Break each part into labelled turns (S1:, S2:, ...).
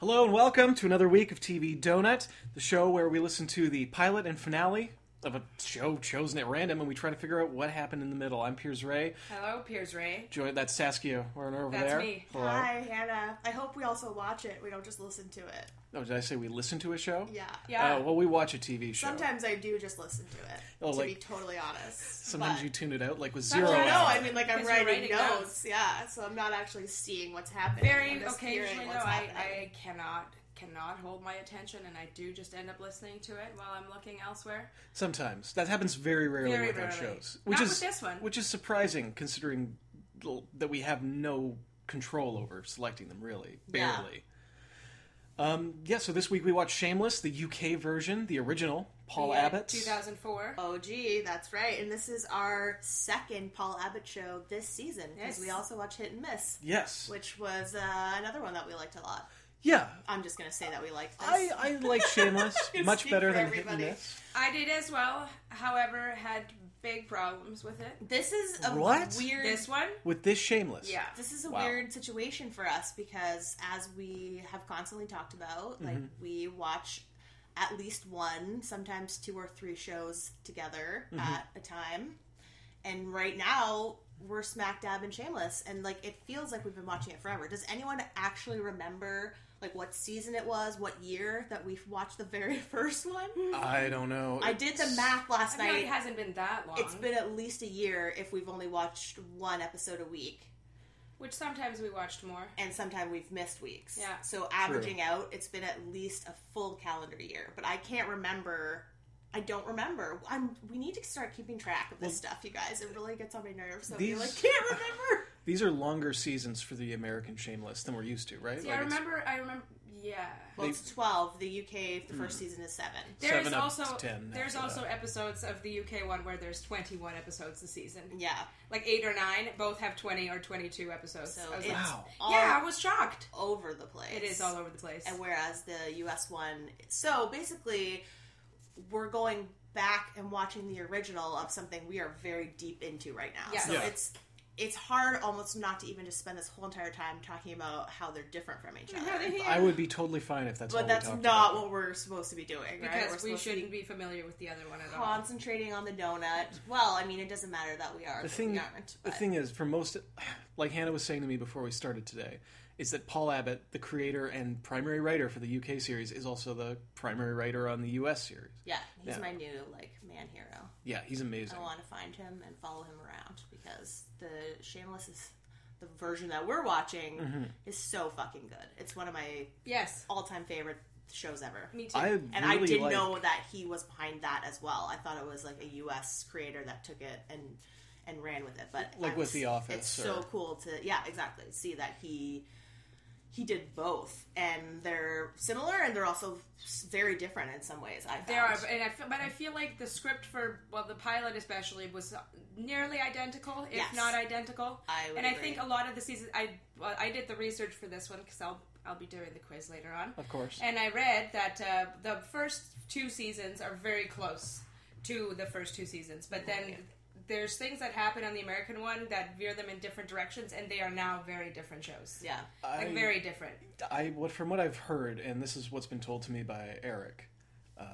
S1: and welcome to another week of TV Donut, the show where we listen to the pilot and finale of a show chosen at random and we try to figure out what happened in the middle. I'm Piers Ray.
S2: Hello, Piers Ray.
S1: Joined that's Saskia. We're over
S2: That's
S1: there.
S2: me.
S1: Hello.
S3: Hi, Hannah. I hope we also watch it. We don't just listen to it.
S1: Oh, did I say we listen to a show?
S3: Yeah.
S2: Yeah.
S1: Uh, well, we watch a TV show.
S3: Sometimes I do just listen to it.
S1: Oh,
S3: to
S1: like-
S3: be totally honest.
S1: Sometimes
S3: But-
S1: you tune it out, like with zero.
S2: Sometimes-
S3: No,
S2: out.
S3: I mean like I'm
S2: 'Cause you're
S3: writing,
S2: writing
S3: notes.
S2: notes.
S3: Yeah, so I'm not actually seeing what's happening. I'm
S2: Very
S3: just hearing
S2: occasionally though,
S3: what's
S2: I,
S3: happening.
S2: I cannot cannot hold my attention, and I do just end up listening to it while I'm looking elsewhere.
S1: Sometimes that happens very rarely
S2: Very
S1: with our
S2: rarely.
S1: shows, which
S2: Not
S1: is
S2: with this one.
S1: which is surprising considering l- that we have no control over selecting them. Really,
S3: Yeah.
S1: barely. Um, yeah. So this week we watched Shameless, the UK version, the original, Paul
S2: Yeah,
S1: Abbott.
S2: 2004.
S3: Oh, gee, that's right. And this is our second Paul Abbott show this season because
S2: Yes.
S3: we also watch Hit and Miss,
S1: Yes.
S3: which was uh, another one that we liked a lot.
S1: Yeah.
S3: I'm just gonna say that we liked this.
S1: I, I like Shameless
S3: can
S1: much
S3: speak
S1: better
S3: for
S1: than
S3: everybody.
S1: Hit and Miss.
S2: I did as well. However, had big problems with it.
S3: this is a
S1: What?
S3: weird.
S2: This one,
S1: With this Shameless.
S2: yeah.
S3: This is a
S1: Wow.
S3: weird situation for us because, as we have constantly talked about, like we watch at least one, sometimes two or three shows together at a time. And right now, we're smack dab in Shameless, and like it feels like we've been watching it forever. Does anyone actually remember like what season it was, what year that we watched the very first one?
S1: I don't know.
S3: I did the
S1: It's-
S3: math
S2: I
S3: last
S2: feel like it
S3: night.
S2: hasn't been that long.
S3: It's been at least a year if we've only watched one episode a week
S2: which sometimes we watched more.
S3: and sometimes we've missed weeks.
S2: Yeah.
S3: So averaging out, it's been at least a full calendar year. But I can't remember. I don't remember. I'm. We need to start keeping track of this stuff, you guys. It really gets on my nerves. So we
S1: These-
S3: like can't remember.
S1: These are longer seasons for the American Shameless than we're used to, right?
S2: See,
S1: Like,
S2: I
S1: it's-
S2: remember. I remember. Yeah.
S3: Well, it's twelve. The UK, the first season is seven.
S2: There is
S1: seven up
S2: also
S1: to ten
S2: there's
S1: after
S2: also
S1: that.
S2: episodes of the UK one where there's 21 episodes a season.
S3: Yeah.
S2: like eight or nine, both have twenty or twenty-two episodes.
S3: So
S2: I was
S3: it's
S2: like,
S1: Wow.
S3: all
S2: yeah, I was shocked.
S3: over the place.
S2: It is all over the place.
S3: And whereas the US one, so basically, we're going back and watching the original of something we are very deep into right now.
S2: Yeah.
S3: So
S1: Yeah.
S3: it's it's hard almost not to even just spend this whole entire time talking about how they're different from each other.
S1: I would be totally fine if that's. all we
S3: But that's
S1: talked
S3: not
S1: about.
S3: what we're supposed to be doing, right?
S2: because
S3: we're
S2: we
S3: supposed to be
S2: shouldn't be familiar with the other one at all.
S3: concentrating on the donut. Well, I mean, it doesn't matter that we are.
S1: The
S3: but
S1: thing,
S3: we aren't,
S1: the
S3: but-
S1: thing is, for most, like Hannah was saying to me before we started today, is that Paul Abbott, the creator and primary writer for the UK series, is also the primary writer on the US series.
S3: yeah, he's
S1: Yeah.
S3: my new like man hero.
S1: Yeah, he's amazing.
S3: I want to find him and follow him around because the Shameless is the version that we're watching
S1: Mm-hmm.
S3: is so fucking good. It's one of my
S2: Yes,
S3: all-time favorite shows ever.
S2: me too.
S1: I
S3: And
S1: really
S3: I didn't
S1: like,
S3: know that he was behind that as well. I thought it was like a U.S. creator that took it and and ran with it. But
S1: Like
S3: I
S1: with
S3: was-
S1: The Office
S3: it's
S1: or-
S3: so cool to yeah, exactly. See that he he did both, and they're similar, and they're also s- very different in some ways. I found.
S2: there are, but- and I feel, but I feel like the script for well, the pilot especially was nearly identical, if
S3: Yes.
S2: not identical.
S3: I would
S2: and I
S3: agree.
S2: think a lot of the season, I well, I did the research for this one because I'll I'll be doing the quiz later on.
S1: Of course.
S2: And I read that uh, the first two seasons are very close to the first two seasons, but then there's things that happen on the American one that veer them in different directions, and they are now very different shows.
S3: yeah.
S2: Like
S1: I-
S2: very different.
S1: I what from what I've heard, and this is what's been told to me by Eric, uh,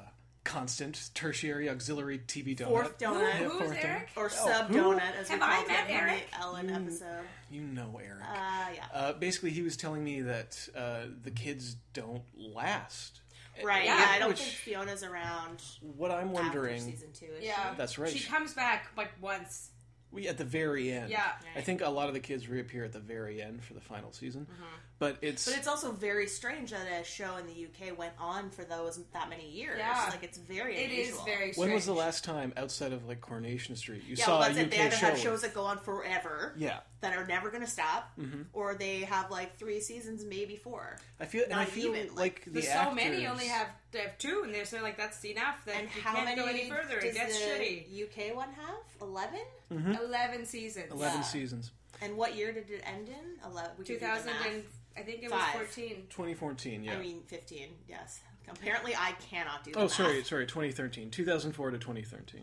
S1: constant tertiary auxiliary TV donut.
S3: Fourth donut.
S1: Yeah,
S2: Who's
S1: fourth donut.
S2: Eric?
S3: or
S1: Oh,
S3: sub
S1: who?
S3: donut as we
S2: Have I
S3: called
S2: met
S3: it on
S2: Eric?
S3: the Ellen episode.
S1: You know Eric.
S3: Uh, yeah,
S1: Uh, basically, he was telling me that uh, the kids don't last.
S3: right.
S2: yeah,
S3: Yeah, I don't
S1: which-
S3: think Fiona's around.
S1: What I'm
S3: after
S1: wondering,
S3: season two. Is
S2: Yeah.
S3: she?
S1: that's right.
S2: She comes back like once.
S1: we at the very end.
S2: Yeah.
S1: I think a lot of the kids reappear at the very end for the final season.
S2: Mm-hmm.
S1: But it's,
S3: But it's also very strange that a show in the UK went on for those that many years.
S2: Yeah.
S3: like it's very
S2: It is
S3: unusual.
S2: very. Strange.
S1: when was the last time outside of like Coronation Street you
S3: Yeah,
S1: saw
S3: well,
S1: a
S3: that's
S1: UK
S3: it. They either
S1: show?
S3: have shows that go on forever
S1: yeah, Mm-hmm.
S3: that are never going to stop, or they have like three seasons, maybe four.
S1: I feel and I
S3: Not
S1: feel
S3: even,
S1: like,
S3: like,
S1: the
S2: There's
S1: actors,
S2: so many only have they have two, and they're so like that's enough. That
S3: And
S2: you
S3: how
S2: can't
S3: many
S2: go any further.
S3: Does
S2: It gets
S3: the
S2: shitty.
S3: UK one have eleven?
S2: Eleven seasons.
S1: Mm-hmm. eleven
S3: yeah.
S1: seasons.
S3: And what year did it end in? Eleven. we
S2: Two
S3: can do the math.
S2: thousand and I think it
S3: Five.
S2: was fourteen.
S1: 2014, yeah.
S3: I mean, 15, yes. Apparently, I cannot do that.
S1: oh, sorry, sorry, 2013, 2004 to 2013.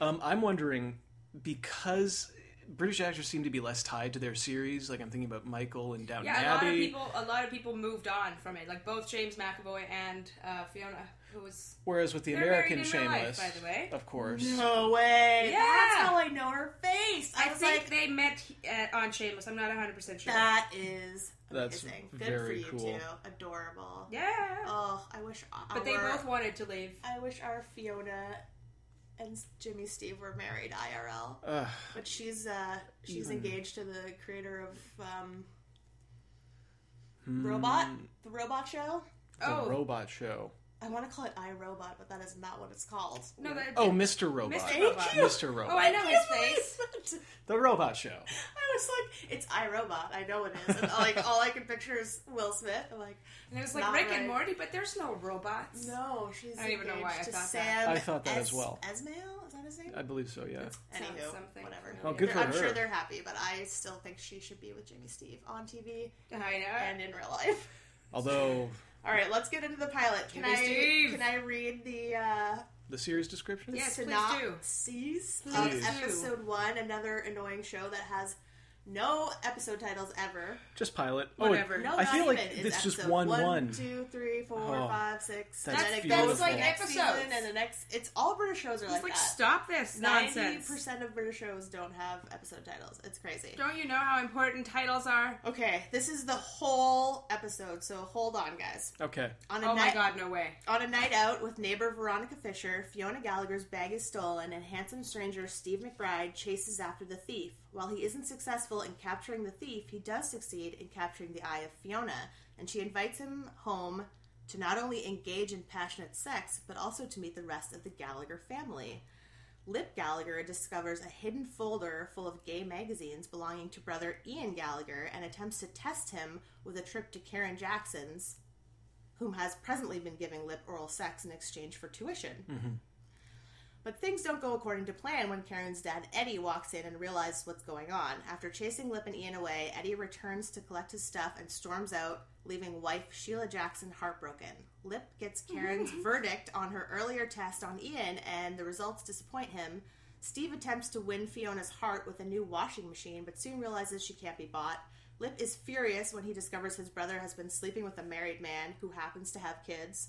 S1: Um, I'm wondering because British actors seem to be less tied to their series. Like I'm thinking about Michael and Downton
S2: Yeah, a lot
S1: Abbey.
S2: of people, a lot of people moved on from it. Like both James McAvoy and uh, Fiona, who was
S1: Whereas with the
S2: They're
S1: American
S2: married in real life,
S1: Shameless,
S2: by the way.
S1: of course,
S3: No way.
S2: Yeah.
S3: That's how I know her face. I,
S2: I,
S3: was
S2: think
S3: like,
S2: they met uh, on Shameless. I'm not 100 percent sure.
S3: that is
S1: That's
S3: amazing.
S1: very
S3: Good for you
S1: cool.
S3: two. Adorable.
S2: yeah,
S3: Oh, I wish our,
S2: but they both wanted to leave.
S3: I wish our Fiona and Jimmy Steve were married IRL.
S1: Ugh,
S3: But she's uh she's
S1: Even-
S3: engaged to the creator of um
S1: Hmm.
S3: Robot? The robot show?
S1: the
S2: Oh.
S1: robot show.
S3: I want to call it iRobot, but that is not what it's called.
S2: No, that,
S1: Oh, Mr. Robot.
S2: Mr.
S3: Thank
S2: Robot.
S3: you.
S1: Mr. Robot.
S2: Oh, I know
S3: I
S2: his
S3: can't
S2: face.
S3: believe
S1: The robot show.
S3: that. I was like, it's iRobot. I know it is. And, uh, like all I can picture is Will Smith. I'm like,
S2: And it was like
S3: Not
S2: Rick
S3: right.
S2: and Morty, but there's no robots.
S3: no, she's
S2: I don't even know
S3: engaged
S2: why I
S3: to
S2: thought that.
S3: Sam
S1: I thought that as
S3: Es-
S1: well.
S3: Esmail? Is that his name?
S1: I believe so. Yeah.
S2: Sounds
S3: Anywho,
S2: something
S3: whatever.
S2: familiar.
S1: Oh, good
S3: They're-
S1: for
S3: I'm
S1: her.
S3: sure they're happy, but I still think she should be with Jimmy Steve on TV
S2: I know.
S3: and in real life.
S1: Although
S3: All right, let's get into the pilot. Can
S2: Jimmy
S3: I
S2: Steve.
S3: can I read the uh,
S1: the series description.
S2: Yes, please
S3: synopses of
S1: Please do.
S3: episode one? Another annoying show that has no episode titles ever.
S1: Just pilot. Oh,
S2: Whatever.
S3: No,
S1: I
S3: not
S1: feel like
S3: even.
S1: it's just
S3: episode
S1: one, one.
S3: one, two, three, four,
S1: Oh,
S3: five, six,
S1: that's
S3: and then it
S1: beautiful.
S3: goes like
S1: Like
S3: next
S2: episodes.
S3: season and the next. It's all British shows are
S2: Just
S3: like,
S2: like
S3: that.
S2: stop this
S3: Ninety
S2: nonsense.
S3: percent of British shows don't have episode titles. It's crazy.
S2: Don't you know how important titles are?
S3: Okay, this is the whole episode, so hold on, guys.
S1: Okay.
S3: On a
S2: Oh my
S3: night
S2: god, no way.
S3: on a night out with neighbor Veronica Fisher, Fiona Gallagher's bag is stolen, and handsome stranger Steve McBride chases after the thief. While he isn't successful in capturing the thief, he does succeed in capturing the eye of Fiona, and she invites him home to not only engage in passionate sex, but also to meet the rest of the Gallagher family. Lip Gallagher discovers a hidden folder full of gay magazines belonging to brother Ian Gallagher and attempts to test him with a trip to Karen Jackson's, whom has presently been giving Lip oral sex in exchange for tuition. But things don't go according to plan when Karen's dad Eddie walks in and realizes what's going on. After chasing Lip and Ian away, Eddie returns to collect his stuff and storms out, leaving wife Sheila Jackson heartbroken. Lip gets Karen's verdict on her earlier test on Ian, and the results disappoint him. Steve attempts to win Fiona's heart with a new washing machine, but soon realizes she can't be bought. Lip is furious when he discovers his brother has been sleeping with a married man who happens to have kids.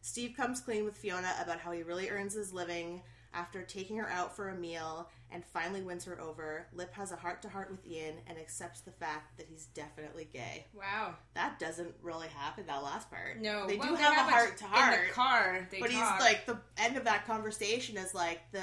S3: Steve comes clean with Fiona about how he really earns his living after taking her out for a meal and finally wins her over. Lip has a heart to heart with Ian and accepts the fact that he's definitely gay.
S2: Wow.
S3: That doesn't really happen, that last part.
S2: No,
S3: They
S2: well,
S3: do have a
S2: it
S3: heart to
S2: In the
S3: heart.
S2: car, they
S3: But he's
S2: talk.
S3: like, the end of that conversation is like, the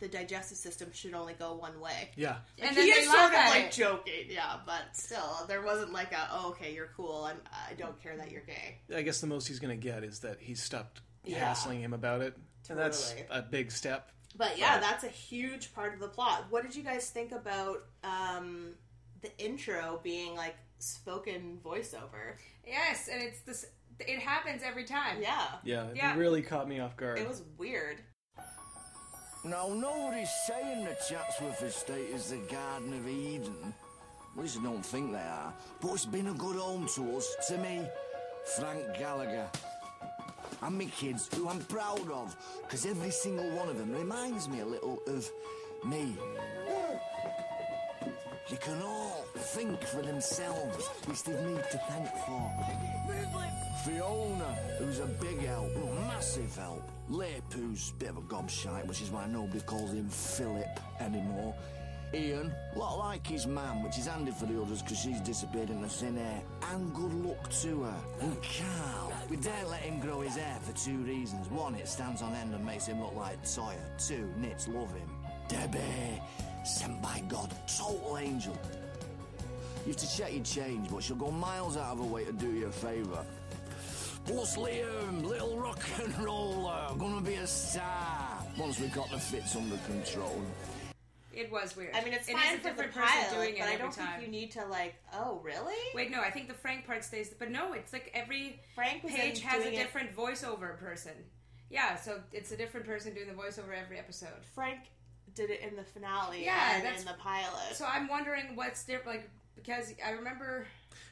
S3: the digestive system should only go one way.
S1: Yeah.
S2: and
S3: he
S2: then they
S3: is sort
S2: laugh
S3: of
S2: at
S3: like
S2: it.
S3: joking, yeah, but still, there wasn't like a, oh, okay, you're cool, I'm, I don't care that you're gay.
S1: I guess the most he's going to get is that he stopped
S3: Yeah.
S1: hassling him about it. And that's
S3: Totally.
S1: a big step.
S3: But yeah,
S1: Right.
S3: that's a huge part of the plot. What did you guys think about um, the intro being like spoken voiceover?
S2: Yes, and it's this. It happens every time.
S3: Yeah,
S1: Yeah.
S2: Yeah.
S1: It really caught me off guard.
S3: it was weird.
S4: Now, nobody's saying the Chatsworth estate is the Garden of Eden. At least I don't think they are. But it's been a good home to us, to me, Frank Gallagher. And my kids, who I'm proud of, because every single one of them reminds me a little of me. They can all think for themselves, which they need to thank for. Fiona, who's a big help, massive help. Lip, who's a bit of a gobshite, which is why nobody calls him Philip anymore. Ian, lot like his mum, which is handy for the others because she's disappeared into thin air. And good luck to her. And Carl, we dare let him grow his hair for two reasons. One, it stands on end and makes him look like Sawyer. Two, Nits love him. Debbie, sent by God, total angel. You have to check your change, but she'll go miles out of her way to do you a favour. Plus Liam, little rock and roller, gonna be a star. Once we've got the fits under control.
S2: It was weird.
S3: I mean, it's
S2: It is
S3: fine
S2: a
S3: for the
S2: different
S3: pilot,
S2: person doing it
S3: but I
S2: every
S3: don't
S2: time.
S3: think you need to like. Oh, really?
S2: Wait, no, I think the Frank part stays, but no, it's like every
S3: Frank was in
S2: page has a
S3: doing it-
S2: different voiceover person. Yeah, so it's a different person doing the voiceover every episode.
S3: Frank did it in the finale
S2: Yeah,
S3: and
S2: that's-
S3: in the pilot.
S2: So I'm wondering what's different, like because I remember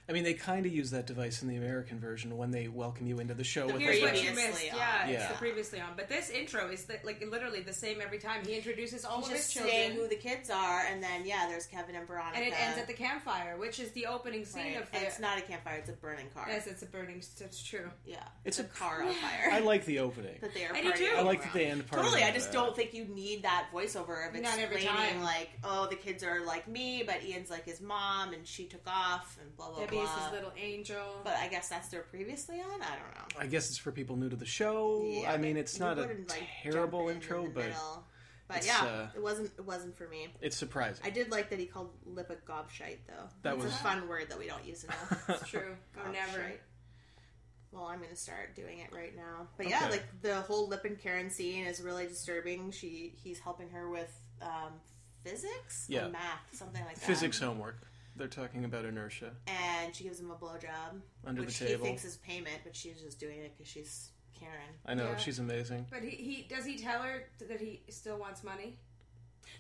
S1: I mean, they kind of use that device in the American version when they welcome you into the show. with
S2: Here's
S1: like
S2: what you
S1: a-
S3: Previously
S2: missed.
S3: on.
S2: Yeah, it's
S1: Yeah.
S2: the previously on. But this intro is the, like literally the same every time. He introduces all of his
S3: just
S2: children,
S3: saying who the kids are, and then yeah, there's Kevin and Veronica,
S2: and it ends at the campfire, which is the opening scene
S3: Right.
S2: of the.
S3: And it's not a campfire; it's a burning car.
S2: yes, it's a burning. It's true.
S3: yeah,
S1: It's
S3: it's,
S1: a-
S3: a car on fire
S1: I like the opening.
S3: that they are.
S2: I do
S3: partying
S2: too.
S1: I like that
S3: around.
S1: they end part.
S3: Oh, Totally, I
S1: about
S3: just
S1: that.
S3: don't think you need that voiceover of
S2: Not every
S3: explaining
S2: time.
S3: like, oh, the kids are like me, but Ian's like his mom, and she took off, and blah blah
S2: Debbie's
S3: blah.
S2: his little angel.
S3: But I guess that's their previously on. I don't know.
S1: I guess it's for people new to the show.
S3: Yeah,
S1: I mean,
S3: but
S1: it's
S3: you
S1: not a
S3: wouldn't, like,
S1: terrible
S3: jump in
S1: intro,
S3: in the
S1: but
S3: middle. but
S1: it's,
S3: yeah,
S1: uh,
S3: it wasn't it wasn't for me.
S1: it's surprising.
S3: I did like that he called lip a gobshite though.
S1: That
S3: It's
S1: was-
S3: a fun word that we don't use enough.
S2: it's true.
S3: Oh,
S2: or Oh, never.
S3: Gobshite. Well, I'm gonna start doing it right now. But yeah,
S1: Okay.
S3: like the whole lip and Karen scene is really disturbing. She he's helping her with um, physics,
S1: Yeah.
S3: or math, something like that.
S1: Physics
S2: um,
S1: homework. They're talking about inertia.
S3: and she gives him a blowjob,
S1: Under the
S3: which
S1: table.
S3: he thinks is payment, but she's just doing it because she's Karen.
S1: I know
S2: Yeah.
S1: she's amazing.
S2: But he, he does he tell her that he still wants money?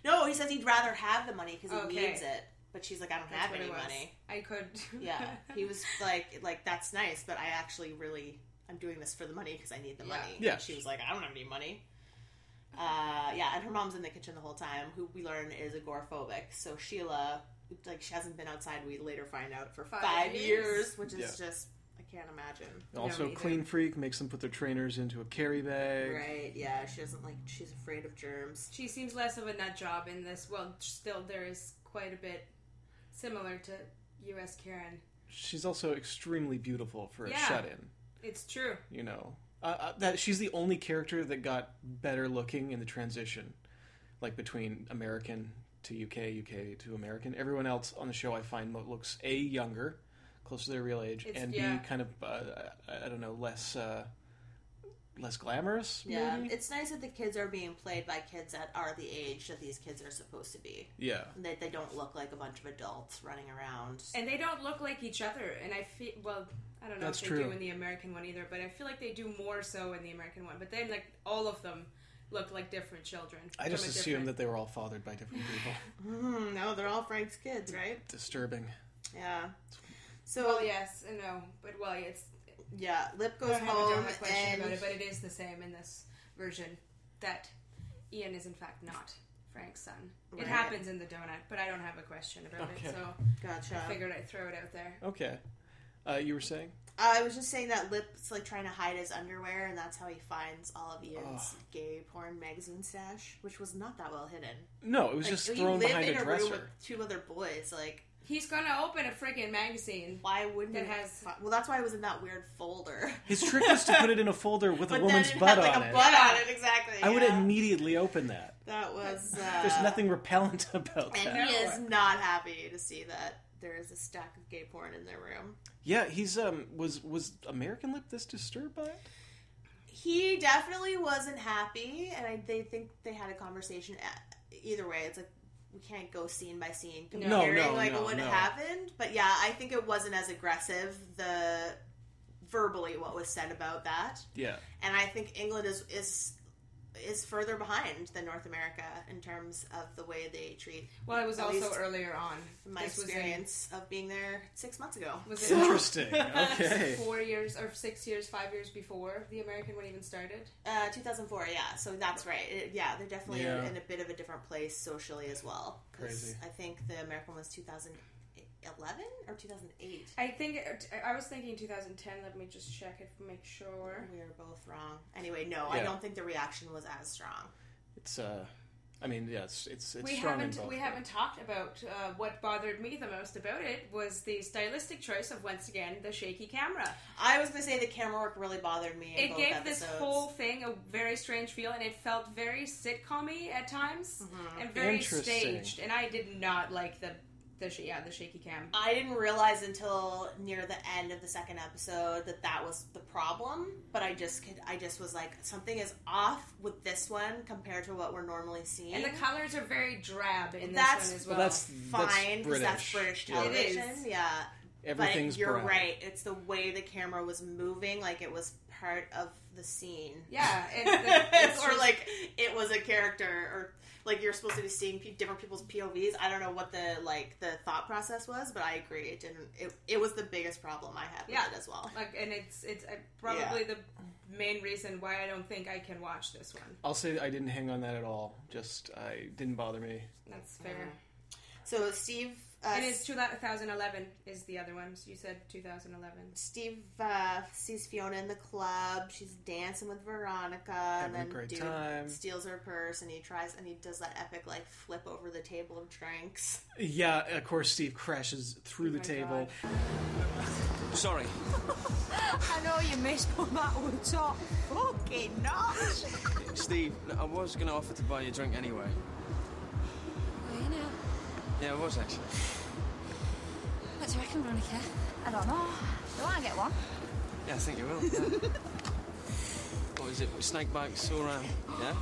S3: No, he says he'd rather have the money because he
S2: Okay.
S3: needs it, but she's like, I don't
S2: That's
S3: have
S2: what
S3: any
S2: it was.
S3: money.
S2: I could.
S3: Yeah, he was like, like that's nice, but I actually really I'm doing this for the money because I need the
S2: Yeah.
S3: money.
S1: Yeah.
S3: she was like, I don't have any money. Uh, yeah, and her mom's in the kitchen the whole time, who we learn is agoraphobic. So Sheila, like, she hasn't been outside. We later find out for
S2: Five
S3: five,
S2: years.
S3: years, which is
S1: Yeah.
S3: just I can't imagine.
S1: Also,
S2: me either.
S1: clean freak makes them put their trainers into a carry bag.
S3: Right? Yeah, she doesn't like. She's afraid of germs.
S2: she seems less of a nut job in this. Well, still there is quite a bit similar to U.S. Karen.
S1: She's also extremely beautiful for a
S2: Yeah.
S1: shut-in.
S2: It's true.
S1: You know uh, uh, that she's the only character that got better looking in the transition, like between American to UK, UK to American. Everyone else on the show I find mo- looks a younger, close to their real age,
S2: It's-
S1: and
S2: yeah.
S1: b kind of uh, I I don't know less uh, less glamorous.
S3: Yeah,
S1: maybe?
S3: it's nice that the kids are being played by kids that are the age that these kids are supposed to be.
S1: yeah.
S3: And That they don't look like a bunch of adults running around.
S2: And they don't look like each other. And I feel well. I don't know
S1: That's
S2: if they
S1: true.
S2: do in the American one either, but I feel like they do more so in the American one. But then, like all of them look like different children.
S1: I just assumed that they were all fathered by different people.
S3: Hmm, no, they're all Frank's kids, right?
S1: Disturbing.
S3: Yeah. So
S2: Well,
S3: yeah.
S2: yes and no, but well, yeah, it's.
S3: Lip
S2: I
S3: goes
S2: don't have a
S3: home
S2: definite question
S3: and
S2: about it, but it is the same in this version that Ian is in fact not Frank's son. It
S3: Right.
S2: happens in the donut, but I don't have a question about
S1: Okay.
S2: it, so
S3: gotcha.
S2: I figured I'd throw it out there.
S1: Okay. Uh, you were saying?
S3: I was just saying that Lip's like trying to hide his underwear, and that's how he finds all of Ian's gay porn magazine stash, which was not that well hidden.
S1: No, it was
S3: Like,
S1: just
S3: you
S1: thrown
S3: live
S1: behind
S3: in
S1: a
S3: a
S1: dresser.
S3: room with two other boys. Like,
S2: He's gonna open a freaking magazine.
S3: why wouldn't
S2: That
S3: you
S2: has-
S3: fi- Well, that's why it was in that weird folder.
S1: His trick was to put it in a folder with a
S3: but
S1: woman's
S3: then it
S1: butt
S3: had like
S1: on
S3: a
S1: it.
S3: butt on it. Exactly.
S1: I would
S3: yeah.
S1: immediately open that.
S3: That was. Uh,
S1: There's nothing repellent about
S3: And
S1: that.
S3: he
S2: No.
S3: is not happy to see that there is a stack of gay porn in their room.
S1: Yeah, he's um was was American Lip this disturbed by it?
S3: He definitely wasn't happy, and I, they think they had a conversation. e- Either way, it's like we can't go scene by scene
S2: No.
S1: No,
S3: comparing
S1: no,
S3: like
S1: no,
S3: what
S1: no.
S3: happened. But yeah, I think it wasn't as aggressive the verbally what was said about that,
S1: Yeah.
S3: and I think England is is is further behind than North America in terms of the way they treat.
S2: Well, it was
S3: At
S2: also
S3: least
S2: earlier on.
S3: My
S2: This was in-
S3: experience of being there six months ago.
S2: Was it
S1: Interesting. Okay.
S2: four years or six years, five years before the American one even started?
S3: Uh, 2004, yeah. So that's right. It, yeah, they're definitely
S1: Yeah.
S3: in, in a bit of a different place socially as well. 'Cause
S1: Crazy.
S3: I think the American was 2011 or 2008.
S2: I think it, I was thinking 2010. Let me just check it, make sure.
S3: We are both wrong. Anyway, no,
S1: Yeah.
S3: I don't think the reaction was as strong.
S1: It's uh I mean, yeah, it's it's, it's
S2: we
S1: strong in
S2: haven't
S1: both,
S2: we
S1: but-
S2: haven't talked about uh, what bothered me the most about it was the stylistic choice of once again the shaky camera.
S3: I was gonna say the camera work really bothered me. In
S2: It
S3: both
S2: gave
S3: episodes.
S2: this whole thing a very strange feel, and it felt very sitcomy at times and very
S1: Interesting.
S2: staged. And I did not like the the sh- yeah the shaky cam.
S3: I didn't realize until near the end of the second episode that that was the problem. But I just could. I just was like, something is off with this one compared to what we're normally seeing.
S2: And the colors are very drab in
S3: That's-
S2: this one as well.
S1: Well, that's that's
S3: fine because that's British
S1: Yeah.
S2: It is.
S3: television. Yeah,
S1: Everything's
S3: but you're
S1: brown.
S3: right. It's the way the camera was moving, like it was part of the scene.
S2: yeah, and the,
S3: or
S2: it's just-
S3: like it was a character, or like you're supposed to be seeing pe- different people's POVs. I don't know what the like the thought process was, but I agree it didn't. It, it was the biggest problem I had with
S2: Yeah.
S3: it as well.
S2: Like, and it's it's uh, probably the main reason why I don't think I can watch this one.
S1: I'll say I didn't hang on that at all. Just I didn't bother me.
S2: That's fair.
S3: So Steve, uh,
S2: And it's 2011 is the other one. So you said 2011.
S3: Steve uh, sees Fiona in the club. She's dancing with Veronica,
S1: Having
S3: and
S1: a
S3: then
S1: great
S3: dude
S1: time.
S3: steals her purse, and he tries and he does that epic like flip over the table of drinks.
S1: Yeah, of course Steve crashes through the
S2: Oh my
S1: table.
S5: Sorry.
S6: I know you missed, but that was top fucking nuts.
S5: Steve, look, I was going to offer to buy you a drink anyway.
S7: Well, you know,
S5: Yeah, I was actually.
S7: what do you reckon, Veronica?
S6: I don't know. Do I get one?
S5: Yeah, I think you will. yeah. what is it? Snake bites all round. Yeah?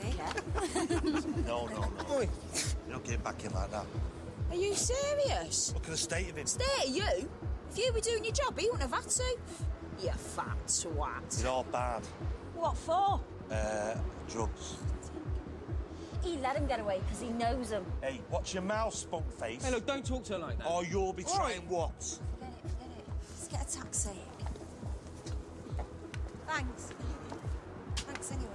S7: Maybe.
S8: No, no, no.
S5: Oi.
S8: You don't get back in like that.
S6: Are you serious?
S8: Look at the state of it.
S6: There, you. If you were doing your job, you wouldn't have had to. You fat swat.
S8: It's all bad.
S6: What for?
S8: Uh, drugs.
S9: He let him get away because he knows him.
S8: Hey, watch your mouth, spunk face.
S5: Hey, look, don't talk to her like that.
S8: Or you'll be trying what?
S7: Forget it, forget it. Let's get a taxi. Thanks. Thanks anyway.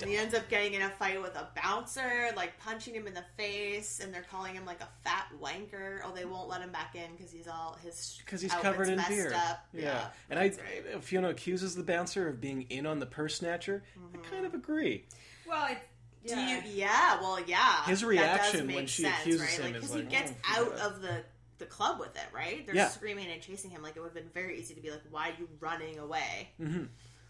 S3: And he ends up getting in a fight with a bouncer, like punching him in the face, and they're calling him like a fat wanker. Oh, they won't let him back in because he's all his
S1: Because he's
S3: outfit's
S1: covered in
S3: messed
S1: beer.
S3: Up.
S1: Yeah. and I, Fiona accuses the bouncer of being in on the purse snatcher.
S2: Mm-hmm.
S1: I kind of agree.
S2: Well, it,
S3: Do
S2: yeah.
S3: you? Yeah. Well, yeah.
S1: His
S3: That does
S1: reaction
S3: make
S1: when she accuses him
S3: right?
S1: is
S3: because
S1: like,
S3: he gets
S1: oh,
S3: out
S1: yeah.
S3: of the the club with it, right? They're
S1: Yeah.
S3: screaming and chasing him. Like it would have been very easy to be like, "Why are you running away?"
S1: Mm-hmm.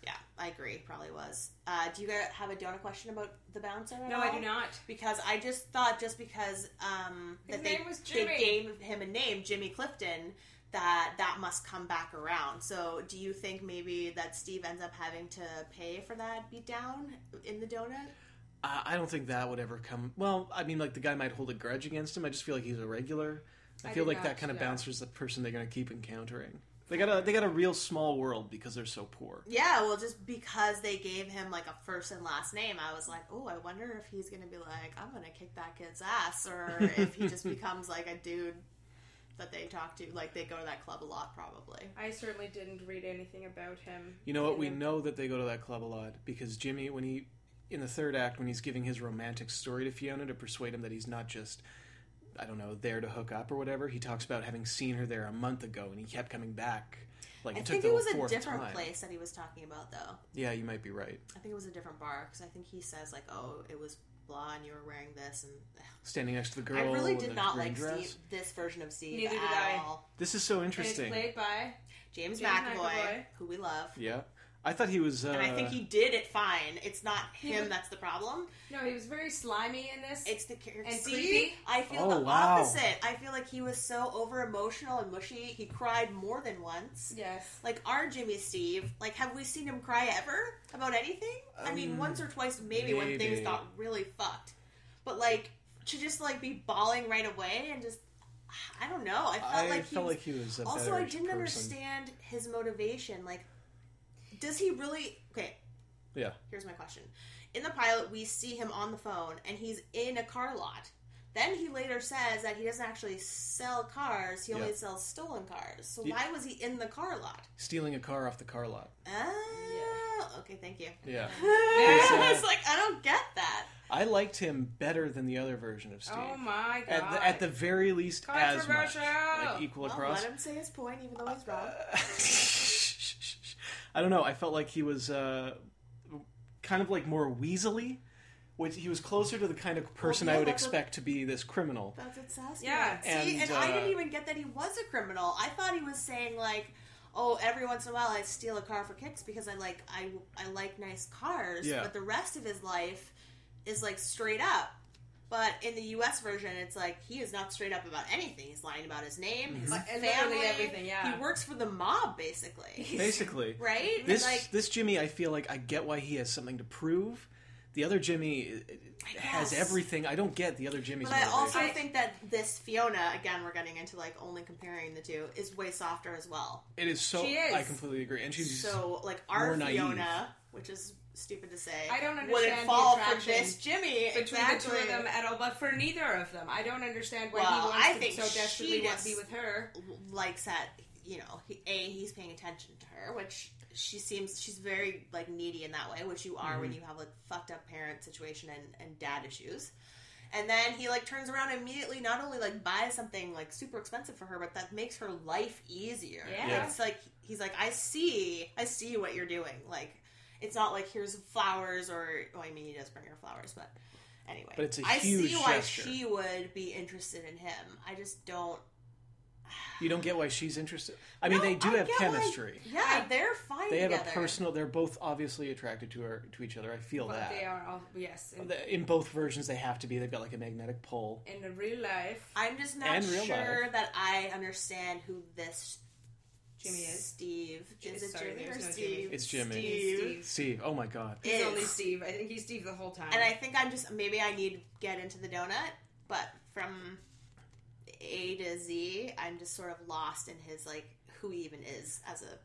S3: Yeah, I agree. Probably was. Uh, do you guys have a donut question about the bouncer? at
S2: no, I
S3: all?
S2: do not.
S3: Because I just thought just because um,
S2: His
S3: that they,
S2: name was
S3: they
S2: Jimmy.
S3: gave him a name, Jimmy Clifton, that that must come back around. So do you think maybe that Steve ends up having to pay for that beatdown in the donut?
S1: I, I don't think that would ever come. Well, I mean, like the guy might hold a grudge against him. I just feel like he's a regular. I,
S2: I
S1: feel
S2: do
S1: like that
S2: not,
S1: kind of
S2: yeah.
S1: bouncer is the person they're going to keep encountering. They got a they got a real small world because they're so poor.
S3: Yeah, well, just because they gave him like a first and last name, I was like, oh, I wonder if he's gonna be like, I'm gonna kick that kid's ass, or if he just becomes like a dude that they talk to, like they go to that club a lot, probably.
S2: I certainly didn't read anything about him.
S1: You know what? We know that they go to that club a lot because Jimmy, when he in the third act, when he's giving his romantic story to Fiona to persuade him that he's not just I don't know there to hook up or whatever, he talks about having seen her there a month ago and he kept coming back. Like
S3: I
S1: it
S3: think
S1: took
S3: it
S1: the
S3: was a
S1: fourth
S3: different
S1: time.
S3: place that he was talking about, though.
S1: Yeah, you might be right.
S3: I think it was a different bar because I think he says like, "Oh, it was blah, and you were wearing this." And
S1: Standing next to the girl.
S3: I really
S1: in
S3: did
S1: the
S3: not
S1: green
S3: like
S1: dress.
S3: Steve this version of Steve
S2: Neither did
S3: at
S2: I.
S3: all.
S1: This is so
S2: And it's
S1: interesting.
S2: played by
S3: James,
S2: James
S3: McAvoy,
S2: McAvoy.
S3: who we love,
S1: Yeah, I thought he was. Uh,
S3: and I think he did it fine. It's not
S2: was-
S3: him that's the problem.
S2: no, he was very slimy in this.
S3: It's the character.
S2: And
S3: See,
S2: creepy.
S3: I feel
S1: Oh,
S3: the
S1: wow.
S3: opposite. I feel like he was so over emotional and mushy. He cried more than once.
S2: yes.
S3: Like our Jimmy Steve, like have we seen him cry ever about anything? I mean, once or twice maybe, when
S1: Um, maybe.
S3: things got really fucked. But like to just like be bawling right away and just I don't know. I felt
S1: I
S3: like he
S1: felt
S3: was,
S1: like he was a
S3: also
S1: better
S3: I didn't
S1: person.
S3: understand his motivation. Like, does he really? Okay,
S1: Yeah,
S3: here's my question. In the pilot, we see him on the phone and he's in a car lot. Then he later says that he doesn't actually sell cars, he only
S1: Yeah.
S3: sells stolen cars. So
S1: Yeah.
S3: why was he in the car lot?
S1: stealing a car off the car lot.
S3: Oh, okay, thank you.
S1: Yeah,
S3: I was like, I don't get that.
S1: I liked him better than the other version of Steve.
S2: Oh my god.
S1: At the, at the very least, as much
S2: Controversial.
S1: like equal
S3: Well,
S1: across.
S3: let him say his point, even though he's wrong.
S1: I don't know. I felt like he was uh, kind of like more weaselly. Which he was closer to the kind of person
S3: yeah,
S1: I would
S3: that's a-
S1: expect to be this criminal.
S3: That's what Saskia.
S2: Yeah.
S3: See,
S1: And,
S3: and, I
S1: uh,
S3: didn't even get that he was a criminal. I thought he was saying like, "Oh, every once in a while I steal a car for kicks because I like I I like nice cars."
S1: Yeah.
S3: But the rest of his life is like straight up. But in the U.S. version, it's like he is not straight up about anything. He's lying about his name, his
S1: Mm-hmm.
S2: And
S3: family,
S2: literally everything, yeah.
S3: he works for the mob basically,
S1: Basically,
S3: right? And,
S1: This
S3: like,
S1: this Jimmy, I feel like I get why he has something to prove. The other Jimmy uh, has
S3: guess.
S1: everything. I don't get the other Jimmy's
S3: But I also
S1: motivation.
S3: think that this Fiona, again, we're getting into like only comparing the two, is way softer as well.
S1: It is so.
S2: She is.
S1: I completely agree, and she's
S3: So like our
S1: more naive.
S3: Fiona, which is stupid to say,
S2: I don't
S3: wouldn't
S2: understand
S3: fall
S2: the
S3: for
S2: attraction
S3: this Jimmy
S2: between
S3: exactly.
S2: the two of them at all, but for neither of them, I don't understand why
S3: Well,
S2: he wants
S3: I
S2: to
S3: think
S2: so desperately
S3: she
S2: want
S3: was-
S2: to be with her.
S3: likes that you know he, a he's paying attention to her which she seems she's very like needy in that way which you are
S1: Mm-hmm.
S3: when you have like fucked up parent situation and, and dad issues and then he like turns around and immediately not only like buys something like super expensive for her but that makes her life easier
S2: Yeah. Yeah.
S3: it's like he's like i see i see what you're doing like it's not like here's flowers or well, i mean he does bring her flowers but anyway
S1: But it's a
S3: I
S1: huge
S3: see why
S1: gesture.
S3: she would be interested in him i just don't
S1: you don't get why she's interested. I mean,
S3: no,
S1: they do
S3: I
S1: have
S3: get why-
S1: chemistry.
S3: yeah, they're fine.
S1: they have
S3: together.
S1: a personal. They're both obviously attracted to her to each other. I feel
S2: But
S1: that.
S2: they are all yes, in,
S1: The- In both versions, they have to be. They've got like a magnetic pole.
S2: in the real life.
S3: I'm just not
S1: and real
S3: sure
S1: life.
S3: that I understand who this
S2: Jimmy is.
S3: Steve. Is it
S2: Sorry,
S3: Jimmy or
S2: there's no
S3: Steve?
S2: Jimmy.
S1: It's Jimmy.
S3: Steve.
S1: Steve. Oh my god.
S2: He's
S3: is.
S2: only Steve. I think he's Steve the whole time.
S3: And I think I'm just maybe I need to get into the donut, but from A to Z, I'm just sort of lost in his like who he even is as a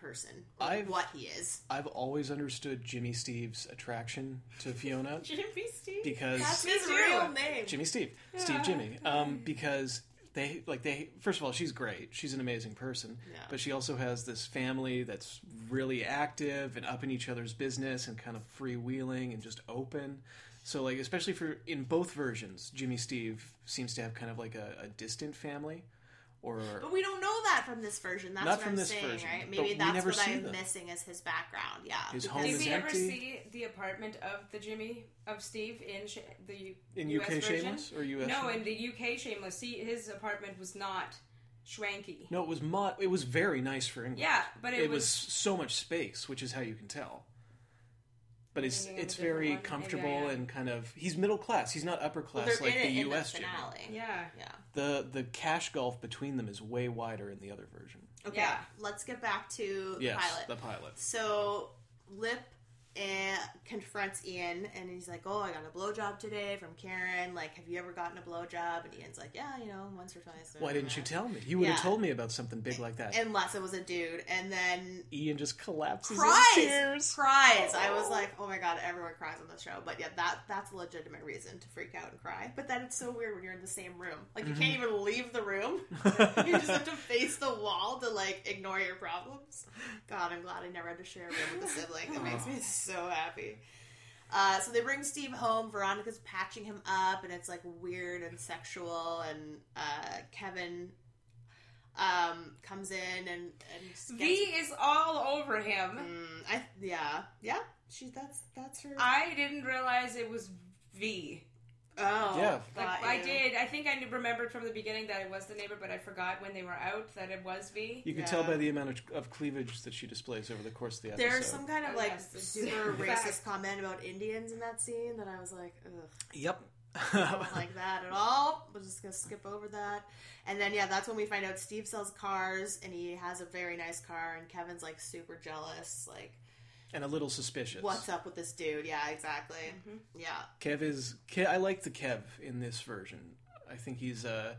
S3: person, or
S1: I've-
S3: what he is.
S1: I've always understood Jimmy Steve's attraction to Fiona
S3: Jimmy Steve.
S1: because
S3: That's
S2: Me
S3: his
S2: too.
S3: real name.
S1: Jimmy Steve, Steve Jimmy, um, because they like they first of all she's great, she's an amazing person,
S3: Yeah.
S1: but she also has this family that's really active and up in each other's business and kind of freewheeling and just open. So like especially for in both versions, Jimmy Steve seems to have kind of like a, a distant family, or
S3: But we don't know that from this version. That's
S1: Not
S3: what
S1: from
S3: I'm
S1: this
S3: saying,
S1: version,
S3: right?
S1: but
S3: Maybe
S1: we
S3: that's
S1: never
S3: what
S1: see
S3: I'm
S1: them.
S3: missing is his background. Yeah,
S1: His
S3: because-
S1: home
S2: Did
S1: is
S2: we ever
S1: empty.
S2: see the apartment of the Jimmy of Steve in sh- the U-
S1: in
S2: US
S1: UK
S2: version?
S1: Shameless or US?
S2: No,
S1: Shameless?
S2: in the UK Shameless, he, his apartment was not schwanky.
S1: no, it was mod. It was very nice for England.
S2: Yeah, but it,
S1: it was so much space, which is how you can tell. But it's
S2: Maybe it
S1: it's
S2: was a different
S1: very
S2: one. Maybe I
S1: comfortable
S2: am.
S1: and kind of he's middle class. He's not upper
S3: Well,
S1: class
S3: they're
S1: like
S3: in
S1: the
S3: it in
S1: U.S.
S3: the
S1: Jimmy.
S3: finale.
S2: Yeah.
S3: yeah.
S1: The the cash gulf between them is way wider in the other version.
S3: Okay,
S2: Yeah.
S3: let's get back to the
S1: yes,
S3: pilot.
S1: the pilot.
S3: so Lip eh, confronts Ian, and he's like, "Oh, I got a blowjob today from Karen. Like, have you ever gotten a blowjob?" And Ian's like, "Yeah, you know, once or twice."
S1: Why didn't you tell me? You would have
S3: Yeah.
S1: told me about something big like that.
S3: Unless it was a dude, and then
S1: Ian just collapses
S3: cries,
S1: in tears.
S3: cries. I was like, "Oh my god, everyone cries on the show." But yeah, that that's a legitimate reason to freak out and cry. But then it's so weird when you're in the same room. Like you can't even leave the room. you just have to face the wall to like ignore your problems. God, I'm glad I never had to share a room with a sibling. It makes me so happy. Uh, so they bring Steve home. Veronica's patching him up, and it's like weird and sexual. And uh, Kevin um, comes in and, and
S2: V
S3: gets
S2: is all over him.
S3: Mm, I yeah yeah. She that's that's her.
S2: I didn't realize it was V.
S3: oh
S1: Yeah.
S2: Like
S3: got
S2: I
S3: you.
S2: did. I think I remembered from the beginning that it was the neighbor, but I forgot when they were out that it was V.
S1: You can tell
S3: Yeah.
S1: by the amount of, of cleavage that she displays over the course of the episode.
S3: There's some kind of
S2: Oh,
S3: like
S2: yes, the
S3: super
S2: fact.
S3: racist comment about Indians in that scene that I was like, ugh,
S1: Yep.
S3: I don't like that at all. We're just gonna skip over that. And then yeah, that's when we find out Steve sells cars and he has a very nice car and Kevin's like super jealous. Like,
S1: and a little suspicious.
S3: what's up with this dude? Yeah, exactly. Yeah,
S1: Kev is. Kev, I like the Kev in this version. I think he's. Uh,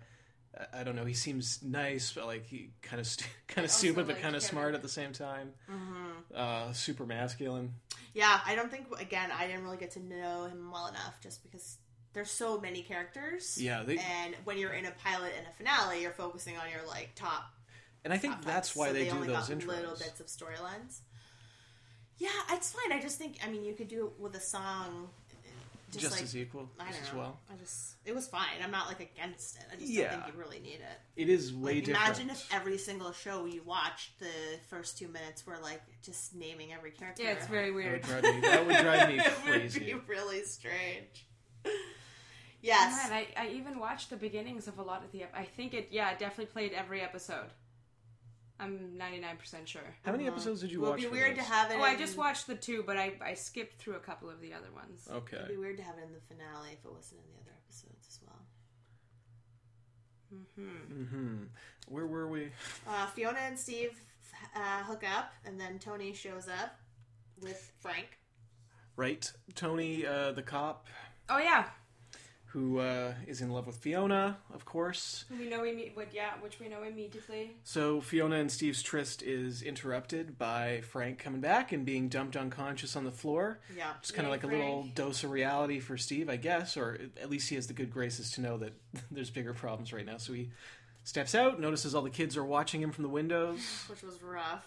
S1: I- I don't know. He seems nice, but like he kind of st- kind of stupid, but
S2: like
S1: kind of
S2: Kevin.
S1: smart at the same time.
S3: Mm-hmm.
S1: Uh, super masculine.
S3: yeah. I don't think again. I didn't really get to know him well enough just because. There's so many characters.
S1: Yeah, they, and,
S3: and when you're in a pilot and a finale, you're focusing on your like top.
S1: I think that's why
S3: Uh, so
S1: they, do
S3: only
S1: those
S3: got
S1: intros.
S3: little bits of storylines. Yeah, it's fine. I just think I mean you could do it with a song, just,
S1: just
S3: like
S1: as equal,
S3: I
S1: just
S3: don't
S1: as
S3: know.
S1: well.
S3: I just it was fine. I'm not like against it. I just
S1: Yeah.
S3: don't think you really need it.
S1: It is way
S3: Like,
S1: different.
S3: imagine if every single show you watched, the first two minutes were like just naming every character.
S2: Yeah, it's very
S1: that would
S2: weird.
S1: drive me, that would drive me
S3: It
S1: crazy.
S3: would be really strange. Yes.
S2: Man, I, I even watched the beginnings of a lot of the. ep- I think it. Yeah, it definitely played every episode. I'm 99% sure.
S1: How many episodes did you
S3: It would
S1: watch?
S3: be
S1: for
S3: weird to
S1: this?
S3: have it.
S2: Oh, I
S3: in-
S2: just watched the two, but I, I skipped through a couple of the other ones.
S1: Okay.
S3: It'd be weird to have it in the finale if it wasn't in the other episodes as well.
S1: Where were we?
S3: Uh, Fiona and Steve uh, hook up, and then Tony shows up with Frank.
S1: right? Tony, uh, the cop
S2: Oh yeah,
S1: who uh, is in love with Fiona, of course.
S2: we know we meet. What yeah, which we know immediately.
S1: So Fiona and Steve's tryst is interrupted by Frank coming back and being dumped unconscious on the floor.
S3: Yeah.
S1: It's kind of
S2: Yay,
S1: like a little
S2: Frank.
S1: dose of reality for Steve, I guess, or at least he has the good graces to know that there's bigger problems right now. So he steps out, notices all the kids are watching him from the windows.
S3: which was rough.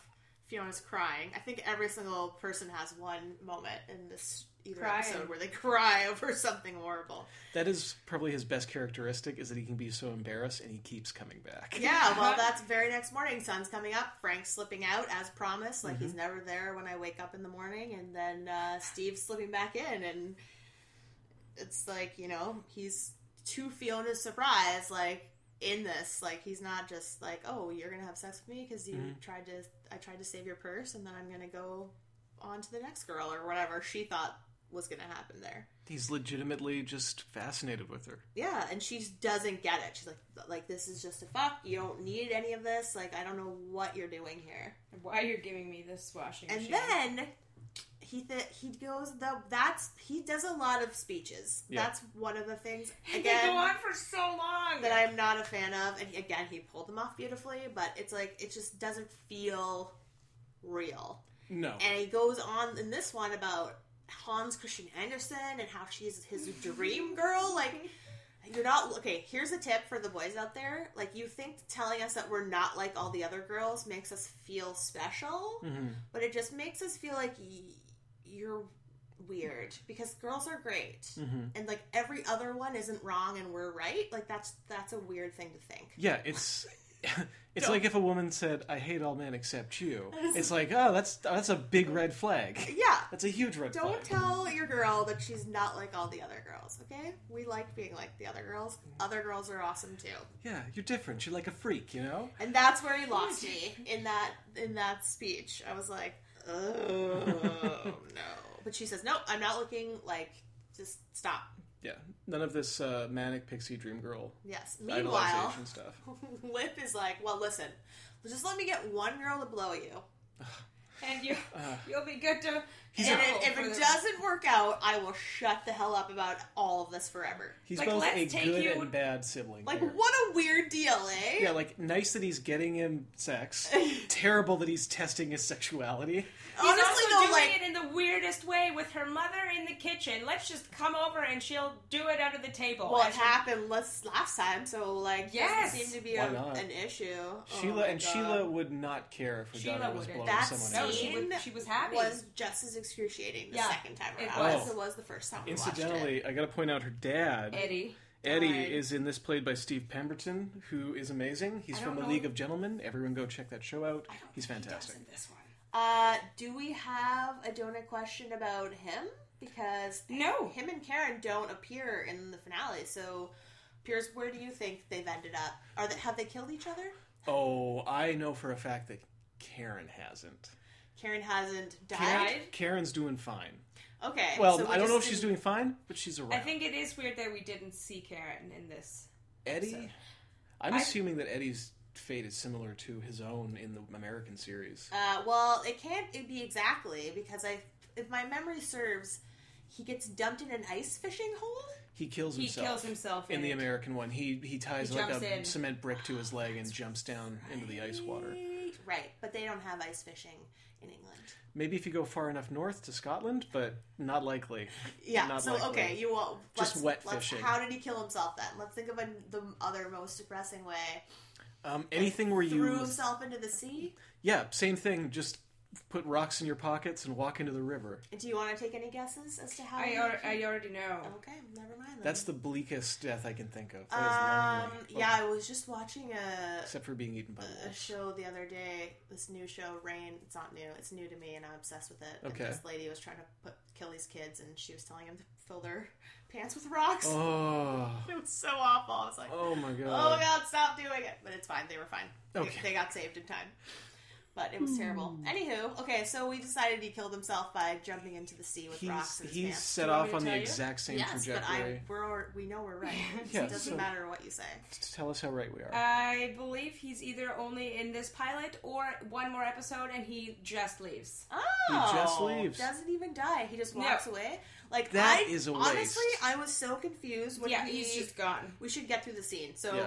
S3: Fiona's crying. I think every single person has one moment in this either
S2: Crying.
S3: episode where they cry over something horrible.
S1: That is probably his best characteristic is that he can be so embarrassed and he keeps coming back.
S3: Yeah, well, that's very next morning. Sun's coming up. Frank's slipping out as promised. Like he's never there when I wake up in the morning. And then uh, Steve's slipping back in, and it's like you know he's to Fiona's surprise, like in this, like he's not just like, oh, you're gonna have sex with me because you tried to, I tried to save your purse, and then I'm gonna go on to the next girl or whatever she thought was gonna happen there.
S1: He's legitimately just fascinated with her.
S3: Yeah, and she doesn't get it. She's like, like this is just a fuck. You don't need any of this. Like, I don't know what you're doing here.
S2: Why you're giving me this washing
S3: And
S2: machine?
S3: then he th- he goes the that's he does a lot of speeches.
S1: Yeah.
S3: That's one of the things
S2: they go
S3: again
S2: on for so long
S3: that I'm not a fan of. And he- again, he pulled them off beautifully, but it's like it just doesn't feel real.
S1: No.
S3: And he goes on in this one about Hans Christian Andersen and how she's his dream girl. Like, you're not okay. Here's a tip for the boys out there: like, you think telling us that we're not like all the other girls makes us feel special, but it just makes us feel like y- you're weird because girls are great and like every other one isn't wrong and we're right like that's that's a weird thing to think
S1: Yeah, it's it's like if a woman said, "I hate all men except you." It's like, oh, that's that's a big red flag.
S3: yeah
S1: That's a huge red
S3: Don't
S1: flag.
S3: tell your girl that she's not like all the other girls, okay? We like being like the other girls. Other girls are awesome too.
S1: yeah, you're different. You're like a freak, you know.
S3: And that's where he lost me in that in that speech. I was like, "Oh no." But she says, "No, I'm not looking like just stop."
S1: Yeah, none of this uh, manic pixie dream girl
S3: Yes. Meanwhile,
S1: idolization stuff.
S3: Lip is like, "Well, listen. Just let me get one girl to blow you.
S2: and you you'll be good to
S1: a-
S3: And
S2: Apple
S3: it, if
S2: for
S3: it
S2: the-
S3: doesn't work out, I will shut the hell up about all of this forever."
S1: He's
S2: Like,
S1: both
S2: let's
S1: a
S2: take
S1: good
S2: you-
S1: and bad sibling.
S3: Like,
S1: here.
S3: what a weird deal, eh?
S1: Yeah, like nice that he's getting him sex. Terrible that he's testing his sexuality.
S3: Oh
S2: He's
S3: Honestly,
S2: also
S3: though,
S2: doing
S3: like
S2: it in the weirdest way with her mother in the kitchen. Let's just come over and she'll do it under the table.
S3: Well, it
S2: And she-
S3: happened last last time, so like, yes,
S2: Oh, Yes.
S3: doesn't seem to be
S1: Why
S3: a-
S1: not?
S3: an issue. Oh
S1: Sheila
S3: my
S1: and
S3: God.
S1: Sheila would not care if her
S2: Sheila
S1: daughter was
S2: wouldn't.
S1: blowing
S3: That
S1: someone
S2: No,
S1: else.
S2: she
S3: scene
S2: was- she was happy.
S3: Was just as excruciating the
S2: Yeah,
S3: second time
S2: it
S3: around
S1: was.
S3: as it was the first time. We watched
S1: Incidentally, I got to point out her dad,
S2: Eddie.
S1: Eddie,
S3: died.
S1: is in this played by Steve Pemberton, who is amazing. He's
S2: I
S1: from
S2: don't
S1: The
S2: know-
S1: League of Gentlemen. Everyone go check that show out. He's
S2: He
S1: fantastic.
S2: does in this one.
S3: it. Uh, do we have a donut question about him? Because
S2: No.
S3: him and Karen don't appear in the finale. So, Piers, where do you think they've ended up? Are they have they killed each other?
S1: Oh, I know for a fact that Karen hasn't.
S3: Karen hasn't died.
S2: Died?
S1: Karen's doing fine.
S3: Okay.
S1: Well,
S3: so we
S1: I don't know if
S3: just
S1: she's
S3: didn't-
S1: doing fine, but she's around.
S2: I think it is weird that we didn't see Karen in this.
S1: Eddie. I'm
S2: I-
S1: assuming that Eddie's fate is similar to his own in the American series.
S3: Uh, well, it can't be exactly because I, if my memory serves, he gets dumped in an ice fishing hole.
S1: He kills
S2: He
S1: himself.
S2: kills himself
S1: in the
S2: it.
S1: American one. He he ties
S2: He
S1: like
S2: jumps
S1: a
S2: in.
S1: cement brick to his leg and jumps down into the ice water.
S3: Right, but they don't have ice fishing in England.
S1: Maybe if you go far enough north to Scotland, but not likely.
S3: Yeah.
S1: Not
S3: so
S1: likely.
S3: okay, you will
S1: Just
S3: let's-
S1: wet
S3: let's-
S1: fishing.
S3: How did he kill himself then? Let's think of a, the other most depressing way.
S1: Um, anything where
S3: Threw
S1: you
S3: himself into the sea.
S1: yeah, same thing. Just put rocks in your pockets and walk into the river.
S3: Do you want to take any guesses as to how?
S2: I,
S3: he-
S2: al- I already know.
S3: okay, never mind. Then.
S1: That's the bleakest death I can think of. That
S3: um.
S1: is lonely.
S3: Yeah, I was just watching a
S1: Except for being eaten by
S2: Uh,
S3: a
S1: wolves.
S3: show the other day. This new show, Rain. It's not new. It's new to me, and I'm obsessed with it.
S1: Okay.
S3: And this lady was trying to put kill these kids, and she was telling them to fill their pants with rocks.
S1: Oh,
S3: It was so awful. I was like, oh,
S1: oh my god.
S3: my god, stop doing it. But it's fine. They were fine. They-
S1: Okay.
S3: They, got saved in time. But it was terrible. Anywho, okay, so we decided he killed himself by jumping into the sea with rocks
S1: He's
S3: in his
S1: he's
S3: pants.
S1: set
S2: Do you want
S1: off
S2: me to
S1: on the
S2: tell you?
S1: exact same
S3: Yes, but I
S1: trajectory.
S3: we're or- we know we're right.
S1: Yeah,
S3: it doesn't
S1: so-
S3: matter what you say.
S1: Just Tell us how right we are.
S2: Uh, I believe he's either only in this pilot or one more episode, and he just leaves.
S3: Oh,
S1: just leaves.
S3: Doesn't even die. He just walks
S2: No.
S3: away. Like
S1: That
S3: I,
S1: is a
S3: honestly,
S1: waste.
S3: I was so confused when
S2: yeah,
S3: we,
S2: he's just gone.
S3: we should get through the scene. So,
S1: Yeah.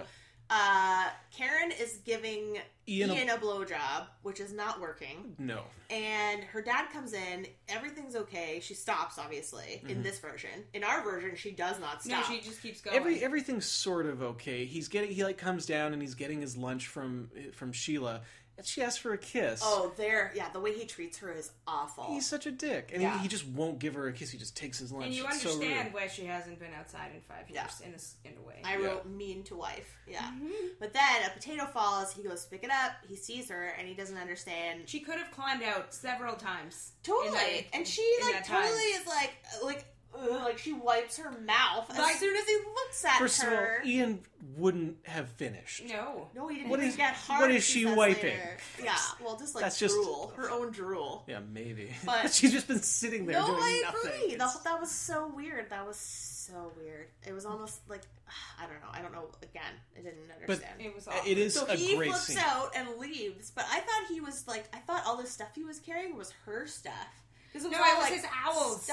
S3: uh, Karen is giving
S1: Ian
S3: Ian,
S1: a-
S3: a blowjob, which is not working.
S1: no.
S3: and her dad comes in. Everything's okay. She stops, obviously,
S1: Mm-hmm.
S3: in this version. In our version, she does not
S2: No,
S3: stop.
S2: she just keeps going.
S1: Every everything's sort of okay. He's getting he like comes down and he's getting his lunch from from Sheila, and she asks for a kiss.
S3: oh, there. Yeah, the way he treats her is awful.
S1: he's such a dick, and
S3: Yeah.
S1: he, he just won't give her a kiss. He just takes his lunch.
S2: and you
S1: It's so rude.
S2: understand why she hasn't been outside in five years in, a, s- in a way.
S3: I wrote mean to wife. Yeah.
S2: Mm-hmm.
S3: But then a potato falls. He goes to pick it up. He sees her, and he doesn't understand.
S2: she could have climbed out several times. in
S3: totally.
S2: that-
S3: and she
S2: in
S3: like
S2: that
S3: totally
S2: time.
S3: is like like ugh, like she wipes her mouth as
S2: Like-
S3: soon as he looks at
S1: First of all,
S3: her.
S1: Ian wouldn't have finished.
S2: No.
S3: no, he didn't
S1: What
S3: even
S1: is-
S3: get hard.
S1: what is she
S3: says
S1: wiping?
S3: later. Yeah, well, just like
S1: That's just-
S3: drool, her own drool.
S1: Yeah, maybe.
S3: But-
S1: she's just been sitting there
S3: No,
S1: doing
S3: I
S1: nothing.
S3: agree. The
S1: It's-
S3: whole- that was so weird. That was so weird. It was almost like I don't know. I don't know. Again, I didn't understand.
S2: It was awful.
S1: it is
S3: so
S1: a
S3: he
S1: great
S3: flips
S1: scene.
S3: out and leaves, but I thought he was like I thought all the stuff he was carrying was her stuff. Because
S2: No, it was his owls.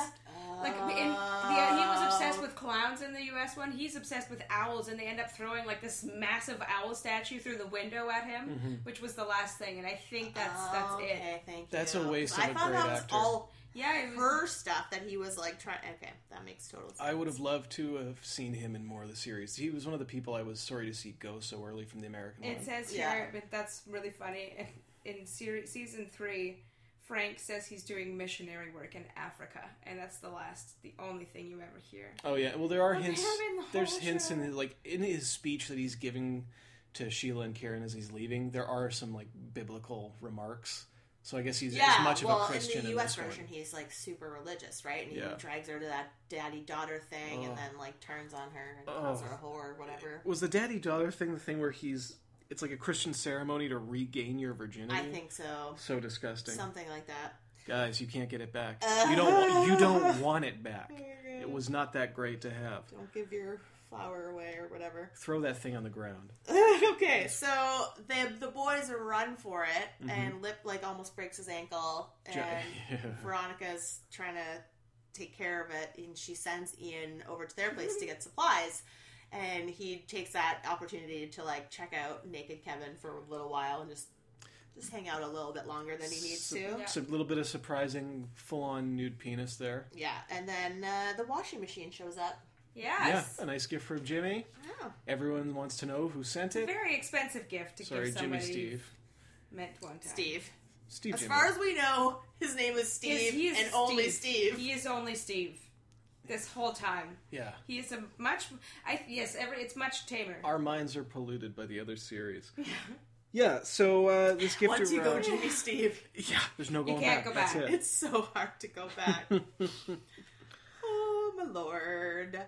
S2: Like in the, he was obsessed with clowns in the U.S. one. He's obsessed with owls, and they end up throwing like this massive owl statue through the window at him,
S1: Mm-hmm.
S2: which was the last thing. And I think that's that's it.
S3: Oh, Okay, thank you.
S1: That's a waste of
S3: I
S1: a
S3: thought
S1: great
S3: that was
S1: actor.
S3: all
S2: Yeah, it was,
S3: her stuff that he was like trying. Okay, that makes total sense.
S1: I would have loved to have seen him in more of the series. He was one of the people I was sorry to see go so early from the American
S2: It
S1: one.
S2: says
S3: Yeah.
S2: here, but that's really funny. In series season three, Frank says he's doing missionary work in Africa, and that's the last, the only thing you ever hear.
S1: oh yeah, well there are
S2: they
S1: hints.
S2: have in the whole
S1: there's hints in
S2: show.
S1: the, like in his speech that he's giving to Sheila and Karen as he's leaving. There are some like biblical remarks. So I guess he's as much
S3: well,
S1: of a Christian
S3: in the
S1: this
S3: U.S. version,
S1: one.
S3: he's like super religious, right? And he
S1: Yeah.
S3: drags her to that daddy-daughter thing, and then like turns on her and calls
S1: Oh.
S3: her a whore or whatever.
S1: Was the daddy daughter thing the thing where he's it's like a Christian ceremony to regain your virginity?
S3: I think so,
S1: so disgusting.
S3: something like that.
S1: Guys, you can't get it back.
S3: Uh.
S1: you don't wa- you don't want it back. It was not that great to have.
S3: Don't give your flower away or whatever.
S1: Throw that thing on the ground.
S3: okay, so the the boys run for it, and Lip like almost breaks his ankle, and
S1: Mm-hmm. Yeah.
S3: Veronica's trying to take care of it, and she sends Ian over to their place to get supplies. And he takes that opportunity to like check out naked Kevin for a little while and just just hang out a little bit longer than he needs
S1: So-
S3: to. Yeah,
S1: It's a little bit of surprising full on nude penis there.
S3: and then uh, the washing machine shows up.
S2: Yes.
S1: Yeah, a nice gift from Jimmy.
S3: Oh.
S1: Everyone wants to know who sent it.
S2: Very expensive gift to
S1: Sorry,
S2: give somebody.
S1: Jimmy Steve.
S2: Meant one time.
S3: Steve.
S1: Steve
S3: As
S1: Jimmy.
S3: far as we know, his name is Steve
S2: Is- he is
S3: and only Steve.
S2: He is only Steve. This whole time,
S1: yeah.
S2: he is a much. I yes, every it's much tamer.
S1: Our minds are polluted by the other series. yeah, so uh, this gift
S3: Once you go
S1: around-
S3: Jimmy Steve,
S1: Yeah, there's no going back.
S2: can't go
S1: That's
S2: back.
S1: it.
S3: it's so hard to go back. oh my lord.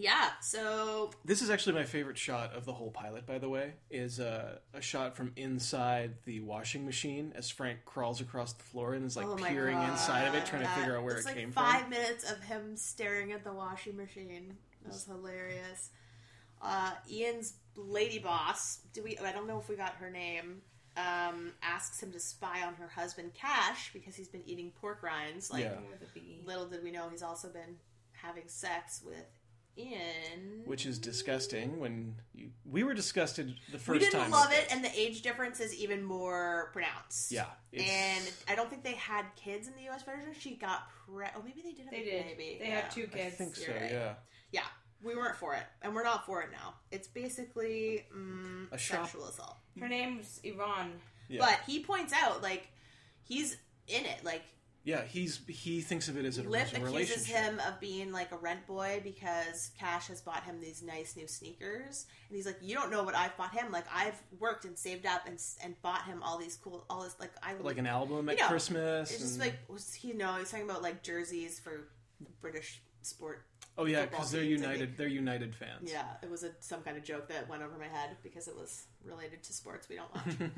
S3: Yeah, so
S1: This is actually my favorite shot of the whole pilot, by the way, is uh, a shot from inside the washing machine as Frank crawls across the floor and is like
S3: oh my
S1: peering
S3: God.
S1: inside of it, trying to figure out where
S3: it's
S1: it
S3: uh, like
S1: came
S3: five
S1: from.
S3: minutes of him staring at the washing machine. That was hilarious. Uh, Ian's lady boss, do we? I don't know if we got her name. Um, asks him to spy on her husband Cash because he's been eating pork rinds. Like,
S1: Yeah.
S2: With a bee.
S3: little did we know he's also been having sex with Ian.
S1: Which is disgusting. When you, we were disgusted the first
S3: we didn't
S1: time.
S3: love it, and the age difference is even more pronounced.
S1: Yeah, it's-
S3: and I don't think they had kids in the U.S. version. She got pre. Oh, maybe they did. have
S2: They
S3: a
S2: did.
S3: Baby.
S2: They
S3: yeah.
S2: had two
S1: I
S2: kids.
S1: think so.
S3: You're right.
S1: Yeah,
S3: Yeah, we weren't for it, and we're not for it now. It's basically mm,
S1: A shop-
S3: sexual assault.
S2: Her name's Yvonne.
S1: yeah,
S3: But he points out, like, he's in it, like.
S1: yeah. He's he thinks of it as a,
S3: Lip
S1: as a
S3: accuses
S1: relationship.
S3: him of being like a rent boy because Cash has bought him these nice new sneakers, and he's like, "You don't know what I've bought him. Like I've worked and saved up and s- and bought him all these cool, all this like I
S1: like an album
S3: you
S1: at
S3: know,
S1: Christmas.
S3: It's just
S1: and-
S3: like was he no, he's talking about like jerseys for the British sport.
S1: oh yeah,
S3: football
S1: because they're
S3: teams, I
S1: United.
S3: think.
S1: They're United fans.
S3: Yeah, it was a some kind of joke that went over my head because it was related to sports we don't watch.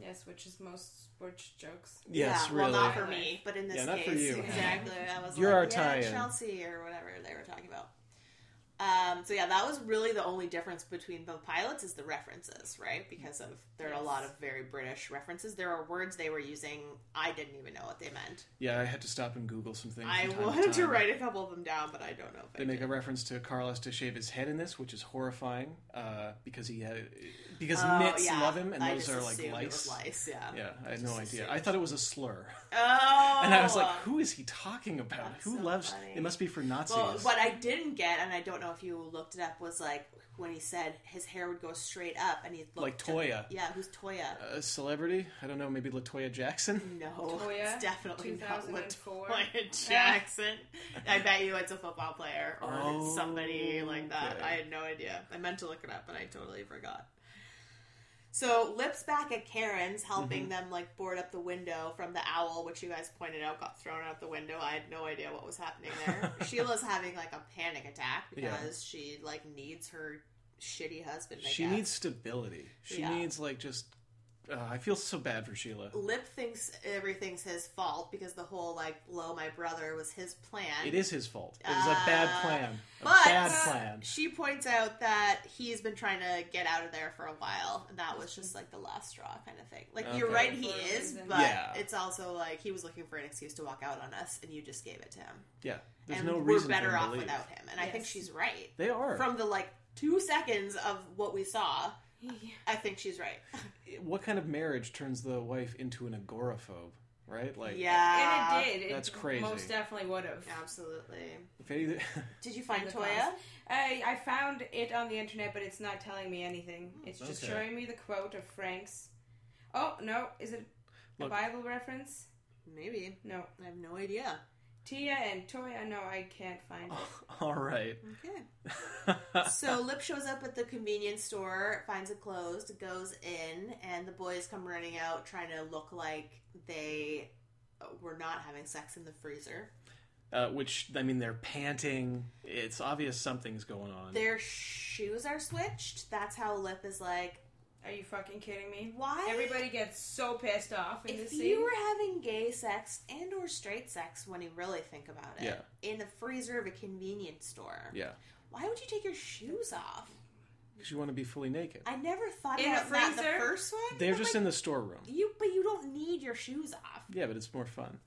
S2: Yes, which is most sports jokes.
S1: Yes,
S3: yeah,
S1: really.
S3: Well, not for me, but in this
S1: Yeah, not
S3: case,
S1: for you.
S3: exactly. I was
S1: You're
S3: like,
S1: our
S3: yeah,
S1: tie-in."
S3: Chelsea or whatever they were talking about. Um, so yeah, that was really the only difference between both pilots is the references, right? Because of there are a lot of very British references. There are words they were using I didn't even know what they meant.
S1: yeah, I had to stop and Google some things.
S3: I
S1: from time
S3: wanted to
S1: time.
S3: write a couple of them down, but I don't know if
S1: They
S3: I
S1: make
S3: did.
S1: a reference to Carlos to shave his head in this, which is horrifying uh, because he had because
S3: Oh,
S1: nits
S3: yeah.
S1: love him and
S3: I
S1: those
S3: just
S1: are like
S3: assumed it was
S1: lice.
S3: lice, yeah.
S1: Yeah, I had no
S3: just
S1: idea.
S3: assumed.
S1: I thought it was a slur,
S3: Oh,
S1: and I was like, "Who is he talking about?
S3: That's
S1: Who
S3: so
S1: loves?
S3: funny.
S1: It must be for Nazis."
S3: Well, what I didn't get, and I don't know if you looked it up, was like when he said his hair would go straight up, and he looked
S1: Like Toya.
S3: yeah, who's Toya?
S1: a celebrity? I don't know. Maybe Latoya Jackson.
S3: no,
S2: Toya,
S3: it's definitely not
S2: 2004.
S3: Latoya Jackson. I bet you it's a football player or
S1: Oh,
S3: somebody like that.
S1: okay.
S3: I had no idea. I meant to look it up, and I totally forgot. So lips back at Karen's,
S1: Mm-hmm.
S3: helping them like board up the window from the owl, which you guys pointed out got thrown out the window. I had no idea what was happening there. Sheila's having like a panic attack
S1: Yeah.
S3: because she like needs her shitty husband. I
S1: She
S3: guess.
S1: needs stability. She
S3: Yeah.
S1: needs like just. Uh, I feel so bad for Sheila.
S3: Lip thinks everything's his fault because the whole like blow my brother was his plan.
S1: It is his fault. It was a bad
S3: Uh,
S1: plan. A
S3: But
S1: bad plan.
S3: she points out that he's been trying to get out of there for a while, and that was just like the last straw kind of thing. Like you're
S1: Okay.
S3: right, he
S2: For a
S3: is,
S2: reason.
S3: but
S1: Yeah.
S3: it's also like he was looking for an excuse to walk out on us, and you just gave it to him.
S1: Yeah, there's
S3: and
S1: no
S3: we're
S1: reason for
S3: better
S1: him to
S3: off
S1: leave.
S3: without him. And I think
S2: Yes.
S3: she's right.
S1: They are.
S3: From the like two seconds of what we saw, I think she's right.
S1: what kind of marriage turns the wife into an agoraphobe? Right? Like,
S3: yeah,
S2: and it did. It
S1: That's crazy.
S2: Most definitely would have.
S3: absolutely.
S1: If any,
S3: Did you find
S2: the
S3: Toya?
S2: cause. I, I found it on the internet, but it's not telling me anything. It's just
S1: Okay.
S2: showing me the quote of Frank's. Oh, no. Is it a
S1: Look.
S2: Bible reference?
S3: Maybe.
S2: No.
S3: I have no idea.
S2: Tia and Toya. No, I can't find it.
S1: all right.
S3: Okay. so Lip shows up at the convenience store, finds it closed, goes in, and the boys come running out trying to look like they were not having sex in the freezer.
S1: Uh, which I mean, they're panting. It's obvious something's going on.
S3: Their shoes are switched. That's how Lip is like,
S2: Are you fucking kidding me?
S3: why?
S2: Everybody gets so pissed off in this
S3: If
S2: scene.
S3: you were having gay sex and or straight sex when you really think about it,
S1: Yeah.
S3: in the freezer of a convenience store,
S1: yeah,
S3: why would you take your shoes off?
S1: because you want to be fully naked.
S3: I never thought
S2: In a
S3: about that in the
S2: freezer?
S3: first one.
S1: They're
S3: but,
S1: just
S3: like,
S1: in the storeroom.
S3: you, but you don't need your shoes off.
S1: Yeah, but it's more fun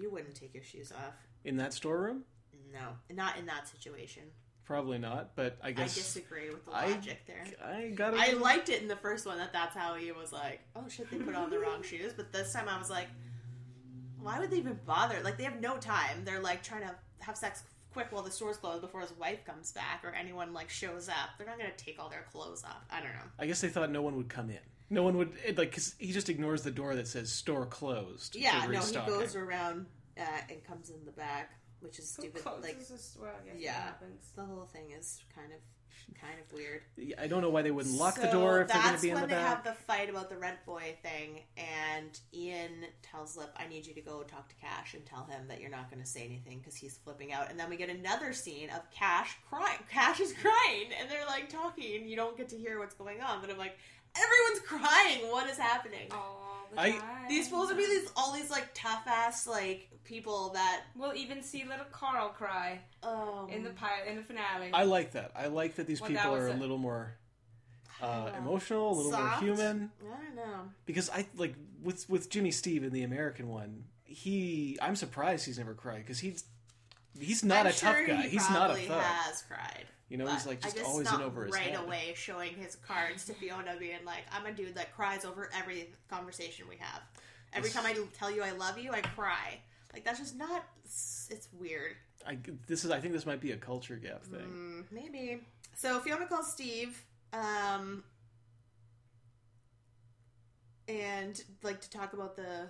S3: You wouldn't take your shoes off.
S1: in that storeroom.
S3: No, not in that situation.
S1: Probably not. But I
S3: I
S1: guess
S3: disagree with the
S1: I-
S3: logic there.
S1: I gotta.
S3: I liked it in the first one that that's how he was like, oh shit, they put on the wrong shoes. But this time I was like, why would they even bother? Like, they have no time. They're like trying to have sex quick while the store's closed before his wife comes back or anyone like shows up. They're not going to take all their clothes off. I don't know.
S1: I guess they thought no one would come in. No one would it, like 'cause he just ignores the door that says store closed. for
S3: Yeah, no, he
S1: restocking.
S3: goes around uh, and comes in the back, which is
S2: Who
S3: stupid.
S2: closes
S3: Like,
S2: this? Well, I guess it
S3: yeah.
S2: happens.
S3: the whole thing is kind of kind of weird.
S1: I don't know why they wouldn't lock the
S3: So
S1: door if they're going to
S3: that's
S1: be in
S3: when
S1: the
S3: they
S1: back.
S3: have the fight about the red boy thing, and Ian tells Lip, "I need you to go talk to Cash and tell him that you're not going to say anything because he's flipping out." And then we get another scene of Cash crying. Cash is crying, and they're like talking, and you don't get to hear what's going on. But I'm like, everyone's crying. What is happening?
S2: All the
S1: I-
S2: time.
S3: These supposed to be these all these like tough ass like people that
S2: We'll even see little Carl cry
S3: um,
S2: in the pi- in the finale.
S1: I like that. I like that these
S2: Well, that
S1: people
S2: was
S1: are a
S2: it.
S1: little more uh, emotional, a little
S3: soft?
S1: more human.
S3: I don't know.
S1: Because I like with with Jimmy Steve in the American one, he I'm surprised he's never cried because he's he's not
S3: I'm
S1: a tough
S3: sure
S1: guy.
S3: He
S1: He's not a
S3: probably
S1: thug.
S3: Has cried.
S1: You know, he's like
S3: I
S1: just always in over his
S3: right
S1: head.
S3: away showing his cards to Fiona, being like, "I'm a dude that cries over every conversation we have. Every time I tell you I love you, I cry. Like that's just not. It's it's weird.
S1: I, this is I think this might be a culture gap
S3: Mm.
S1: thing.
S3: Maybe. So Fiona calls Steve, um, and like to talk about the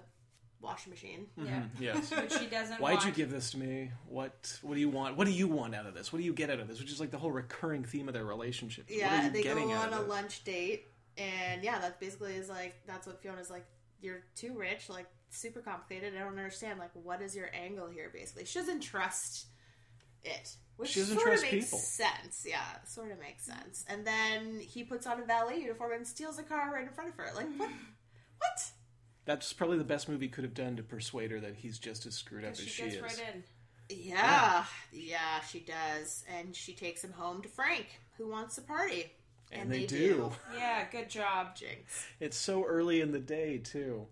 S3: washing machine.
S2: yeah.
S1: Yes.
S2: But she doesn't.
S1: Why'd
S2: want.
S1: you give this to me? What What do you want? What do you want out of this? What do you get out of this? Which is like the whole recurring theme of their relationship. what are
S3: Yeah,
S1: you
S3: they go
S1: getting out
S3: on
S1: of
S3: a
S1: this?
S3: lunch date, and yeah, that basically is like that's what Fiona's like. You're too rich, like super complicated. I don't understand. Like, what is your angle here? Basically, she doesn't trust it, which
S1: She doesn't
S3: sort
S1: trust
S3: of makes
S1: people.
S3: sense. Yeah, sort of makes sense. And then he puts on a valet uniform and steals a car right in front of her. Like, what? What?
S1: That's probably the best movie could have done to persuade her that he's just as screwed up as
S2: She
S1: she
S2: gets
S1: is.
S2: right in.
S3: Yeah. Yeah, she does. And she takes him home to Frank, who wants a party.
S1: And, they, do.
S2: Yeah, good job.
S3: Jinx.
S1: It's so early in the day too.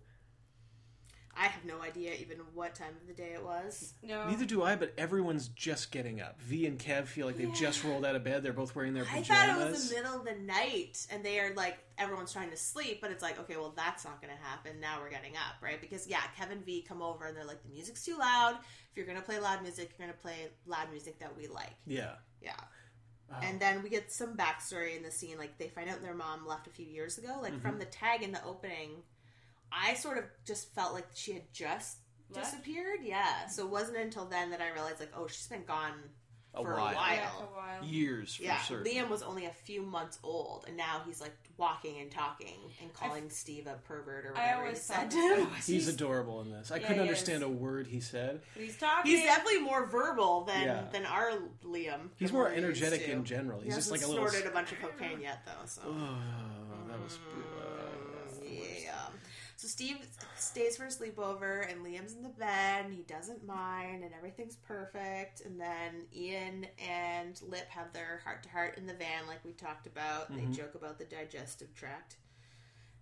S3: I have no idea even what time of the day it was.
S2: No,
S1: Neither do I, but everyone's just getting up. V and Kev feel like they've just rolled out of bed. They're both wearing their
S3: I
S1: pajamas.
S3: thought it was the middle of the night, and they are like everyone's trying to sleep, but it's like, okay, well that's not going to happen. Now we're getting up, right? Because yeah, Kevin V come over, and they're like, the music's too loud. If you're going to play loud music, you're going to play loud music that we like.
S1: yeah.
S3: Yeah.
S1: Oh.
S3: And then we get some backstory in the scene. Like they find out their mom left a few years ago.
S1: Mm-hmm.
S3: Like from the tag in the opening, I sort of just felt like she had just
S2: Left?
S3: disappeared. Yeah. So it wasn't until then that I realized like, oh, she's been gone
S1: A
S3: for
S1: while.
S2: yeah,
S3: a
S2: for
S3: while.
S2: a while.
S1: Years for
S3: Yeah,
S1: certain.
S3: Liam was only a few months old, and now he's like walking and talking and calling Steve a pervert or
S2: I
S3: whatever he
S2: always said
S3: said to him.
S1: He's adorable in this. I couldn't
S2: he
S1: understand
S2: is.
S1: a word he said.
S2: He's talking.
S3: He's definitely more verbal than
S1: Yeah.
S3: than our Liam.
S1: He's
S3: than
S1: more
S3: we're used
S1: energetic
S3: to.
S1: in general. He's
S3: he
S1: just like
S3: hasn't
S1: a little.
S3: snorted a bunch of cocaine yet, though. So.
S1: Oh, that was.
S3: Mm,
S1: oh,
S3: Yeah. So Steve stays for a sleepover, and Liam's in the bed, and he doesn't mind, and everything's perfect. And then Ian and Lip have their heart to heart in the van, like we talked about. They joke about the digestive tract.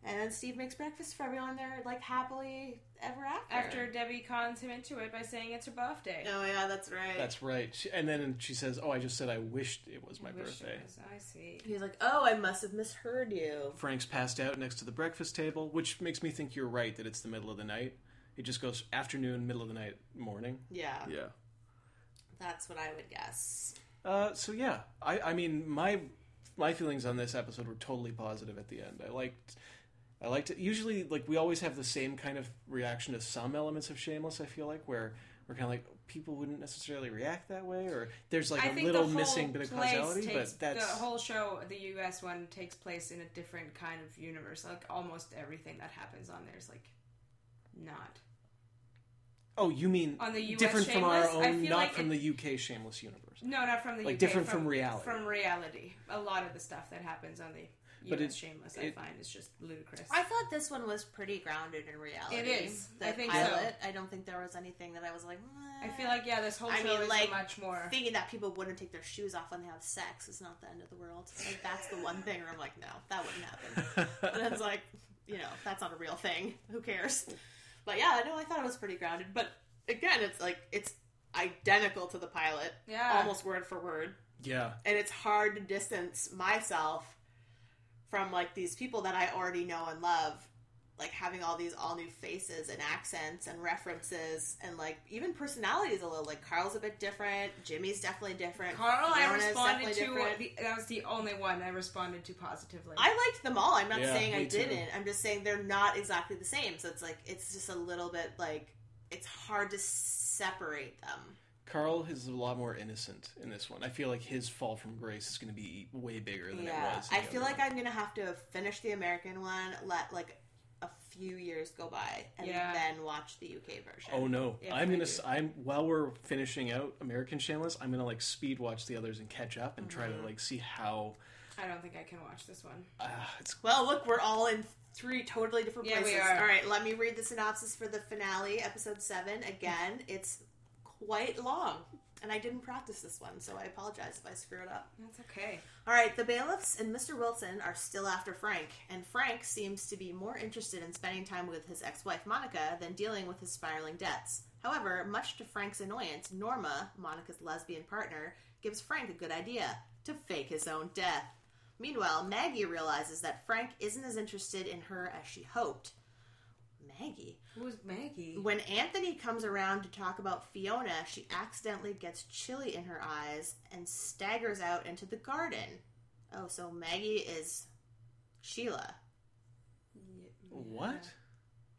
S3: And then Steve makes breakfast for everyone. and They're like happily ever after.
S2: After Debbie cons him into it by saying it's her birthday.
S3: Oh yeah, that's right.
S1: That's right. She, and then she says, "Oh, I just said I wished it was my
S2: Wish it
S1: birthday."
S2: was- I see.
S3: He's like, oh, I must have misheard you.
S1: Frank's passed out next to the breakfast table, which makes me think you're right that it's the middle of the night. It just goes afternoon, middle of the night, morning.
S3: Yeah,
S1: Yeah.
S3: that's what I would guess.
S1: Uh, so yeah, I, I mean my my feelings on this episode were totally positive at the end. I liked I liked it. Usually, like we always have the same kind of reaction to some elements of Shameless. I feel like where we're kind of like people wouldn't necessarily react that way, or there's like
S2: I
S1: a
S2: think
S1: little
S2: the whole
S1: missing bit of
S2: place
S1: causality.
S2: takes-
S1: But that's
S2: the whole show. The U.S. one takes place in a different kind of universe. Like almost everything that happens on there is like not.
S1: oh, you mean
S2: On the US
S1: different from our
S2: Shameless, I
S1: own,
S2: feel
S1: not
S2: like
S1: from
S2: it-
S1: the UK Shameless universe.
S2: No, not from the
S1: Like,
S2: UK,
S1: different from reality.
S2: From reality, a lot of the stuff that happens on the
S1: But
S2: U.S.
S1: it-
S2: Shameless,
S1: it-
S2: I find, is just ludicrous.
S3: I thought this one was pretty grounded in reality.
S2: It is.
S3: The
S2: I think so.
S3: pilot. I don't think there was anything that I was like.
S2: I feel like yeah, this whole show
S3: I mean,
S2: is
S3: like
S2: much more.
S3: thinking that people wouldn't take their shoes off when they have sex is not the end of the world. Like that's the one thing where I'm like, no, that wouldn't happen. but it's like, you know, that's not a real thing. Who cares? But yeah, no, I thought it was pretty grounded. But again, it's like it's identical to the pilot,
S2: Yeah.
S3: almost word for word
S2: Mm-hmm.
S1: Yeah,
S3: and it's hard to distance myself from like these people that I already know and love. Like having all these all new faces and accents and references and like even personalities a little. Like Carl's a bit different. Jimmy's definitely different.
S2: Carl, I
S3: Fiona's
S2: responded to.
S3: definitely different.
S2: The, that was the only one I responded to positively.
S3: I liked them all. I'm not
S1: Yeah,
S3: saying I
S1: me too.
S3: didn't. I'm just saying they're not exactly the same. So it's like it's just a little bit like it's hard to separate them.
S1: Carl is a lot more innocent in this one. I feel like his fall from grace is going to be way bigger than it
S3: Yeah,
S1: was. in
S3: I
S1: the
S3: feel
S1: other
S3: like I'm gonna have to finish the American one, let like a few years go by, and
S2: Yeah.
S3: then watch the UK version.
S1: Oh no!
S2: If
S1: I'm
S2: I
S1: gonna.
S2: do.
S1: s- I'm while we're finishing out American Shameless, I'm gonna like speed watch the others and catch up and try to
S3: Mm-hmm.
S1: like see how
S2: I don't think I can watch this one.
S1: ah, it's
S3: Well, look, we're all in three totally different
S2: Yeah, we
S3: places.
S2: are.
S3: All right, let me read the synopsis for the finale, episode seven. Again, it's quite long, and I didn't practice this one, so I apologize if I screw it up.
S2: That's okay.
S3: All right, the bailiffs and Mr. Wilson are still after Frank, and Frank seems to be more interested in spending time with his ex wife Monica than dealing with his spiraling debts. However, much to Frank's annoyance, Norma, Monica's lesbian partner, gives Frank a good idea to fake his own death. Meanwhile, Maggie realizes that Frank isn't as interested in her as she hoped. Maggie?
S2: Who's Maggie?
S3: When Anthony comes around to talk about Fiona, she accidentally gets chilly in her eyes and staggers out into the garden. Oh, so Maggie is Sheila.
S1: what?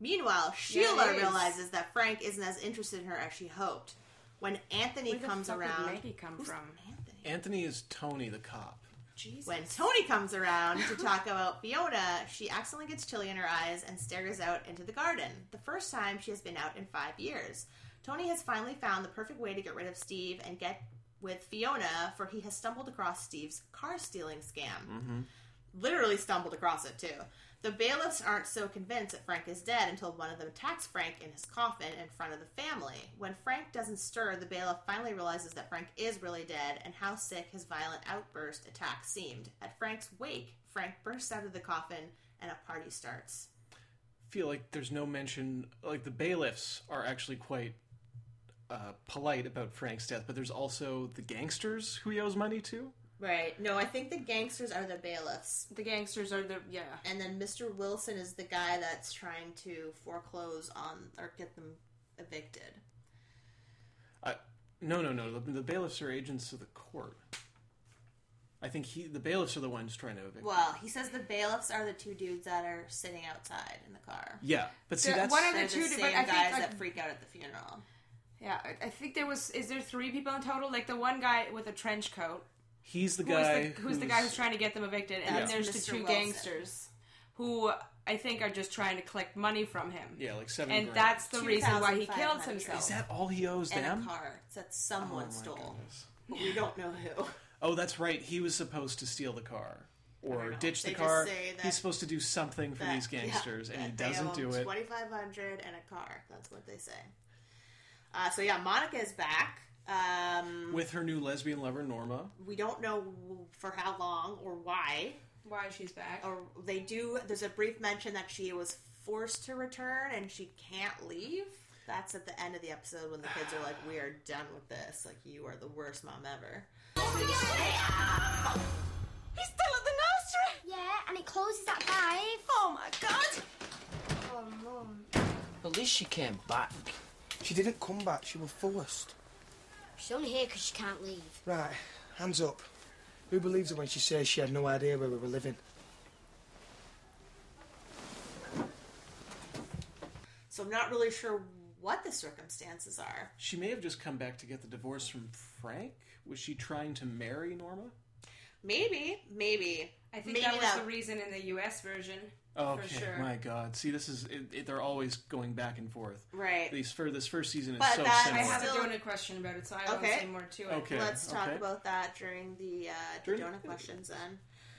S3: Meanwhile, Sheila
S2: is.
S3: realizes that Frank isn't as interested in her as she hoped. When Anthony
S2: Where the
S3: comes
S2: fuck did
S3: around,
S2: Maggie come
S3: Who's
S2: from?
S3: Anthony?
S1: Anthony is Tony the cop.
S2: Jesus.
S3: When Tony comes around to talk about Fiona, she accidentally gets chilly in her eyes and stares out into the garden. The first time she has been out in five years. Tony has finally found the perfect way to get rid of Steve and get with Fiona, for he has stumbled across Steve's car stealing scam. literally stumbled across it too. The bailiffs aren't so convinced that Frank is dead until one of them attacks Frank in his coffin in front of the family. When Frank doesn't stir, the bailiff finally realizes that Frank is really dead and how sick his violent outburst attack seemed. At Frank's wake, Frank bursts out of the coffin and a party starts.
S1: feel like there's no mention like the bailiffs are actually quite uh, polite about Frank's death, but there's also the gangsters who he owes money to.
S3: Right. No, I think the gangsters are the bailiffs.
S2: The gangsters are the yeah.
S3: And then Mr. Wilson is the guy that's trying to foreclose on or get them evicted.
S1: Uh, no, no, no. The, the bailiffs are agents of the court. I think he the bailiffs are the ones trying to evict.
S3: Well, he says the bailiffs are the two dudes that are sitting outside in the car.
S1: yeah, but see
S2: There-
S1: that's
S2: one of
S3: They're
S2: The
S3: the
S2: two
S3: same
S2: di- but I think,
S3: guys
S2: like-
S3: that freak out at the funeral.
S2: Yeah, I- I think there was. Is there three people in total? Like the one guy with a trench coat.
S1: he's the
S2: Who's
S1: guy
S2: the, who's the guy who's trying to get them evicted? And then
S3: That's
S2: there's the
S3: Mr.
S2: two
S3: Wilson.
S2: gangsters, who I think are just trying to collect money from him.
S1: yeah like seven
S2: and
S1: grand.
S2: that's the reason why he
S3: 2,500.
S2: killed
S1: is
S2: himself.
S1: that all he owes
S3: And
S1: them.
S3: a car that
S1: Oh
S3: someone
S1: my
S3: stole.
S1: goodness.
S3: But we don't know who.
S1: Oh, that's right. He was supposed to steal the car or ditch the
S3: They just
S1: car.
S3: say that-
S1: He's supposed to do something for
S3: That-
S1: these
S3: yeah,
S1: gangsters, and he
S3: that they
S1: doesn't
S3: owe
S1: do
S3: him
S1: it.
S3: 2500 and a car. That's what they say. Uh, so yeah, Monica is back. Um,
S1: with her new lesbian lover Norma.
S3: we don't know w- for how long or why.
S2: Why she's back?
S3: Or they do. There's a brief mention that she was forced to return and she can't leave. That's at the end of the episode when the kids are like, "We are done with this. Like you are the worst mom ever."
S6: He's still at the nursery.
S9: Yeah, and it closes at five.
S6: Oh my god.
S9: Oh, mum.
S5: At least she came back.
S10: She didn't come back, she was forced.
S9: She's only here because she can't leave.
S10: Right, hands up. Who believes her when she says she had no idea where we were living?
S3: So I'm not really sure what the circumstances are.
S1: She may have just come back to get the divorce from Frank. Was she trying to marry Norma?
S3: Maybe, maybe.
S2: I think
S3: maybe
S2: that was the reason in the U.S. version.
S1: Okay,
S2: for sure.
S1: my God. See, this is it, it, they're always going back and forth.
S3: right.
S1: These for this first season is
S3: But
S1: so
S3: that-
S2: I
S1: similar.
S2: have
S3: Still-
S2: a donut question about it, so I
S3: Okay.
S2: won't say more to it.
S1: Okay.
S3: Let's talk
S1: okay.
S3: about that during the, uh, the
S1: During-
S3: donut questions then.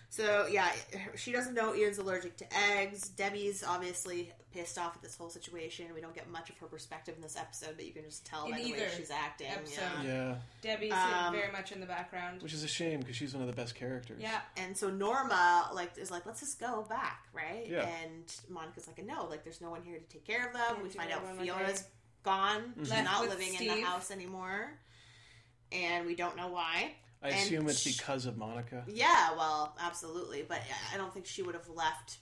S3: So yeah, she doesn't know Ian's allergic to eggs. Debbie's obviously pissed off at this whole situation. We don't get much of her perspective in this episode, but you can just tell
S2: In
S3: by the way
S2: either
S3: she's acting.
S2: episode.
S3: Yeah.
S1: Yeah,
S2: Debbie's
S3: Um,
S2: very much in the background.
S1: which is a shame because she's one of the best characters.
S2: Yeah,
S3: And so Norma like is like, let's just go back, right?
S1: Yeah.
S3: And Monica's like, no, like there's no one here to take care of them.
S2: Yeah,
S3: we
S2: do
S3: find
S2: it
S3: out
S2: one more
S3: Fiona's
S2: day.
S3: gone. She's
S2: Left
S3: not
S2: with
S3: living in
S2: Steve.
S3: the house anymore, and we don't know why.
S1: I
S3: And
S1: assume it's
S3: sh-
S1: because of Monica.
S3: Yeah, well, absolutely, but I don't think she would have left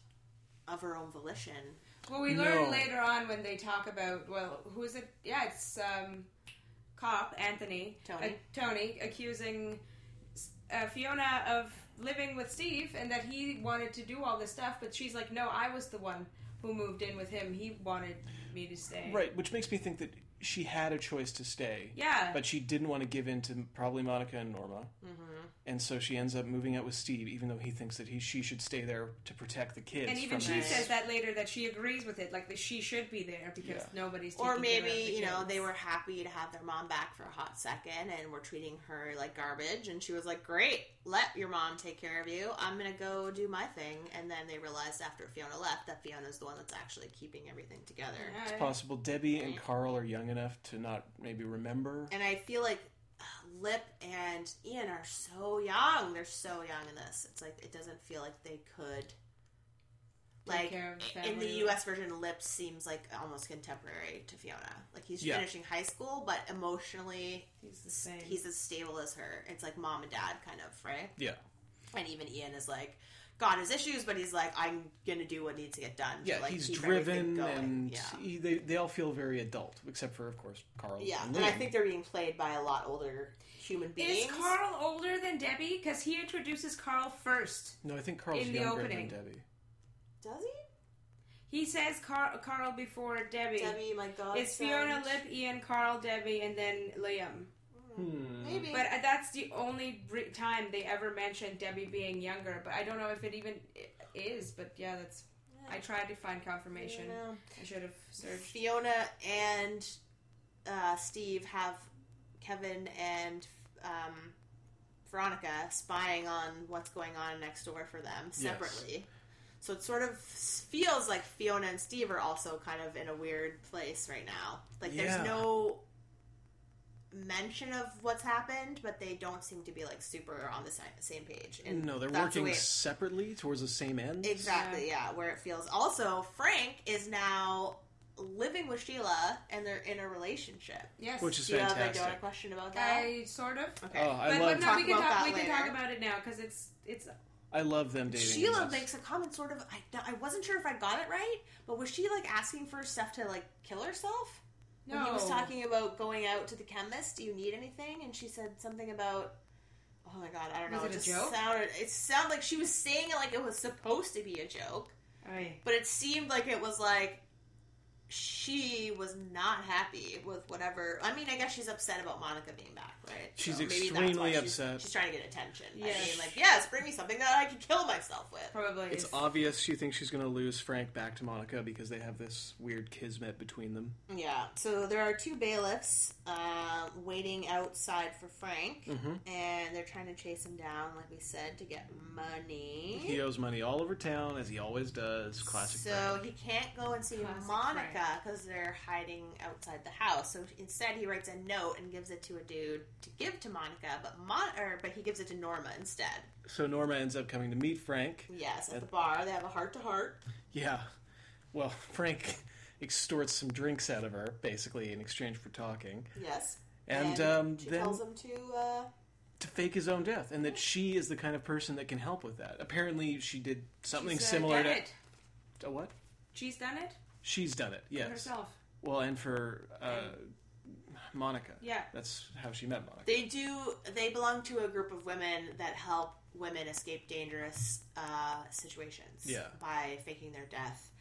S3: of her own volition.
S2: Well, we
S1: No.
S2: learn later on when they talk about well, who is it? Yeah, it's um, cop Anthony
S3: Tony.
S2: uh, Tony accusing uh, Fiona of living with Steve and that he wanted to do all this stuff, but she's like, no, I was the one who moved in with him. He wanted me to stay.
S1: Right, which makes me think that she had a choice to stay.
S2: Yeah.
S1: But she didn't want to give in to probably Monica and Norma. Mm-hmm. And so she ends up moving out with Steve, even though he thinks that he she should stay there to protect the kids.
S2: and even
S1: from
S2: she
S1: these-
S2: says that later that she agrees with it, like that she should be there because
S1: Yeah.
S2: nobody's. Taking
S3: Or
S2: care of
S3: maybe,
S2: the
S3: you know,
S2: kids.
S3: they were happy to have their mom back for a hot second and were treating her like garbage. And she was like, great, let your mom take care of you. I'm going to go do my thing. And then they realized after Fiona left that Fiona's the one that's actually keeping everything together.
S2: Yeah.
S1: possible Debbie and Carl are young enough to not maybe remember.
S3: And I feel like uh, Lip and Ian are so young. They're so young in this. It's like, it doesn't feel like they could. Like
S2: care of the
S3: in the
S2: family.
S3: U.S. version, Lip seems like almost contemporary to Fiona. Like he's
S1: Yeah.
S3: finishing high school, but emotionally
S2: He's the same.
S3: he's as stable as her. It's like mom and dad kind of, right?
S1: Yeah.
S3: And even Ian is like got his issues, but he's like, I'm gonna do what needs to get done. to,
S1: Yeah,
S3: like,
S1: he's
S3: keep everything
S1: driven
S3: going."
S1: and
S3: yeah.
S1: he, they, they all feel very adult, except for, of course, Carl.
S3: Yeah,
S1: and
S3: and I
S1: Liam.
S3: think they're being played by a lot older human beings.
S2: Is Carl older than Debbie? Because he introduces Carl first.
S1: No, I think Carl's
S2: in the
S1: younger
S2: opening.
S1: than Debbie.
S3: Does he?
S2: He says Car- Carl before Debbie.
S3: Debbie, my God,
S2: It's Fiona, Lip, Ian, Carl, Debbie, and then Liam.
S3: Maybe,
S2: But uh, that's the only re- time they ever mentioned Debbie being younger. But I don't know if it even i- is. But yeah, that's. I tried to find confirmation.
S3: Yeah.
S2: I should have searched.
S3: Fiona and uh, Steve have Kevin and um, Veronica spying on what's going on next door for them
S1: Yes.
S3: separately. So it sort of feels like Fiona and Steve are also kind of in a weird place right now. Like
S1: Yeah.
S3: there's no mention of what's happened, but they don't seem to be like super on the si- same page.
S1: no, they're
S3: that's the
S1: working
S3: way-
S1: separately towards the same end.
S3: Exactly, yeah. where it feels. Also, Frank is now living with Sheila, and they're in a relationship.
S2: Yes.
S1: Which is
S3: Do you have a
S1: fantastic.
S3: donut question about that?
S2: I sort of.
S3: Okay.
S1: Oh, I
S2: but,
S1: love-
S2: but no,
S3: Talk
S2: we can
S3: about
S2: talk.
S3: that
S2: We can talk
S3: later.
S2: about it now because it's it's
S1: I love them dating.
S3: Sheila
S1: Yes.
S3: makes a comment, sort of. I, I wasn't sure if I got it right, but was she like asking for stuff to like kill herself? When he was
S2: No.
S3: talking about going out to the chemist, do you need anything? And she said something about. Oh my god, I don't
S2: Was
S3: know.
S2: it a
S3: just
S2: joke?
S3: Sounded, it sounded like she was saying it like it was supposed to be a joke, but it seemed like it was like she was not happy with whatever. I mean, I guess she's upset about Monica being back, right?
S1: She's
S3: maybe that's
S1: extremely
S3: why she's-
S1: upset.
S3: She's, trying to get attention. I
S2: Yeah.
S3: mean, like, yes, bring me something that I can kill myself with.
S2: probably
S1: It's obvious she thinks she's going to lose Frank back to Monica because they have this weird kismet between them.
S3: Yeah. So there are two bailiffs uh, waiting outside for Frank,
S1: Mm-hmm.
S3: and they're trying to chase him down, like we said, to get money.
S1: He owes money all over town, as he always does. Classic.
S3: so
S1: Frank.
S3: he can't go and see
S2: Classic
S3: Monica because they're hiding outside the house. So instead, he writes a note and gives it to a dude to give to Monica, but Mon- or, but he gives it to Norma instead.
S1: so Norma ends up coming to meet Frank.
S3: Yes, at the bar they have a heart to heart.
S1: Yeah. Well, Frank extorts some drinks out of her, basically, in exchange for talking.
S3: Yes,
S1: And, um,
S3: she
S1: then
S3: tells him to. Uh,
S1: to fake his own death, and that she is the kind of person that can help with that. Apparently, she did something
S2: she's, uh,
S1: similar
S2: done
S1: to
S2: it.
S1: to what?
S2: She's done it
S1: She's done it. Yes.
S2: herself.
S1: Well, and for uh, Monica.
S2: Yeah.
S1: That's how she met Monica.
S3: They do. They belong to a group of women that help women escape dangerous uh, situations.
S1: Yeah.
S3: By faking their death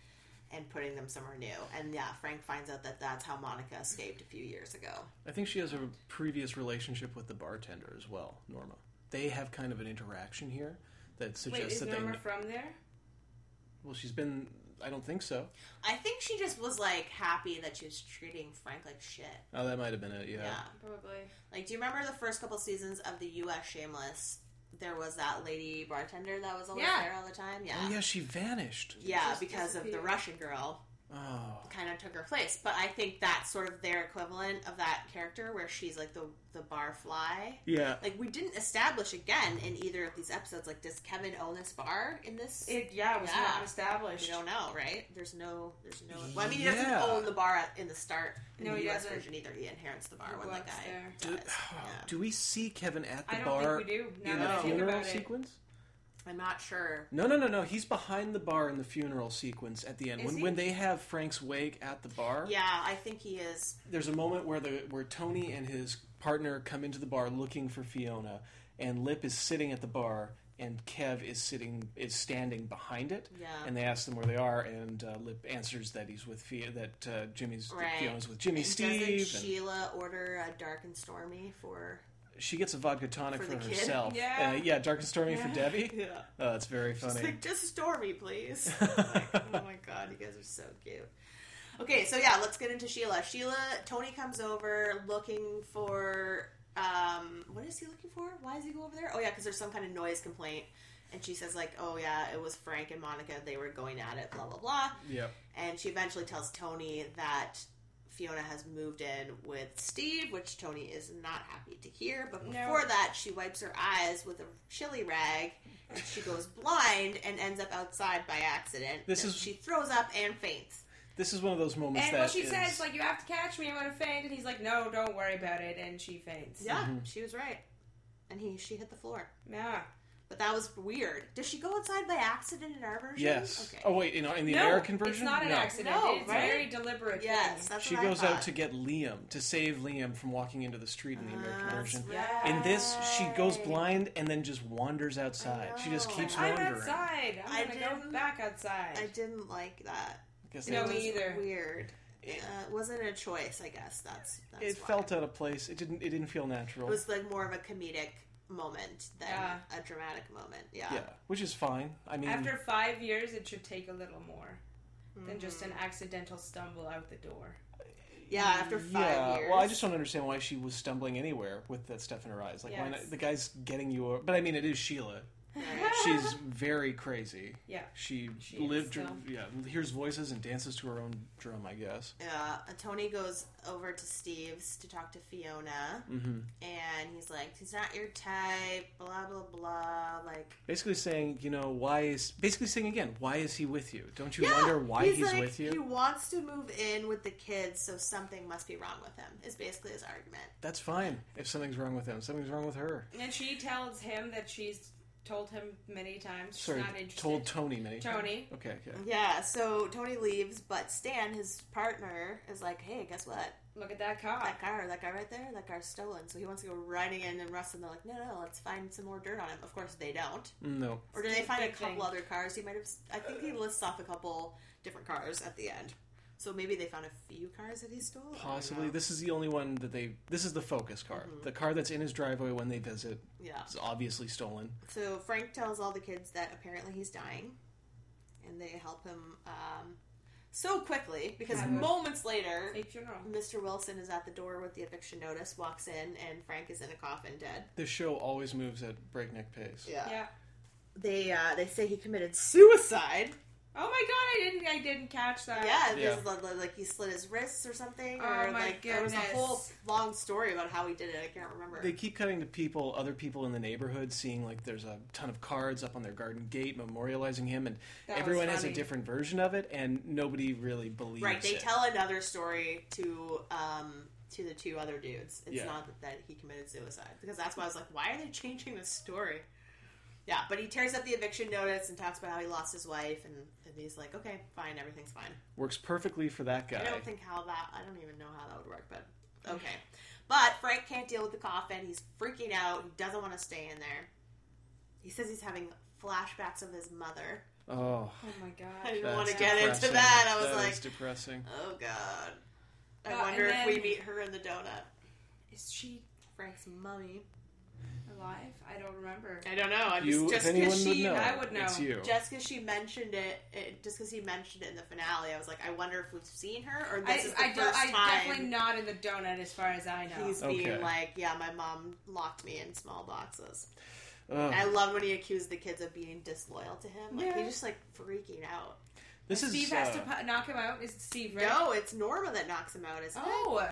S3: and putting them somewhere new. And yeah, Frank finds out that that's how Monica escaped a few years ago.
S1: I think she has a previous relationship with the bartender as well, Norma. They have kind of an interaction here that
S2: Wait,
S1: suggests
S2: is
S1: that
S2: Norma
S1: they.
S2: from there?
S1: Well, she's been. I don't think so.
S3: I think she just was like happy that she was treating Frank like shit.
S1: Oh, that might have been it. Yeah.
S3: Yeah.
S2: Probably.
S3: Like, do you remember the first couple seasons of the U.S. Shameless? There was that lady bartender that was always
S2: Yeah.
S3: there all the time. Yeah.
S1: Oh yeah, she vanished.
S3: Yeah,
S2: Just
S3: because of the
S2: disappeared.
S3: Russian girl.
S1: Oh,
S3: kind of took her place. But I think that's sort of their equivalent of that character where she's like the the bar fly.
S1: yeah.
S3: Like we didn't establish again in either of these episodes. Like, does Kevin own this bar in this?
S2: It yeah, it was
S3: Yeah.
S2: not
S3: we
S2: established.
S3: don't know, right? There's no, there's no. Well, I mean, he
S1: Yeah.
S3: doesn't own the bar at, in the start. In
S2: No,
S3: the
S2: he
S3: U.S.
S2: doesn't.
S3: version either. He inherits the bar
S2: He
S3: when that
S2: works
S3: guy
S2: there.
S3: dies.
S1: Do,
S3: Yeah.
S1: do we see Kevin at the
S2: I don't
S1: bar
S2: think we do. Now
S1: in
S2: that
S1: the
S2: I think
S1: funeral
S2: about it.
S1: sequence?
S3: I'm not sure.
S1: No, no, no, no. He's behind the bar in the funeral sequence at the end.
S2: Is
S1: when
S2: he?
S1: when they have Frank's wake at the bar,
S3: Yeah, I think he is.
S1: there's a moment where the where Tony and his partner come into the bar looking for Fiona, and Lip is sitting at the bar, and Kev is sitting is standing behind it.
S3: Yeah.
S1: And they ask them where they are, and uh, Lip answers that he's with Fia, that uh, Jimmy's that
S3: Right.
S1: Fiona's with Jimmy
S3: Doesn't
S1: Steve. and-
S3: Sheila order a dark and stormy for?
S1: she gets a vodka tonic
S3: For
S1: for,
S3: the kid?
S1: herself. Uh,
S2: Yeah.
S1: yeah, dark and stormy for Debbie.
S3: Yeah.
S1: Oh, that's very
S3: It's
S1: funny.
S3: like, just Stormy, please. Like, oh my god, you guys are so cute. Okay, so yeah, let's get into Sheila. Sheila, Tony comes over looking for. Um, what is he looking for? Why does he go over there? Oh yeah, because there's some kind of noise complaint, and she says like, "Oh yeah, it was Frank and Monica. They were going at it. Blah blah blah."
S1: yep.
S3: And she eventually tells Tony that Fiona has moved in with Steve, which Tony is not happy to hear. But before that, she wipes her eyes with a chili rag. And she goes blind and ends up outside by accident.
S1: This
S3: And
S1: is-
S3: she throws up and faints.
S1: This is one of those moments
S2: And
S1: that
S2: well, she
S1: is-
S2: says like, "You have to catch me. I'm gonna faint." And he's like, "No, don't worry about it." And she faints.
S3: Yeah, she was right. And he she hit the floor.
S2: Nah.
S3: But that was weird. Does she go outside by accident in our version?
S1: yes.
S3: Okay.
S1: Oh wait, in, in the
S2: no,
S1: American version,
S2: It's not an
S1: no.
S2: accident.
S3: No,
S2: it's
S3: right?
S2: a very deliberate.
S3: Yes,
S2: thing.
S3: that's
S1: She
S3: what I
S1: goes out
S3: thought.
S1: to get Liam to save Liam from walking into the street in the American
S3: Ah, That's
S1: version.
S3: right.
S1: In this, she goes blind and then just wanders outside. She just
S3: know.
S1: keeps
S2: I'm
S1: wandering.
S2: outside. I'm
S3: I
S2: I am going to
S3: didn't-
S2: go back outside.
S3: I didn't like that.
S1: I guess
S2: No,
S1: that
S2: me
S1: was-
S2: either.
S3: Weird. Uh, it wasn't a choice, I guess. That's, that's
S1: it
S3: why.
S1: felt out of place. It didn't. It didn't feel natural.
S3: It was like more of a comedic moment than
S2: Yeah.
S3: a dramatic moment. Yeah.
S1: yeah, which is fine. I mean,
S2: After five
S3: Mm.
S2: years, it should take a little more than just an accidental stumble out the door.
S3: Yeah, after five
S1: yeah.
S3: years.
S1: Well, I just don't understand why she was stumbling anywhere with that stuff in her eyes. Like, why
S3: Yes.
S1: not? The guy's getting you. o- But I mean, it is Sheila. She's very crazy.
S3: Yeah.
S1: She,
S3: She is,
S1: lived. her
S3: so.
S1: Yeah, hears voices and dances to her own drum. I guess.
S3: Uh, Tony goes over to Steve's to talk to Fiona,
S1: hmm
S3: and he's like, "He's not your type." Blah blah blah. Like,
S1: Basically saying, you know, why is basically saying again, why is he with you? Don't you wonder why he's,
S3: he's, like,
S1: with you?
S3: He wants to move in with the kids, so something must be wrong with him. Is basically his argument.
S1: That's fine if something's wrong with him. Something's wrong with her.
S2: And she tells him that she's told him many times she's
S1: Sorry,
S2: not interested.
S1: told Tony many. times.
S2: Tony.
S1: Okay. Okay.
S3: Yeah. So Tony leaves, but Stan, his partner, is like, "Hey, guess what?
S2: Look at that car.
S3: That car. That guy right there. That car's stolen." So he wants to go riding in and Russ, and they're like, "No, no, let's find some more dirt on him." Of course, they don't.
S1: Mm, No.
S3: Or do they find a
S2: Big
S3: couple
S2: thing.
S3: other cars? He might have. I think he lists off a couple different cars at the end. So maybe they found a few cars that he stole. I don't
S1: Possibly.
S3: know.
S1: This is the only one that they. This is the focus car. The car that's in his driveway when they visit.
S3: Yeah.
S1: It's obviously stolen.
S3: So Frank tells all the kids that apparently he's dying, and they help him um, so quickly because
S2: Yeah.
S3: moments later,
S2: A funeral.
S3: Mr. Wilson is at the door with the eviction notice, walks in, and Frank is in a coffin, dead.
S1: This show always moves at breakneck pace.
S2: Yeah.
S3: They uh, they say he committed suicide.
S2: Oh my god, I didn't I didn't catch that.
S3: Yeah,
S1: Yeah.
S3: this is like, like he slit his wrists or something,
S2: Oh
S3: or
S2: my
S3: like there was a
S2: goodness.
S3: whole long story about how he did it. I can't remember.
S1: They keep cutting to people, other people in the neighborhood, seeing like there's a ton of cards up on their garden gate memorializing him, and
S2: That was
S1: everyone has a
S2: funny.
S1: different version of it, and nobody really believes
S3: right, they
S1: it.
S3: tell another story to um to the two other dudes. It's
S1: Yeah.
S3: not that, that he committed suicide because that's why I was like, why are they changing this story? Yeah, but he tears up the eviction notice and talks about how he lost his wife, and, and he's like, okay, fine, everything's fine.
S1: Works perfectly for that guy.
S3: I don't think how that. I don't even know how that would work, but okay. But Frank can't deal with the coffin. He's freaking out. He doesn't want to stay in there. He says he's having flashbacks of his mother.
S1: oh,
S2: Oh my
S3: I
S2: god.
S3: didn't
S1: that's
S3: want to get into
S1: depressing.
S3: that. I was
S1: That
S3: like,
S1: is depressing.
S3: oh god. I
S2: Uh,
S3: wonder
S2: and
S3: if we
S2: then-
S3: meet her in the donut.
S2: Is she
S3: Frank's mummy.
S2: alive? I don't remember.
S3: I don't know. I just
S1: You, if
S3: just
S1: anyone
S3: because
S1: would
S3: she
S1: know,
S2: I would know.
S1: it's you.
S3: just because she mentioned it, it just because he mentioned it in the finale, I was like, I wonder if we've seen her or
S2: I,
S3: this is the
S2: I, don't,
S3: first
S2: I
S3: time.
S2: definitely not in the donut as far as I know.
S3: He's
S1: Okay.
S3: being like, yeah, my mom locked me in small boxes.
S1: Ugh.
S3: I love when he accused the kids of being disloyal to him. Like,
S2: Yeah.
S3: he's just like freaking out.
S1: this is
S2: Steve has
S1: uh,
S2: to pu- knock him out. Is it Steve right?
S3: No, it's Norma that knocks him out, isn't it?
S2: Oh,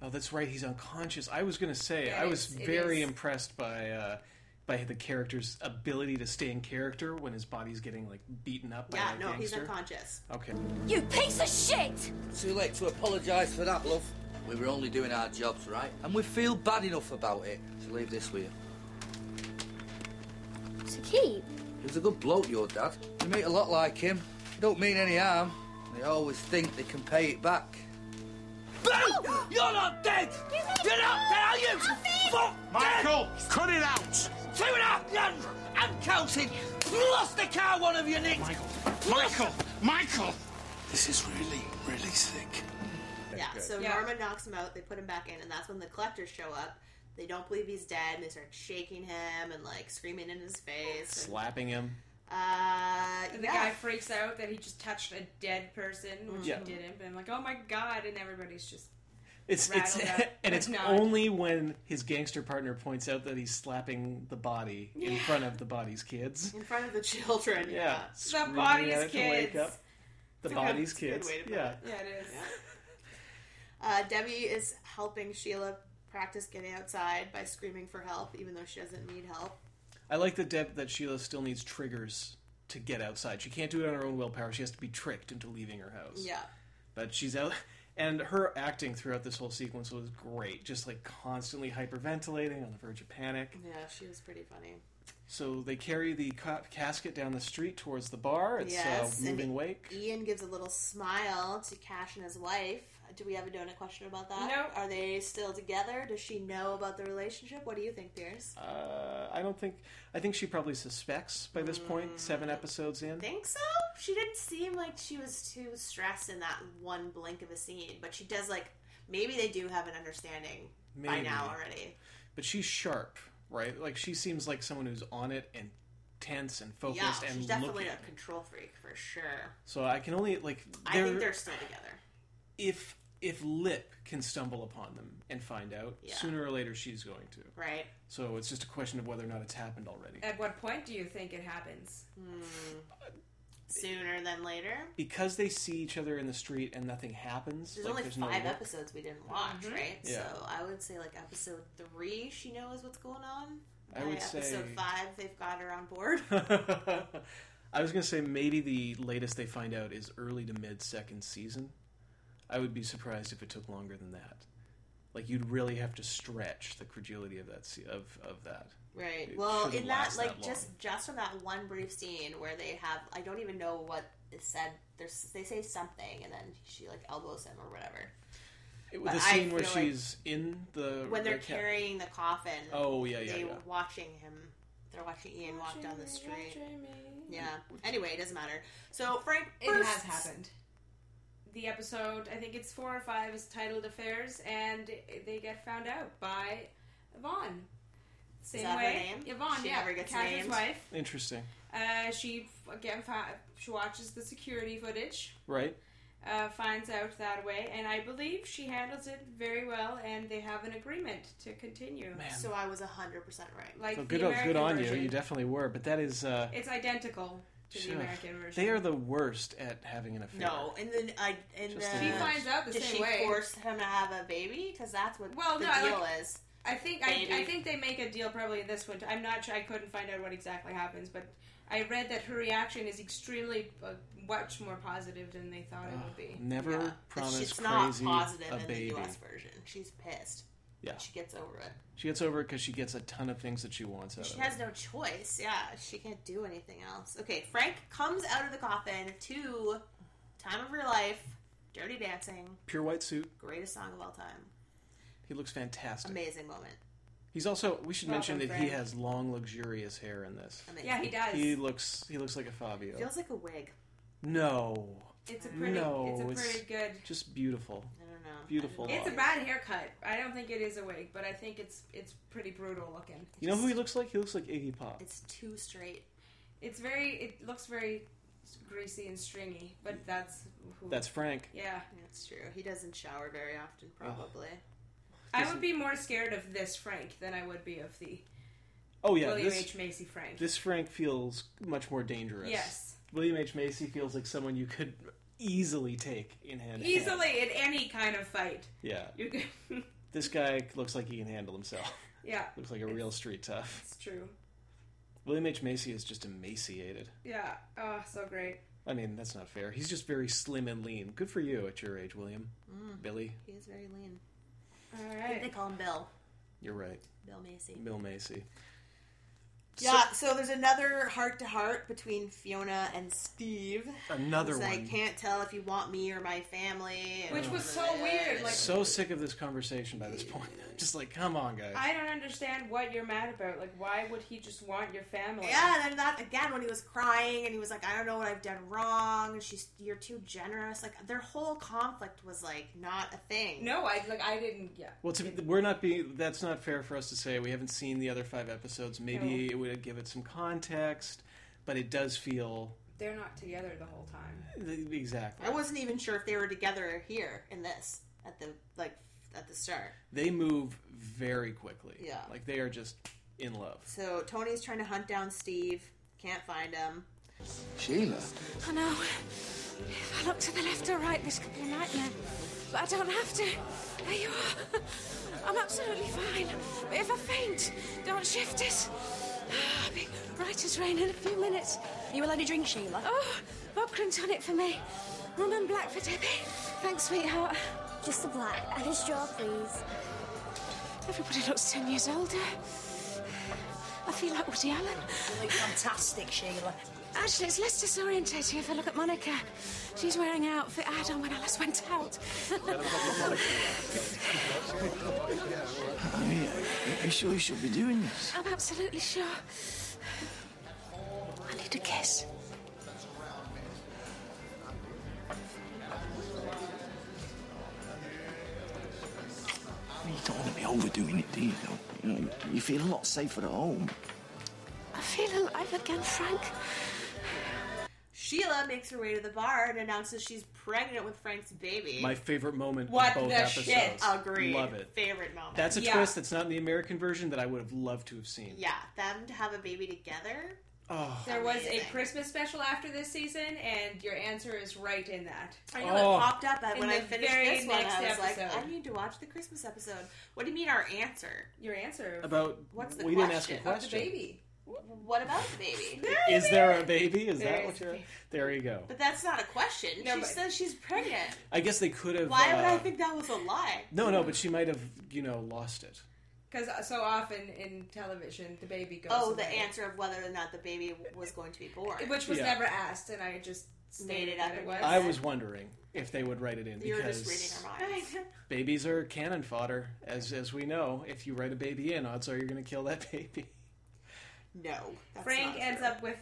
S1: Oh, that's right. He's unconscious. I was gonna say
S2: Yeah,
S1: I
S2: it
S1: was
S2: is- it
S1: very
S2: is.
S1: impressed by uh, by the character's ability to stay in character when his body's getting like beaten up
S3: Yeah,
S1: by a
S3: no, he's
S1: gangster.
S3: unconscious.
S1: okay,
S9: You piece of shit!
S11: Too late to apologise for that, love. We were only doing our jobs, right? And we feel bad enough about it. So leave this with you.
S9: To keep?
S11: He was a good bloke, your dad. You meet a lot like him. They don't mean any harm. They always think they can pay it back. You're not dead! You're not dead, are you? Fuck
S8: Michael, cut it out!
S11: Two and a half guns! I'm counting! Lost the car one of you nicked!
S8: Michael! Michael!
S4: This is really, really sick.
S3: Yeah, so
S2: Yeah.
S3: Norma knocks him out, they put him back in, and that's when the collectors show up. They don't believe he's dead, and they start shaking him and like screaming in his face. and,
S1: slapping him.
S3: uh,
S2: and the
S3: yeah.
S2: guy freaks out that he just touched a dead person, which
S1: Yeah.
S2: he didn't. But I'm like, oh my god! And everybody's just
S1: It's it's
S2: Rattled up,
S1: and
S2: but
S1: it's
S2: not.
S1: only when his gangster partner points out that he's slapping the body in front of the body's kids.
S3: in front of the children.
S1: Yeah,
S2: the
S1: screaming at
S2: body's
S1: it to wake
S2: kids.
S1: up the
S3: It's a good-
S1: body's
S3: it's a good
S1: kids.
S3: way to put
S1: Yeah,
S2: Yeah, it is.
S3: Uh, Debbie is helping Sheila practice getting outside by screaming for help, even though she doesn't need help.
S1: I like the depth that Sheila still needs triggers to get outside. She can't do it on her own willpower. She has to be tricked into leaving her house.
S3: Yeah.
S1: but she's out and her acting throughout this whole sequence was great just like constantly hyperventilating on the verge of panic
S3: Yeah, she was pretty funny.
S1: so they carry the ca- casket down the street towards the bar it's
S3: Yes,
S1: uh,
S3: and
S1: moving
S3: it-
S1: wake
S3: Ian gives a little smile to Cash and his wife. Do we have a donut question about that?
S2: No.
S3: Are they still together? Does she know about the relationship? What do you think, Pierce?
S1: uh, i don't think i think she probably suspects by this
S3: Mm.
S1: point seven episodes in
S3: think so. She didn't seem like she was too stressed in that one blink of a scene, but she does like maybe they do have an understanding by
S1: Maybe.
S3: now already.
S1: but she's sharp right like she seems like someone who's on it and tense and focused
S3: Yeah,
S1: and
S3: she's definitely
S1: looking
S3: a control freak for sure.
S1: so i can only like
S3: I think
S1: they're-
S3: they're still together.
S1: if if Lip can stumble upon them and find out,
S2: Yeah.
S1: sooner or later she's going to.
S2: Right.
S1: So it's just a question of whether or not it's happened already.
S2: At what point do you think it happens?
S3: Sooner than later.
S1: Because they see each other in the street and nothing happens.
S3: There's
S1: like,
S3: only
S1: there's no
S3: five
S1: look-
S3: episodes we didn't watch,
S2: Mm-hmm.
S3: right?
S1: Yeah.
S3: So I would say like episode three, she knows what's going on.
S1: I would
S3: By episode
S1: say-
S3: five, they've got her on board.
S1: I was going to say maybe the latest they find out is early to mid second season. I would be surprised if it took longer than that. Like you'd really have to stretch the credulity of that se- of of that.
S3: Right.
S1: It
S3: well,
S1: shouldn't
S3: in that
S1: last
S3: like
S1: long.
S3: just just from that one brief scene where they have I don't even know what is said. There's they say something and then she like elbows him or whatever.
S1: It-
S3: But
S1: the
S3: I
S1: scene where
S3: feel like
S1: she's in the
S3: when they're
S1: the ca-
S3: carrying the coffin.
S1: Oh, yeah, yeah,
S3: They
S1: yeah.
S3: watching him. They're watching Ian walk down the street. Yeah. Anyway, it doesn't matter. So Frank,
S2: It has
S3: bursts-
S2: happened. The episode, I think it's four or five, is titled "Affairs," and they get found out by Yvonne. Same
S3: that her
S2: way,
S3: name?
S2: Yvonne.
S3: She
S2: yeah,
S3: never gets
S2: Kaz's
S3: named.
S2: wife.
S1: Interesting,
S2: Uh, she f- again fi- she watches the security footage,
S1: right?
S2: uh, finds out that way, and I believe she handles it very well, and they have an agreement to continue.
S3: So I was hundred percent right.
S2: Like
S1: So
S2: the
S1: good, on-
S2: American
S1: good on
S2: version,
S1: you. You definitely were, but that is. Uh,
S2: it's identical to
S1: sure.
S2: the American version.
S1: They are the worst at having an affair.
S3: No, and then I and
S1: Just
S3: then
S1: She finds
S2: out the
S3: did
S2: same
S3: she
S2: way.
S3: force him to have a baby because that's what
S2: Well,
S3: the
S2: no, I
S3: deal
S2: like-
S3: is.
S2: I think I,
S3: Maybe.
S2: I think they make a deal probably in this one. I'm not sure. I couldn't find out what exactly happens, but I read that her reaction is extremely uh, much more positive than they thought it would be.
S1: Never
S3: Yeah.
S1: promise
S3: It's not
S1: crazy
S3: positive
S1: a
S3: in
S1: baby.
S3: the U.S. version. She's pissed.
S1: Yeah.
S3: she gets over it.
S1: She gets over it because she gets a ton of things that she wants out
S3: She
S1: of it.
S3: has no choice. Yeah, she can't do anything else. Okay, Frank comes out of the coffin to "Time of Your Life," "Dirty Dancing,"
S1: Pure white suit.
S3: greatest song of all time,
S1: He looks fantastic.
S3: amazing moment.
S1: He's also. We should
S3: Welcome,
S1: mention that he
S3: Frank.
S1: has long, luxurious hair in this.
S3: Amazing.
S2: Yeah, he does.
S1: He looks. He looks like a Fabio.
S3: Feels like a wig.
S1: no.
S2: It's a pretty.
S1: No,
S2: it's a
S1: it's- Oh.
S2: pretty good.
S1: Just beautiful.
S3: I don't know.
S1: Beautiful.
S2: It's a bad haircut. I don't think it is a wig, but I think it's it's pretty brutal looking.
S1: You know who he looks like? He looks like Iggy Pop.
S3: It's too straight.
S2: It's very. It looks very greasy and stringy, but that's who.
S1: That's Frank.
S2: yeah.
S3: That's true. He doesn't shower very often, probably.
S2: I would be more scared of this Frank than I would be of the
S1: Oh yeah,
S2: William
S1: this
S2: H Macy Frank.
S1: this Frank feels much more dangerous.
S2: Yes.
S1: William H Macy feels like someone you could easily take in hand. to hand.
S2: Easily in any kind of fight,
S1: Yeah.
S2: you can.
S1: This guy looks like he can handle himself.
S2: yeah.
S1: looks like a real street tough.
S2: It's true.
S1: William H Macy is just emaciated.
S2: Yeah. Oh, so great.
S1: I mean, that's not fair. He's just very slim and lean. Good for you at your age, William.
S3: Mm.
S1: Billy,
S3: He is very lean.
S2: All
S3: I think
S2: right.
S3: they call him Bill.
S1: you're right.
S3: Bill Macy.
S1: Bill Macy.
S3: Yeah, so there's another heart to heart between Fiona and Steve.
S1: Another
S3: It's
S1: one.
S3: like, can't tell if you want me or my family. and-
S2: Which was so weird. Like,
S1: so sick of this conversation by this point. Just like, come on, guys.
S2: I don't understand what you're mad about. Like, why would he just want your family?
S3: Yeah, and then that again when he was crying and he was like, I don't know what I've done wrong. and She's you're too generous. Like their whole conflict was like not a thing.
S2: No, I like I didn't. Yeah.
S1: Well, to, we're not being. That's not fair for us to say. We haven't seen the other five episodes. Maybe it would give it some context, but it does feel
S2: They're not together the whole time.
S1: th- exactly.
S3: I wasn't even sure if they were together here in this at the like at the start.
S1: They move very quickly.
S3: Yeah.
S1: like they are just in love.
S3: So Tony's trying to hunt down Steve, can't find him.
S4: Sheila?
S7: I know. If I look to the left or right, this could be a nightmare. But I don't have to. There you are. I'm absolutely fine. But if I faint, don't shift it. I'll be right as rain in a few minutes. You will only drink, Sheila. Oh, vodka and tonic for me. Rum and black for Debbie. Thanks, sweetheart.
S9: Just a black and a straw, please.
S7: Everybody looks ten years older. I feel like Woody Allen.
S6: Look fantastic, Sheila.
S7: Actually, it's less disorientating if I look at Monica. She's wearing an outfit I had on when I last went out.
S4: Are you, are you sure you should be doing this?
S7: I'm absolutely sure. I need a kiss.
S4: You don't want to be overdoing it, do you? though? You, know, you feel a lot safer at home.
S7: I feel alive again, Frank.
S3: Sheila makes her way to the bar and announces she's pregnant with Frank's baby.
S1: My favorite moment
S3: What
S1: of both
S3: the
S1: episodes.
S3: shit? Agreed.
S1: Love it.
S3: Favorite moment.
S1: That's a
S3: Yeah.
S1: twist that's not in the American version that I would have loved to have seen.
S3: yeah, them to have a baby together.
S1: Oh.
S2: There was a
S3: Amazing.
S2: Christmas special after this season, and your answer is right in that.
S3: I know
S1: Oh.
S3: it popped up at-
S2: In
S3: when I
S2: the
S3: finished
S2: very
S3: this one.
S2: next
S3: I was
S2: episode.
S3: like, I need to watch the Christmas episode. What do you mean our answer?
S2: Your answer
S1: About
S3: What's the
S1: we didn't ask a
S3: question?
S1: question.
S3: What about the baby?
S1: Is there a baby? Is
S3: There
S1: that
S3: is
S1: what
S3: a
S1: you're? There you go.
S3: But that's not a question.
S2: No,
S3: she
S2: but-
S3: says she's pregnant.
S1: I guess they could have.
S3: Why would
S1: uh,
S3: I think that was a lie?
S1: No, no, but she might have, you know, lost it.
S2: Because uh, so often in television, the baby goes.
S3: Oh, the
S2: away.
S3: answer of whether or not the baby was going to be born,
S2: which was
S1: Yeah.
S2: never asked, and I just
S3: Made
S2: stated
S3: it
S2: that
S3: up.
S2: it was.
S1: I was wondering if they would write it in
S3: You were
S1: because
S3: just reading her mind.
S1: babies are cannon fodder, as as we know. If you write a baby in, odds are you're going to kill that baby.
S3: No, that's
S2: Frank
S3: not
S2: ends
S3: true.
S2: up with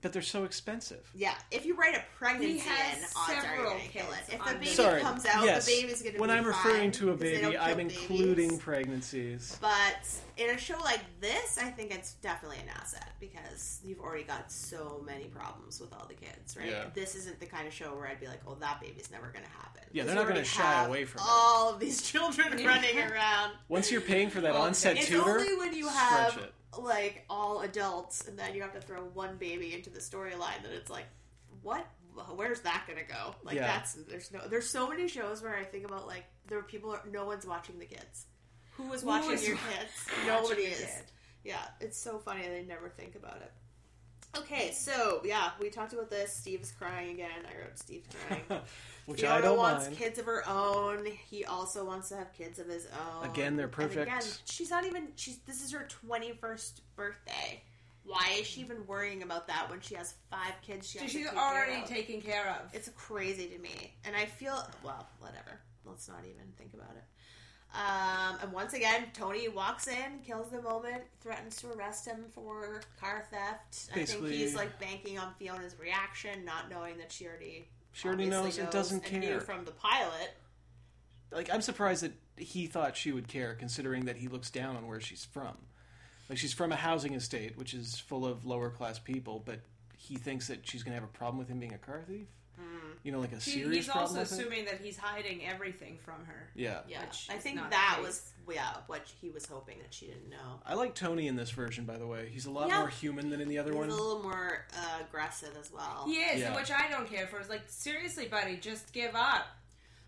S1: But they're so expensive.
S3: Yeah, if you write a pregnancy
S2: He has
S3: in, odds are you're
S2: several
S3: going to kill it.
S2: kids
S3: If
S2: on
S3: the baby
S2: this.
S1: Sorry.
S3: comes out,
S1: yes.
S3: the baby's going to be
S1: When I'm referring
S3: fine,
S1: to a
S3: 'cause they don't
S1: baby,
S3: kill
S1: I'm
S3: babies.
S1: including pregnancies.
S3: But in a show like this, I think it's definitely an asset because you've already got so many problems with all the kids, right?
S1: Yeah.
S3: This isn't the kind of show where I'd be like, "Oh, that baby's never going to happen."
S1: Yeah, they're
S3: 'Cause you
S1: not gonna
S3: already
S1: shy
S3: have
S1: away from it.
S3: all of these children
S2: Yeah.
S3: running around.
S1: Once you're paying for that onset
S3: it's
S1: tutor,
S3: only when you have
S1: stretch it.
S3: like all adults, and then you have to throw one baby into the storyline that it's like, what? Where's that gonna go? Like
S1: Yeah.
S3: that's there's no there's so many shows where I think about like there are people no one's watching the kids. Who is
S2: Who
S3: watching
S2: is
S3: your
S2: wa-
S3: kids?
S2: watching
S3: Nobody
S2: your
S3: is.
S2: kid?
S3: Yeah, it's so funny they never think about it. Okay, so yeah, we talked about this. Steve's crying again. I wrote Steve crying.
S1: Which
S3: Fiona
S1: I don't
S3: wants
S1: mind.
S3: kids of her own. He also wants to have kids of his own.
S1: Again, they're
S3: And
S1: perfect.
S3: again, she's not even. She's this is her twenty first birthday. Why is she even worrying about that when she has five kids? She
S2: So
S3: has to
S2: she's
S3: take care
S2: already
S3: of?
S2: taken care of.
S3: It's crazy to me, and I feel well. Whatever. Let's not even think about it. Um, and once again, Tony walks in, kills the moment, threatens to arrest him for car theft. I
S1: Basically-
S3: think he's like banking on Fiona's reaction, not knowing that she already
S1: She already
S3: obviously
S1: knows and doesn't
S3: and knew
S1: care.
S3: from the pilot.
S1: Like I'm surprised that he thought she would care, considering that he looks down on where she's from. Like she's from a housing estate, which is full of lower class people, but he thinks that she's gonna have a problem with him being a car thief.
S3: Hmm.
S1: You know, like a
S2: He-
S1: serious
S2: he's
S1: problem.
S2: also
S1: with it?
S2: assuming that he's hiding everything from her.
S1: Yeah.
S3: Yeah,
S2: Which
S3: I
S2: is
S3: think
S2: not
S3: that
S2: the
S3: was yeah what he was hoping that she didn't know.
S1: I like Tony in this version, by the way. He's a lot
S3: Yeah.
S1: more human than in the other
S3: He's
S1: one.
S3: a little more uh, aggressive as well.
S2: He is,
S1: Yeah.
S2: which I don't care for. It's like, seriously, buddy, just give up.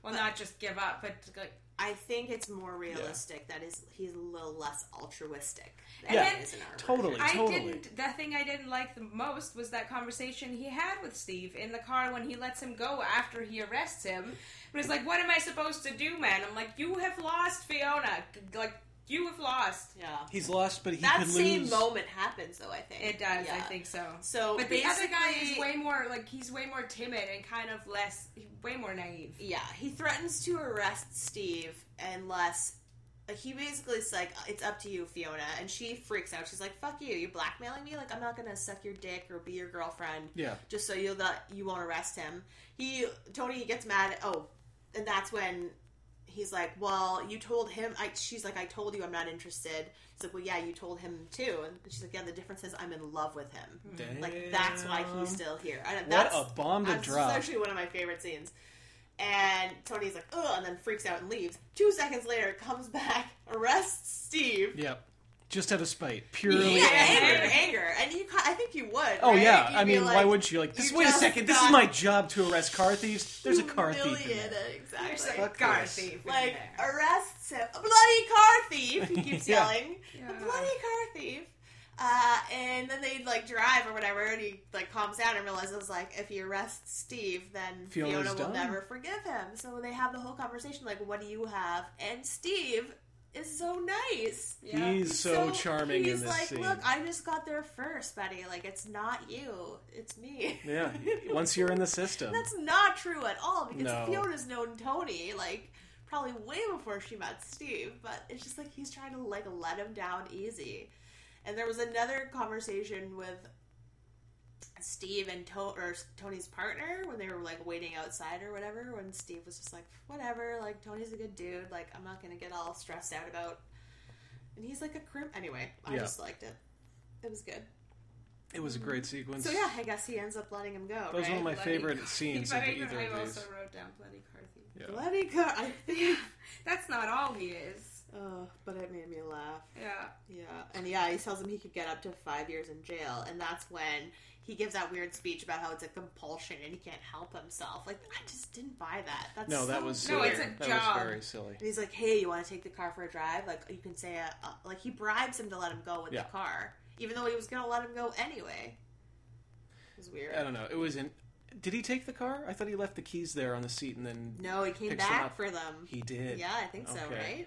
S2: Well, not just give up, but like.
S3: I think it's more realistic that is he's a little less altruistic. Than
S1: Yeah,
S3: he is in our
S1: totally,
S2: I
S1: totally.
S2: didn't. The thing I didn't like the most was that conversation he had with Steve in the car when he lets him go after he arrests him. And he's like, "What am I supposed to do, man?" I'm like, "You have lost, Fiona. Like, you have lost."
S3: Yeah.
S1: He's lost, but he
S3: that
S1: could
S3: same
S1: lose.
S3: moment happens though. I think
S2: It does. I
S3: Yeah.
S2: think so.
S3: So,
S2: but the other guy is
S3: basically-
S2: way more like he's way more timid and kind of less, way more naive.
S3: Yeah, he threatens to arrest Steve unless he basically is like, "It's up to you, Fiona," and she freaks out. She's like, "Fuck you! You're blackmailing me. Like, I'm not gonna suck your dick or be your girlfriend.
S1: Yeah.
S3: just so you that you won't arrest him." He Tony gets mad. oh, and that's when he's like, "Well, you told him." I she's like, "I told you, I'm not interested." He's like, "Well, yeah, you told him too," and she's like, "Yeah, the difference is I'm in love with him. Like, that's why he's
S1: Damn.
S3: still here." And
S1: What
S3: that's,
S1: a bomb to
S3: that's
S1: drop.
S3: actually one of my favorite scenes. And Tony's like, ugh, and then freaks out and leaves. Two seconds later, comes back, arrests Steve.
S1: Yep. Just out of spite. Purely
S3: Yeah, anger,
S1: anger.
S3: anger. And you, ca- I think you would.
S1: Oh
S3: right?
S1: yeah,
S3: You'd
S1: I
S3: be
S1: mean,
S3: like,
S1: why wouldn't you? Like, this.
S3: "You
S1: Wait a
S3: just
S1: second. This
S3: got
S1: is my job to arrest car thieves. There's a car thief. in
S3: humiliated,"
S1: there.
S2: There's
S3: Exactly.
S2: a
S1: Fuck
S2: car
S1: this.
S2: thief in
S3: like
S2: there.
S3: arrests him. A bloody car thief! He keeps
S1: Yeah.
S3: yelling,
S2: Yeah.
S3: a bloody car thief. Uh, and then they like drive or whatever, and he like calms down and realizes like if he arrests Steve, then
S1: Fiona's
S3: Fiona
S1: done.
S3: will never forgive him. So they have the whole conversation like, "What do you have?" And Steve is so nice.
S2: Yeah.
S1: He's so, charming
S3: He's
S1: in this
S3: like,
S1: scene.
S3: "Look, I just got there first, buddy. Like it's not you, it's me."
S1: yeah. Once you're in the system,
S3: That's not true at all because
S1: No.
S3: Fiona's known Tony like probably way before she met Steve, but it's just like he's trying to like let him down easy. And there was another conversation with Steve and to- or Tony's partner when they were like waiting outside or whatever. When Steve was just like, whatever, like Tony's a good dude. Like I'm not gonna get all stressed out about. And he's like a crim. Anyway, I
S1: Yeah.
S3: just liked it. It was good.
S1: It was a great sequence.
S3: So yeah, I guess he ends up letting him go.
S1: That was
S3: right?
S1: one of my favorite scenes of
S2: But I,
S1: either
S2: I
S1: of these.
S2: also wrote down Bloody Carthy.
S1: Yeah.
S3: Bloody car. I think.
S2: That's not all he is.
S3: Oh, but it made me laugh.
S2: Yeah.
S3: Yeah. And yeah, he tells him he could get up to five years in jail, and that's when he gives that weird speech about how it's a compulsion and he can't help himself. Like I just didn't buy that. That's
S1: No, that
S3: so
S1: was uh,
S3: weird.
S1: silly. that was very silly.
S3: And he's like, "Hey, you want to take the car for a drive? Like you can say, uh, uh, like he bribes him to let him go with
S1: Yeah.
S3: the car, even though he was gonna let him go anyway." It was weird.
S1: I don't know. It was in. Did he take the car? I thought he left the keys there on the seat and then.
S3: No, he came
S1: picks them
S3: back
S1: up.
S3: for them.
S1: He did.
S3: Yeah, I think so,
S1: Okay.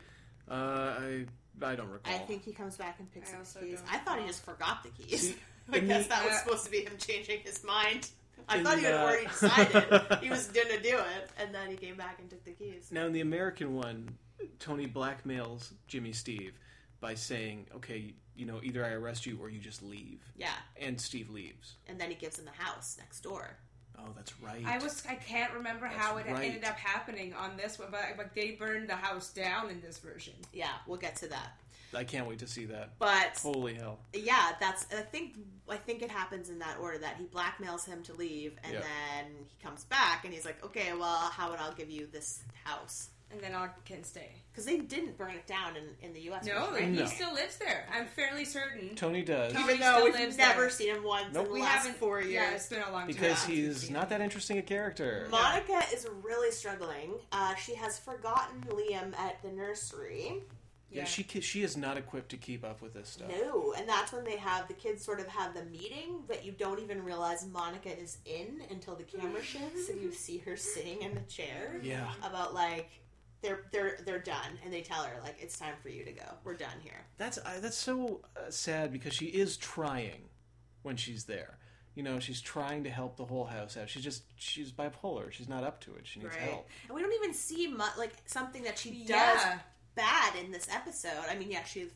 S1: Uh, I I don't recall.
S3: I think he comes back and picks
S2: I
S3: up
S2: also
S3: the keys.
S2: don't
S3: I thought he just forgot the keys.
S1: See,
S3: I
S1: in
S3: guess
S1: the-
S3: that was
S1: Yeah.
S3: supposed to be him changing his mind. I
S1: In
S3: thought he had
S1: the-
S3: already decided he was gonna do it, and then he came back and took the keys.
S1: Now in the American one, Tony blackmails Jimmy Steve by saying, "Okay, you know, either I arrest you or you just leave."
S3: Yeah,
S1: And Steve leaves.
S3: and then he gives him the house next door.
S1: Oh, that's right.
S2: I was I can't remember how it
S1: That's right.
S2: ended up happening on this one, but but they burned the house down in this version.
S3: Yeah, we'll get to that.
S1: I can't wait to see that.
S3: But-
S1: holy hell,
S3: Yeah, that's. I think. I think it happens in that order that he blackmails him to leave, and
S1: Yeah.
S3: then he comes back, and he's like, "Okay, well, how about I'll give you this house?"
S2: And then I can stay.
S3: Because they didn't burn it down in, in the U.S.
S2: No,
S3: version, right?
S2: he still lives there. I'm fairly certain.
S1: Tony does.
S2: Tony
S3: Even though
S2: still
S3: we've
S2: lives
S3: never
S2: there.
S3: seen him once
S1: Nope.
S3: in the
S1: We
S3: last
S2: haven't-
S3: four years.
S2: yeah, it's been a long
S1: because he's not that interesting a character.
S3: Monica is really struggling. Uh, she has forgotten Liam at the nursery.
S1: Yeah, she she she is not equipped to keep up with this stuff.
S3: No, and that's when they have the kids sort of have the meeting that you don't even realize Monica is in until the camera shifts and you see her sitting in the chair.
S1: Yeah.
S3: About like they're they're they're done, and they tell her like it's time for you to go. We're done here.
S1: That's I, that's so uh, sad because she is trying when she's there. You know, she's trying to help the whole house out. She's just she's bipolar. She's not up to it. She needs help.
S3: And we don't even see mu- like something that she does
S2: Yeah.
S3: bad in this episode. I mean, yeah, she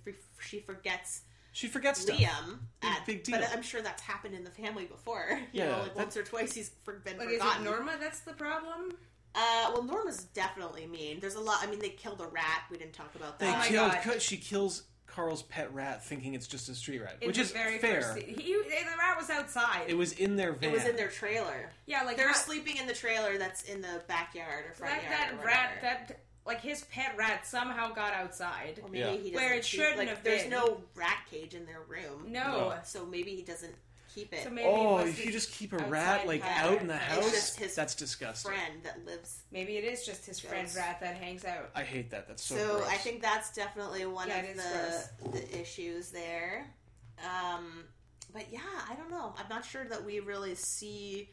S3: she forgets.
S1: She forgets stuff.
S3: Liam. at-
S1: big deal.
S3: But I'm sure that's happened in the family before. You
S1: Yeah,
S3: know,
S1: that-
S3: like once or twice he's for- been
S2: But is
S3: forgotten.
S2: it Norma that's the problem?
S3: Uh, well, Norma's definitely mean. There's a lot. I mean, they killed a rat. We didn't talk about
S1: They
S3: that.
S1: killed. Cut, she kills Carl's pet rat, thinking it's just a street rat,
S2: In
S1: which
S2: the
S1: is
S2: very
S1: fair.
S2: first scene. He, the rat was outside.
S1: It was in their van.
S3: It was in their trailer.
S2: yeah, like
S3: They're
S2: not-
S3: sleeping in the trailer that's in the backyard or front
S2: that,
S3: yard.
S2: that
S3: or
S2: rat
S3: whatever.
S2: that like his pet rat somehow got outside.
S3: Or maybe he doesn't
S2: where it
S3: keep-
S2: shouldn't
S3: like,
S2: have
S3: There's
S2: been.
S3: no rat cage in their room.
S2: No. No.
S3: So maybe he doesn't keep it.
S2: So maybe he
S1: oh,
S2: must
S1: if
S2: be
S1: you just keep a
S2: outside
S1: rat like
S2: rat.
S1: out in the
S2: It's
S1: house,
S3: just his
S1: that's disgusting.
S3: friend that lives.
S2: Maybe it is just his friend
S3: Gross.
S2: rat that hangs out.
S1: I hate that. That's so.
S3: So,
S1: gross.
S3: I think that's definitely one
S2: Yeah, it is
S3: of the, the issues there. Um, but yeah, I don't know. I'm not sure that we really see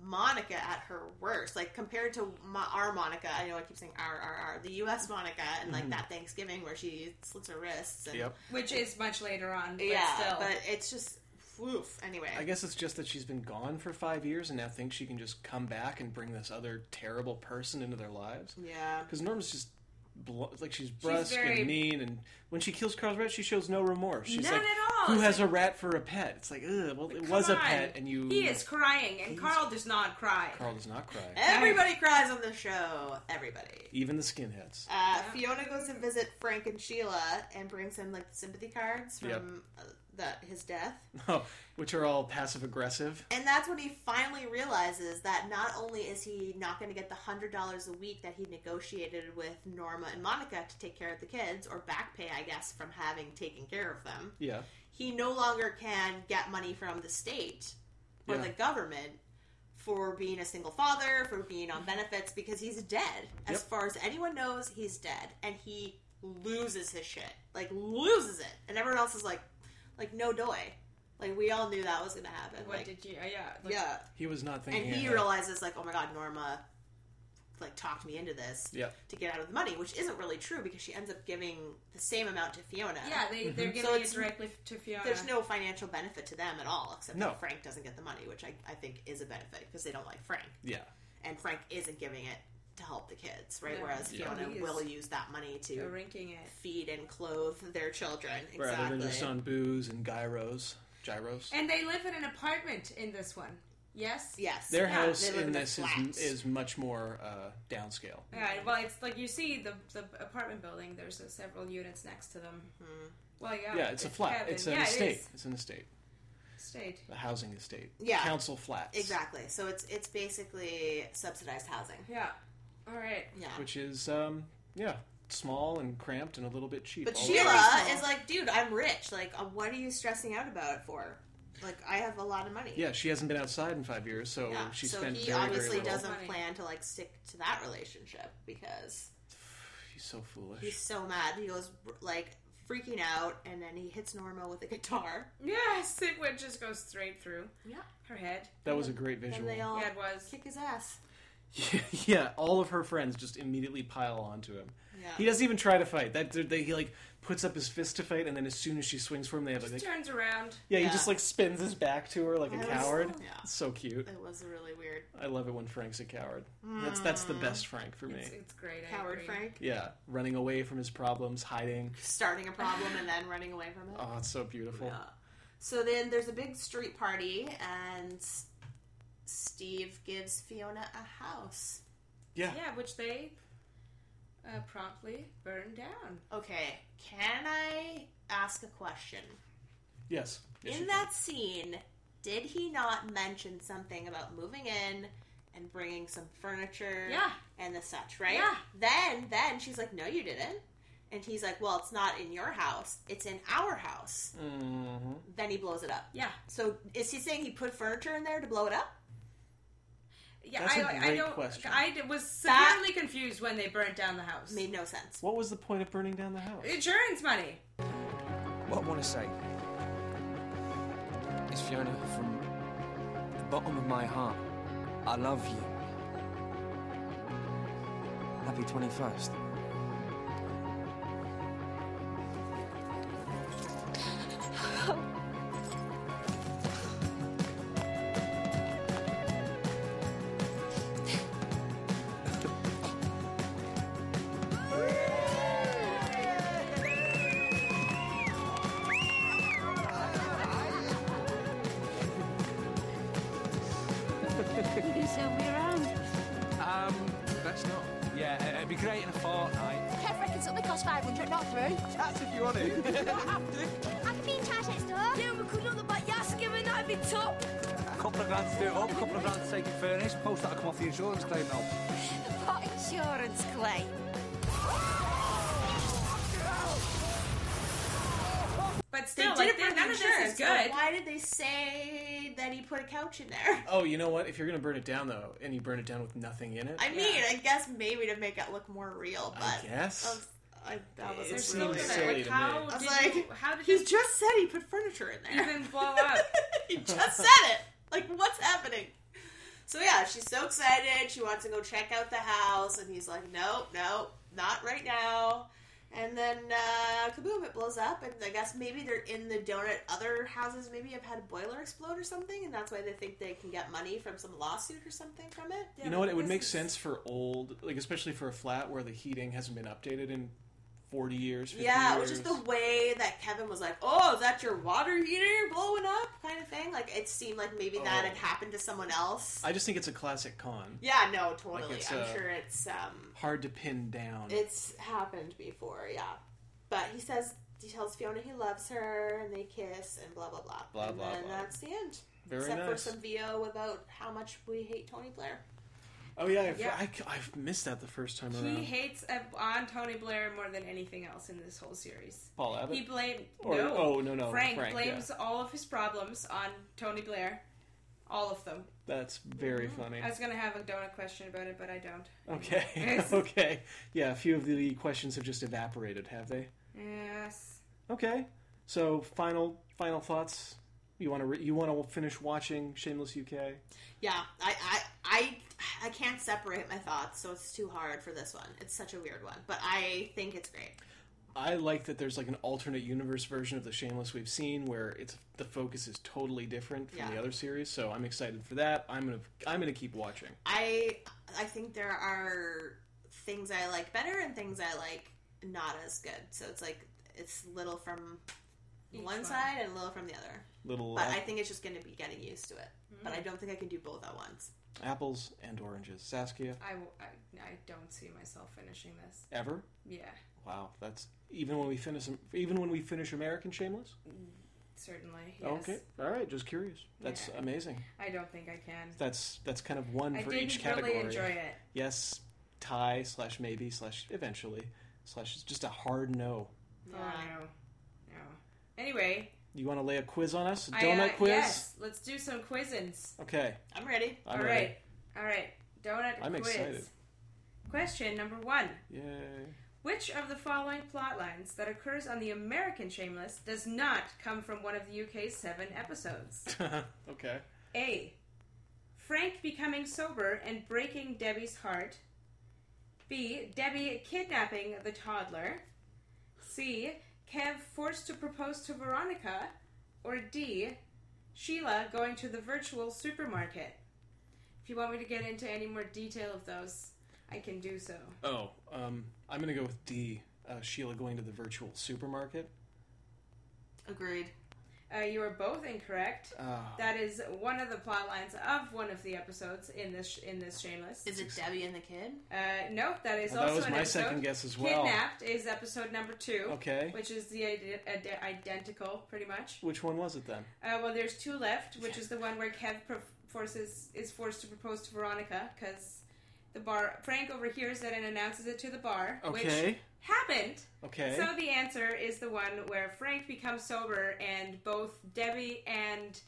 S3: Monica at her worst. Like compared to my, our Monica, I know I keep saying our, our, our, the U.S. Monica, and like
S1: Mm-hmm.
S2: Mhm.
S3: that Thanksgiving where she slits her wrists. And,
S2: Which is much later on. But
S3: yeah,
S2: still.
S3: but it's just woof. Anyway,
S1: I guess it's just that she's been gone for five years and now thinks she can just come back and bring this other terrible person into their lives.
S3: Yeah.
S1: Because Norm's just bl- like she's brusque
S2: very-
S1: and mean, and when she kills Carl's rat, she shows no remorse. She's
S2: None
S1: like,
S2: at all.
S1: Who
S2: It's
S1: has a rat for a pet? It's like, ugh, well, it
S2: Come
S1: was a
S2: on.
S1: pet, and you.
S2: He is crying, and
S1: He's-
S2: Carl does not cry.
S1: Carl does not cry.
S3: everybody cries on the show. Everybody.
S1: Even the skinheads.
S3: Uh, Fiona goes to visit Frank and Sheila and brings him like sympathy cards from
S1: Yep.
S3: uh, that his death.
S1: oh, Which are all passive aggressive.
S3: And that's when he finally realizes that not only is he not going to get the hundred dollars a week that he negotiated with Norma and Monica to take care of the kids, or back pay, I guess, from having taken care of them,
S1: Yeah.
S3: he no longer can get money from the state or
S1: Yeah.
S3: the government for being a single father, for being on benefits, because he's dead. As
S1: Yep.
S3: far as anyone knows, he's dead, and he loses his shit, like loses it, and everyone else is like, like no doy, like we all knew that was gonna happen.
S2: What
S3: like,
S2: did you? oh, Yeah,
S3: yeah,
S1: He was not
S3: and
S1: thinking.
S3: he
S1: ahead.
S3: realizes like, oh my god, Norma, like talked me into this
S1: Yep.
S3: to get out of the money, which isn't really true because she ends up giving the same amount to Fiona.
S2: Yeah, they,
S1: Mm-hmm.
S2: they're
S3: Mhm.
S2: giving
S3: So
S2: it
S3: it's-
S2: directly to Fiona.
S3: There's no financial benefit to them at all, except
S1: No.
S3: that Frank doesn't get the money, which I, I think is a benefit because they don't like Frank.
S1: Yeah.
S3: And Frank isn't giving it to help the kids, right?
S2: No,
S3: Whereas
S1: Yeah.
S3: Fiona
S2: Oh, he is.
S3: will use that money
S2: They're
S3: to
S2: rinking it.
S3: feed and clothe their children. Exactly.
S1: Rather than just on booze and gyros. Gyros.
S2: And they live in an apartment in this one. Yes?
S3: Yes.
S1: Their
S2: Yeah,
S1: house
S2: they live
S1: in
S2: in a
S1: this
S2: flat.
S1: is, is much more uh, downscale.
S2: Yeah, well, it's like you see the, the apartment building, there's uh,
S3: Mm-hmm.
S2: several units next to them. Well, yeah.
S1: Yeah, it's a flat.
S2: cabin.
S1: It's an
S2: yeah, it
S1: estate.
S2: is.
S1: it's an estate.
S2: State.
S1: the housing estate.
S3: Yeah.
S1: Council flats.
S3: Exactly. So it's it's basically subsidized housing.
S2: Yeah. All right.
S3: Yeah.
S1: Which is, um, yeah, small and cramped and a little bit cheap.
S3: But
S1: All-
S3: Sheila is like, dude, I'm rich. Like, uh, what are you stressing out about it for? Like, I have a lot of money.
S1: Yeah, she hasn't been outside in five years, so
S3: Yeah.
S1: she
S3: so
S1: spent
S3: he
S1: very,
S3: obviously
S1: very little.
S3: doesn't plan to like stick to that relationship because
S1: She's so foolish.
S3: he's so mad. He goes like freaking out, and then he hits Norma with a guitar.
S2: Yes, it would just go straight through.
S3: Yeah.
S2: Her head.
S1: That was a great
S3: And
S1: visual.
S3: they all
S2: Yeah, it was.
S3: kick his ass.
S1: yeah, all of her friends just immediately pile onto him.
S3: Yeah.
S1: He doesn't even try to fight. That they, he like puts up his fist to fight, and then as soon as she swings for him, they have like,
S2: Turns around.
S1: yeah, he just like spins his back to her like a
S3: That was-
S1: coward.
S3: yeah.
S1: It's so cute.
S3: It was really weird.
S1: I love it when Frank's a coward. That's that's the
S3: Mm.
S1: best Frank for me.
S2: It's, it's great. I
S3: Coward
S2: agree.
S3: Frank
S1: Yeah, running away from his problems, hiding.
S3: starting a problem and then running away from it.
S1: Oh, it's so beautiful.
S3: So then there's a big street party, and S- Steve gives Fiona a house.
S1: Yeah.
S2: Yeah, which they uh, promptly burned down.
S3: Okay, can I ask a question?
S1: Yes. Yes,
S3: in
S1: you
S3: that scene, did he not mention something about moving in and bringing some furniture
S2: Yeah.
S3: and the such, right?
S2: Yeah.
S3: Then then she's like, "No, you didn't." And he's like, "Well, it's not in your house. It's in our house."
S1: Mhm.
S3: Then he blows it up.
S2: Yeah.
S3: So is he saying he put furniture in there to blow it up?
S2: Yeah,
S1: That's a
S2: I, I
S1: great
S2: don't.
S1: question.
S2: I d- was
S3: That-
S2: severely confused when they burnt down the house.
S3: Made no sense.
S1: What was the point of burning down the house?
S2: Insurance money.
S5: What I want to say is, Fiona, from the bottom of my heart, I love you. Happy 21st.
S7: You can sell me around.
S5: Um, that's not. Yeah, uh, it'd be great in a fortnight.
S6: Kev reckons it'll cost 500, not three.
S5: That's if you want to.
S6: I can be in charge next door. Yeah, we could on the back yaskin and that'd be top.
S5: couple of grand to do it up, couple of grand to take it furnished, post that'll come off the insurance claim now.
S6: What insurance claim?
S2: But
S3: They
S2: still,
S3: did
S2: like,
S3: it for
S2: none
S3: the
S2: of this
S3: insurance,
S2: is
S3: so
S2: good.
S3: why did they say that he put a couch in there?
S1: Oh, you know what? If you're gonna burn it down though, and you burn it down with nothing in it,
S3: I mean, I guess maybe to make it look more real, but
S1: I guess.
S3: I, that was
S1: It
S3: really
S1: seems
S3: weird.
S1: silly
S2: Like,
S1: to
S2: how
S1: me.
S3: I
S2: did
S3: was
S2: like,
S3: like,
S2: how did
S3: he
S2: this
S3: just said he put furniture in there.
S2: even blow up?
S3: he just said it. Like, what's happening? So yeah, she's so excited. She wants to go check out the house, and he's like, "Nope, nope, not right now." And then uh, kaboom! It blows up, and I guess maybe they're in the donut. Other houses maybe have had a boiler explode or something, and that's why they think they can get money from some lawsuit or something from it.
S1: you know what? It would
S2: This
S1: make
S2: is-
S1: sense for old, like especially for a flat where the heating hasn't been updated in forty years. 50
S3: Yeah,
S1: years.
S3: which is the way that Kevin was like, "Oh, is that your water heater blowing up?" kind of thing. Like it seemed like maybe that
S1: Oh.
S3: had happened to someone else.
S1: I just think it's a classic con.
S3: Yeah, no, totally.
S1: it's,
S3: I'm
S1: uh,
S3: sure it's um,
S1: Hard to pin down.
S3: it's happened before. Yeah, but he says he tells Fiona he loves her, and they kiss, and blah blah blah.
S1: Blah,
S3: and
S1: blah,
S3: then
S1: blah.
S3: that's the end.
S1: Very
S3: Except
S1: nice.
S3: for some VO about how much we hate Tony Blair.
S1: oh yeah, I,
S2: Yeah.
S1: I, have missed that the first time around.
S2: He hates uh, on Tony Blair more than anything else in this whole series.
S1: Paul Abbott.
S2: He blamed
S1: Or-
S2: no.
S1: oh, no, no,
S2: Frank,
S1: Frank,
S2: blames all of his problems on Tony Blair, all of them.
S1: That's very funny.
S2: I was gonna have a donut question about it, but I don't.
S1: Okay, okay, yeah. A few of the questions have just evaporated, have they?
S2: Yes.
S1: Okay. So final final thoughts. You want to re- you want to finish watching Shameless UK?
S3: Yeah, I, I, I, I can't separate my thoughts, so it's too hard for this one. It's such a weird one, but I think it's great.
S1: I like that there's like an alternate universe version of the Shameless we've seen where it's the focus is totally different from
S3: Yeah.
S1: the other series. So I'm excited for that. I'm gonna I'm gonna keep watching.
S3: I I think there are things I like better and things I like not as good. So it's like it's little from
S2: Each
S3: one
S2: one.
S3: side and little from the other.
S1: Little
S3: But
S1: ap-
S3: I think it's just going to be getting used to it. But I don't think I can do both at once.
S1: apples and oranges. Saskia,
S2: I, w- I- I don't see myself finishing this.
S1: ever?
S2: Yeah.
S1: Wow, that's even when we finish even when we finish American Shameless.
S2: certainly.
S1: Okay.
S2: yes.
S1: All right. Just curious. That's
S2: Yeah.
S1: amazing.
S2: I don't think I can.
S1: That's that's kind of one
S2: I
S1: for
S2: did
S1: each
S2: really
S1: category.
S2: enjoy it.
S1: Yes. Tie slash maybe slash eventually slash it's just a hard no.
S2: Oh no, no. Anyway,
S1: You want to lay a quiz on us? A
S2: I,
S1: donut
S2: uh,
S1: quiz.
S2: Yes, let's do some quizzins.
S1: Okay.
S2: I'm ready.
S1: I'm
S2: All
S1: ready.
S2: right, all right. Donut
S1: I'm
S2: quiz.
S1: excited.
S2: Question number one:
S1: Yay.
S2: Which of the following plot lines that occurs on the American Shameless does not come from one of the UK's seven episodes?
S1: okay.
S2: A. Frank becoming sober and breaking Debbie's heart. B. Debbie kidnapping the toddler. C. Kev forced to propose to Veronica. Or D. Sheila going to the virtual supermarket. If you want me to get into any more detail of those, I can do so.
S1: Oh, um, I'm gonna go with D. Uh, Sheila going to the virtual supermarket.
S2: Agreed. Uh, you are both incorrect.
S1: Oh.
S2: That is one of the plot lines of one of the episodes in this in this Shameless.
S3: Is it Debbie and the kid?
S2: Uh, no, that is
S1: Well, Oh, that
S2: also
S1: was
S2: an
S1: my
S2: episode.
S1: second guess as well.
S2: Kidnapped is episode number two.
S1: Okay.
S2: Which is the ide- ide- identical, pretty much.
S1: Which one was it then?
S2: Uh, well, there's two left, which is the one where Kev pro- forces is forced to propose to Veronica because the bar Frank overhears it and announces it to the bar, which
S1: Okay.
S2: happened.
S1: Okay.
S2: So the answer is the one where Frank becomes sober and both Debbie and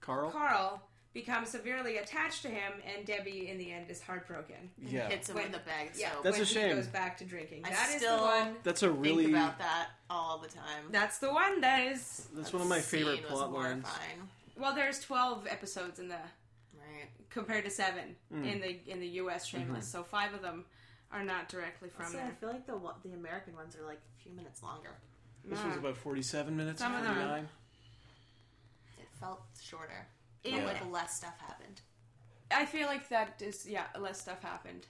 S1: Carl.
S2: Carl becomes severely attached to him, and Debbie in the end is heartbroken.
S1: Yeah. hits
S3: him with a bag of
S2: Yeah,
S3: soap.
S1: That's
S2: when
S1: a shame.
S2: He goes back to drinking.
S3: I
S2: That is
S3: still
S2: the one.
S1: That's a really
S3: Think about that all the time.
S2: That's the one. That is.
S1: That's one of my favorite
S3: scene was
S1: plot lines.
S3: horrifying.
S2: Well, there's 12 episodes in the
S3: Right.
S2: compared to seven
S1: Hmm.
S3: Mm.
S2: in the in the U.S.
S1: Mm-hmm.
S2: Shameless,
S3: Mhm.
S2: so five of them are not directly from
S3: Also, I
S2: there.
S3: feel like the one- the American ones are like a few minutes longer.
S1: This was
S2: Nah.
S1: about 47 minutes,
S2: Some of them.
S1: 49.
S3: It felt shorter.
S2: Yeah.
S3: Yeah. Like less stuff happened.
S2: I feel like that is yeah, less stuff happened.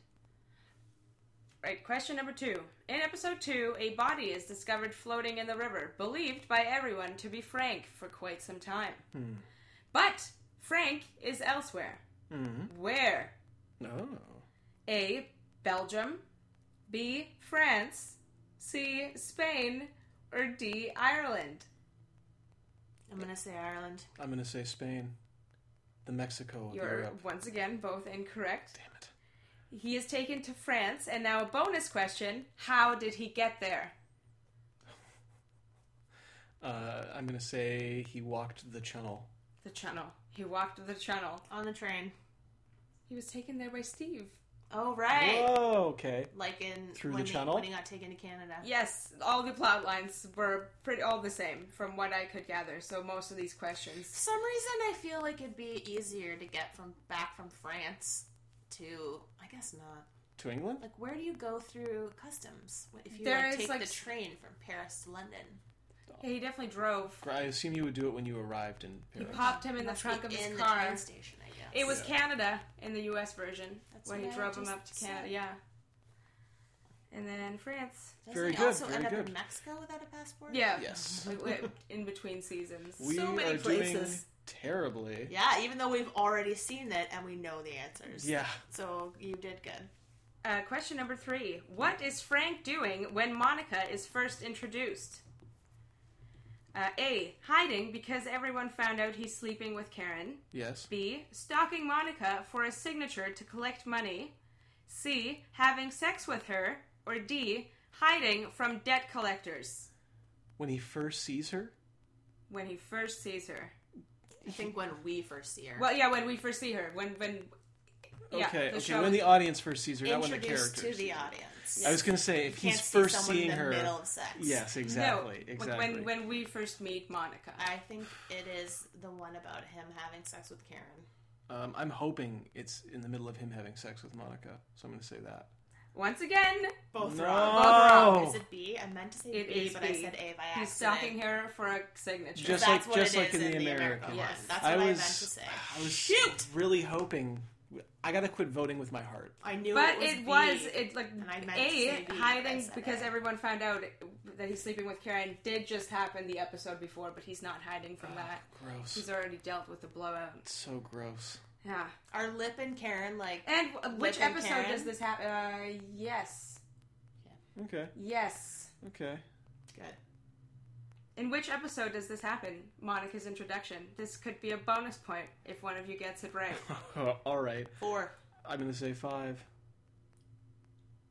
S2: Right, question number two. In episode two, a body is discovered floating in the river, believed by everyone to be Frank for quite some time.
S1: Hmm.
S2: But Frank is elsewhere.
S1: Mm-hmm.
S2: Where?
S1: Oh.
S2: A. Belgium. B. France. C. Spain. Or D. Ireland.
S3: I'm gonna say Ireland.
S1: I'm going to say Spain. The Mexico of
S2: You're
S1: Europe.
S2: once again both incorrect.
S1: Damn it.
S2: He is taken to France, and now a bonus question: How did he get there?
S1: Uh, I'm going to say he walked the channel.
S2: The channel. He walked the channel
S3: on the train.
S2: He was taken there by Steve.
S3: Oh right.
S1: Whoa, okay.
S3: Like in
S1: Through
S3: when
S1: the
S3: he-
S1: channel?
S3: when he got taken to Canada.
S2: Yes, all the plot lines were pretty all the same from what I could gather. So most of these
S3: For
S2: questions.
S3: some reason, I feel like it'd be easier to get from back from France to I guess not.
S1: To England?
S3: Like, where do you go through customs if you
S2: There
S3: like,
S2: is,
S3: take
S2: like,
S3: the train from Paris to London?
S2: Yeah, he definitely drove.
S1: I assume you would do it when you arrived in
S2: He
S1: Paris.
S2: popped him in
S3: Must
S2: the trunk
S3: be
S2: of his
S3: in the
S2: car.
S3: train station, I guess.
S2: It was
S1: Yeah.
S2: Canada in the U.S. version
S3: That's
S2: when he
S3: what I
S2: drove him
S3: just
S2: up to
S3: said.
S2: Canada. Yeah. And then France.
S3: Doesn't
S1: Very
S3: he
S1: good,
S3: also
S1: very
S3: end up
S1: good.
S3: in Mexico without a passport?
S2: Yeah.
S1: Yes.
S2: We- we- in between seasons.
S1: We
S3: so many
S1: are doing
S3: places.
S1: terribly.
S3: Yeah, even though we've already seen it and we know the answers.
S1: Yeah.
S3: So you did good.
S2: Uh, question number three. What is Frank doing when Monica is first introduced? Uh, A. Hiding because everyone found out he's sleeping with Karen.
S1: Yes.
S2: B. Stalking Monica for a signature to collect money. C. Having sex with her. Or D. Hiding from debt collectors
S1: When he first sees her?
S2: when he first sees her.
S3: I think when we first see her.
S2: Well, yeah, when we first see her. When, when, yeah.
S1: okay,
S2: the
S1: okay.
S2: show-
S1: When the audience first sees her, not when the
S3: Introduced
S1: character.
S3: to the audience.
S1: I was going to say, if
S3: You
S1: he's
S3: can't see
S1: first
S3: someone in
S1: seeing
S3: the
S1: her.
S3: middle of sex.
S1: Yes, exactly.
S2: No,
S1: exactly.
S2: When, when we first meet Monica.
S3: I think it is the one about him having sex with Karen.
S1: Um, I'm hoping it's in the middle of him having sex with Monica, so I'm going to say that.
S2: Once again,
S3: Both
S1: No.
S3: wrong. Both wrong.
S1: Oh.
S3: Is it B? I meant to say
S2: It
S3: B,
S2: is
S3: but
S2: B.
S3: I said A by accident.
S2: He's stalking her for a signature.
S1: Just like
S3: That's what
S1: just
S3: it
S1: like
S3: is
S1: in, the
S3: in the
S1: American,
S3: American
S1: one.
S3: one. That's what I meant to say.
S1: I was really hoping. I gotta quit voting with my heart.
S3: I knew
S2: but
S3: it
S2: it
S3: was
S2: was,
S3: B.
S2: it like
S3: And I meant to say
S2: a
S3: B, but I
S2: hiding
S3: said
S2: because
S3: A.
S2: everyone found out that he's sleeping with Karen did just happen the episode before, but he's not hiding from that.
S1: gross.
S2: He's already dealt with the blowout.
S1: It's so gross.
S2: Yeah.
S3: Are Lip and Karen like?
S2: And w-
S3: Lip
S2: which
S3: and
S2: episode
S3: Karen?
S2: does this happen? Uh, yes,
S1: Okay.
S2: yes.
S1: Okay.
S3: Good.
S2: In which episode does this happen? Monica's introduction. This could be a bonus point if one of you gets it right.
S1: All right.
S3: Four.
S1: I'm gonna say five.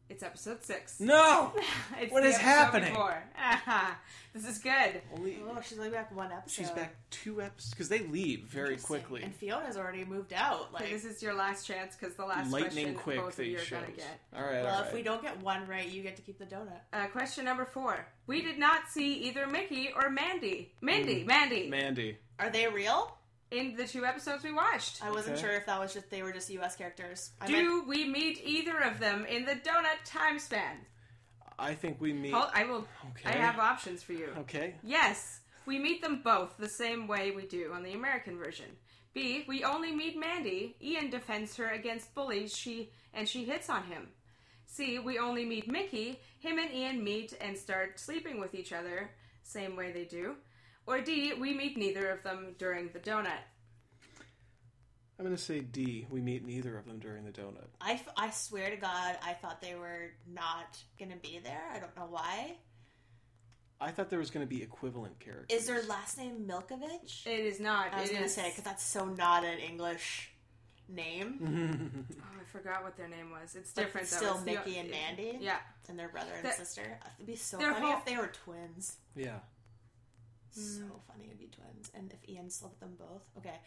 S2: It's episode six.
S1: No!
S2: it's
S1: What
S2: the
S1: is
S2: episode
S1: happening?
S2: Before. Ah, this is good.
S3: oh, she's only back one episode.
S1: She's back two episodes because they leave very quickly.
S3: And Fiona's already moved out. Like
S2: this is your last chance because the last
S1: Lightning
S2: question
S1: quick
S2: both of you
S1: these
S2: are gonna
S1: shows.
S2: get.
S1: All right,
S3: Well,
S1: all
S3: if
S1: right.
S3: we don't get one right, you get to keep the donut.
S2: Uh, question number four. We did not see either Mickey or Mandy. Mindy,
S1: Mm.
S2: Mandy.
S1: Mandy.
S3: Are they real?
S2: In the two episodes we watched.
S3: I wasn't
S1: Okay.
S3: sure if that was just they were just U.S. characters. I
S2: Do we meet either of them in the donut time span?
S1: I think we meet.
S2: Hold- I will. I
S1: Okay.
S2: have options for you.
S1: Okay.
S2: Yes, we meet them both the same way we do on the American version. B, we only meet Mandy. Ian defends her against bullies. She and she hits on him. C, we only meet Mickey. Him and Ian meet and start sleeping with each other, same way they do. Or D, we meet neither of them during the donut.
S1: I'm gonna say D. We meet neither of them during the donut.
S3: I, f- I swear to God, I thought they were not going to be there. I don't know why.
S1: I thought there was gonna be equivalent characters.
S3: Is their last name Milkovich?
S2: It is not.
S3: I was
S2: It
S3: going to
S2: is-
S3: say because that's so not an English name.
S2: Oh, I forgot what their name was. It's
S3: But
S2: different. though.
S3: Still,
S2: It's the-
S3: Mickey and Mandy.
S2: Yeah.
S3: and their brother and
S2: That-
S3: sister. It'd be so
S2: their
S3: funny
S2: whole- Mm.
S3: if they were twins.
S1: Yeah.
S3: So funny to be twins, and if Ian slept them both. Okay.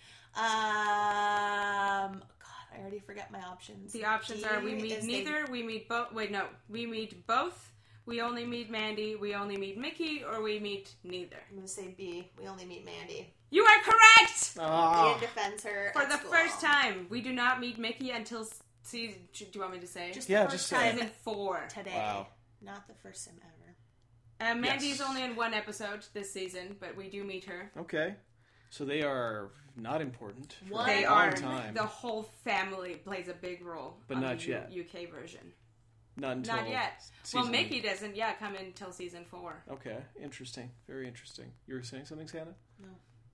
S3: Um. God, I already forget my options.
S2: The options are we
S3: D
S2: meet
S3: is they-
S2: neither, we meet both. Wait, no, we meet both. We only meet Mandy. We only meet Mickey, or we meet neither.
S3: I'm gonna say B. We only meet Mandy.
S2: You are correct.
S1: Oh, Ah,
S3: Ian defends her
S2: For
S3: at
S2: the
S3: school.
S2: first time, we do not meet Mickey until s- season. Do you want me to say?
S3: Just the Yeah, first just say it.
S2: season four
S3: today.
S1: Wow.
S3: Not the first time ever.
S2: Uh, Mandy
S1: Yes.
S2: is only in one episode this season, but we do meet her.
S1: Okay. So they are not important. For
S2: What?
S1: a
S2: They
S1: long
S2: are
S1: time.
S2: the whole family plays a big role,
S1: But
S2: on
S1: not
S2: the
S1: yet.
S2: U- UK version.
S1: Not until.
S2: not yet.
S1: season-
S2: Well, Mickey doesn't. Yeah, come in till season four.
S1: Okay. Interesting. Very interesting. You were saying something, Santa?
S3: No.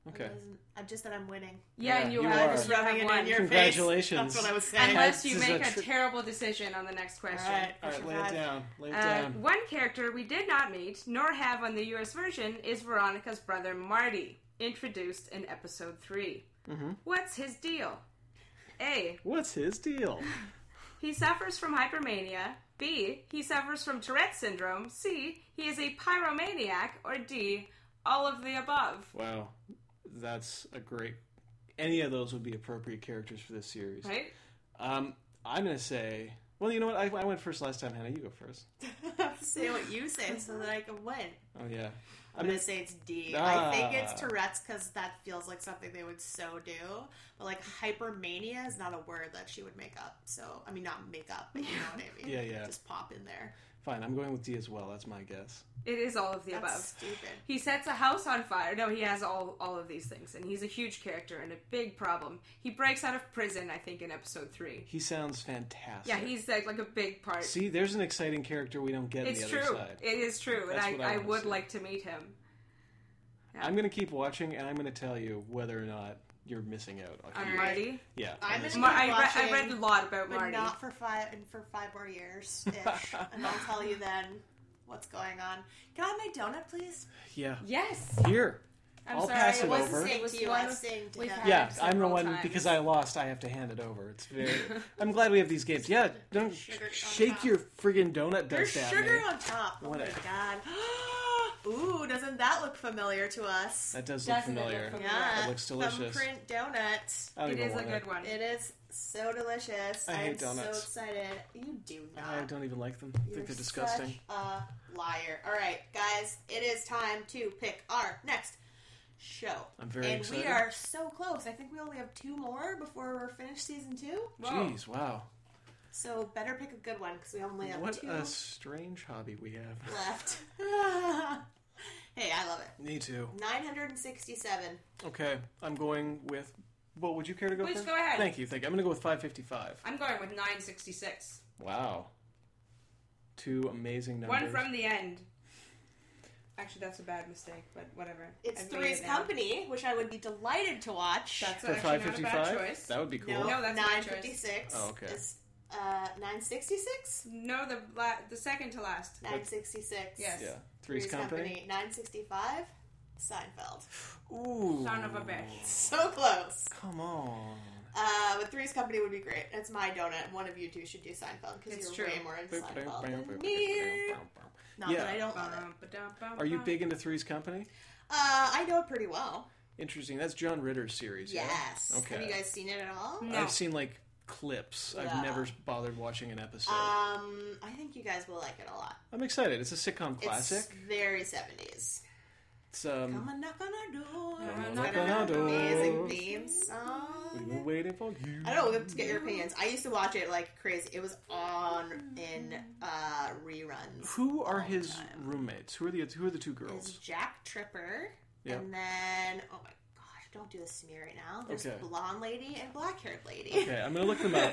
S1: Okay.
S3: I'm just that I'm winning.
S2: Yeah, and you,
S1: you
S2: have,
S1: are.
S2: you have one.
S1: Congratulations.
S2: Unless
S1: This
S2: you
S1: is
S2: make a,
S1: tri-
S2: terrible decision on the next question.
S1: All right, all right, lay it down. Lay it
S2: Uh,
S1: down.
S2: One character we did not meet, nor have on the US version, is Veronica's brother Marty, introduced in episode 3.
S1: Mhm.
S2: What's his deal? A.
S1: What's his deal?
S2: He suffers from hypermania. B. He suffers from Tourette syndrome. C. He is a pyromaniac. Or D. All of the above.
S1: Wow, that's a great. Any of those would be appropriate characters for this series,
S2: Right?
S1: Um, I'm gonna say. Well, you know what? I, I went first last time, Hannah. You go first.
S3: say what you say so that I can win.
S1: Oh yeah.
S3: I'm gonna say it's D.
S1: ah.
S3: I think it's Tourette's because that feels like something they would so do. But like hypermania is not a word that she would make up. So I mean, not make up, but you know what I mean.
S1: Yeah, yeah.
S3: Just pop in there.
S1: Fine, I'm going with D as well. That's my guess.
S2: It is all of the
S3: That's
S2: above.
S3: stupid.
S2: He sets a house on fire. No, he has all all of these things, and he's a huge character and a big problem. He breaks out of prison, I think, in episode three.
S1: He sounds fantastic.
S2: Yeah, he's like like a big part.
S1: See, there's an exciting character we don't get. on
S2: it's
S1: the
S2: true.
S1: Other side.
S2: It is true,
S1: That's
S2: and
S1: what
S2: I, I,
S1: wanna
S2: would
S1: see.
S2: like to meet him.
S1: I'm gonna keep watching, and I'm gonna tell you whether or not you're missing out. on
S2: On
S1: who-
S2: Marty?
S1: Yeah.
S3: I'm
S1: on
S3: gonna
S1: this
S3: keep
S2: Mar- I read- I
S3: watching,
S2: read a lot about
S3: but
S2: Marty.
S3: Not for five and for five more years ish, and I'll tell you then what's going on. Can I have my donut, please?
S1: Yeah.
S2: Yes.
S1: Here.
S3: I'm
S1: will
S3: sorry,
S1: pass
S3: it
S1: it
S3: wasn't
S1: over.
S3: saying to you, I was saying to
S2: we've
S3: him.
S2: had
S1: Yeah, I'm the
S2: several
S1: one
S2: times.
S1: because I lost. I have to hand it over. It's very. I'm glad we have these games. Yeah, don't shake your friggin' donut
S3: There's
S1: dust at me.
S3: sugar on top. Oh
S1: What
S3: my
S1: a-
S3: god. Ooh, doesn't that look familiar to us?
S1: That does look Doesn't it look familiar. familiar?
S3: Yeah.
S1: It looks delicious.
S3: Thumbprint donut.
S1: I don't It even is a want good it.
S2: one.
S3: It is so delicious.
S1: I hate
S3: am
S1: donuts.
S3: so excited. You do not.
S1: I don't even like them. I
S3: You're
S1: think they're disgusting.
S3: Such a liar. All right, guys, it is time to pick our next show.
S1: I'm very
S3: and
S1: excited.
S3: we are so close. I think we only have two more before we're finished season two.
S1: Jeez, wow.
S3: So better pick a good one because we only have
S1: What
S3: two
S1: a strange hobby we have.
S3: left. hey, I love it.
S1: Me too.
S3: 967.
S1: Okay, I'm going with. Well, would you care to go
S2: Please
S1: first?
S2: go ahead.
S1: Thank you. Thank you. I'm going to go with 555.
S2: I'm going with 966.
S1: Wow. Two amazing numbers.
S2: One from the end. Actually, that's a bad mistake, but whatever.
S3: It's
S2: I've made
S3: Three's
S2: it now.
S3: Company, which I would be delighted to watch. That's
S1: For actually not a bad 555? choice. That would be cool.
S3: No,
S1: No,
S2: that's my choice.
S3: 956.
S1: Oh, okay.
S3: Is, uh, 966?
S2: No, the la- the second to last.
S3: 966.
S2: Yes.
S1: Yeah. Three's Company.
S3: 965. Seinfeld.
S1: Ooh.
S2: Son of a bitch.
S3: So close.
S1: Come on.
S3: Uh, but Three's Company would be great. It's my donut. One of you two should do Seinfeld because
S2: It's
S3: you're
S2: true.
S3: way more into Seinfeld than me. Uh, Not
S1: Yeah.
S3: that I don't love it.
S1: Are you big into Three's Company?
S3: Uh, I know it pretty well.
S1: Interesting. That's John Ritter's series. yeah?
S3: Yes.
S1: Okay.
S3: Have you guys seen it at all?
S1: I've seen like clips.
S3: Yeah.
S1: I've never bothered watching an episode.
S3: Um, I think you guys will like it a lot.
S1: I'm excited. It's a sitcom classic.
S3: It's very seventies.
S1: It's, um,
S3: Come and knock on our door.
S1: Come and
S3: It's
S1: knock
S3: got
S1: on our
S3: an Amazing
S1: door.
S3: theme song.
S1: we were waiting for you.
S3: I don't know to get your opinions. I used to watch it like crazy. It was on in uh, reruns.
S1: Who are his roommates? Who are the who are the two girls?
S3: Is Jack Tripper,
S1: Yeah.
S3: and then oh my gosh, don't do this to me right now. There's
S1: Okay.
S3: blonde lady and black haired lady.
S1: Okay, I'm gonna look them up.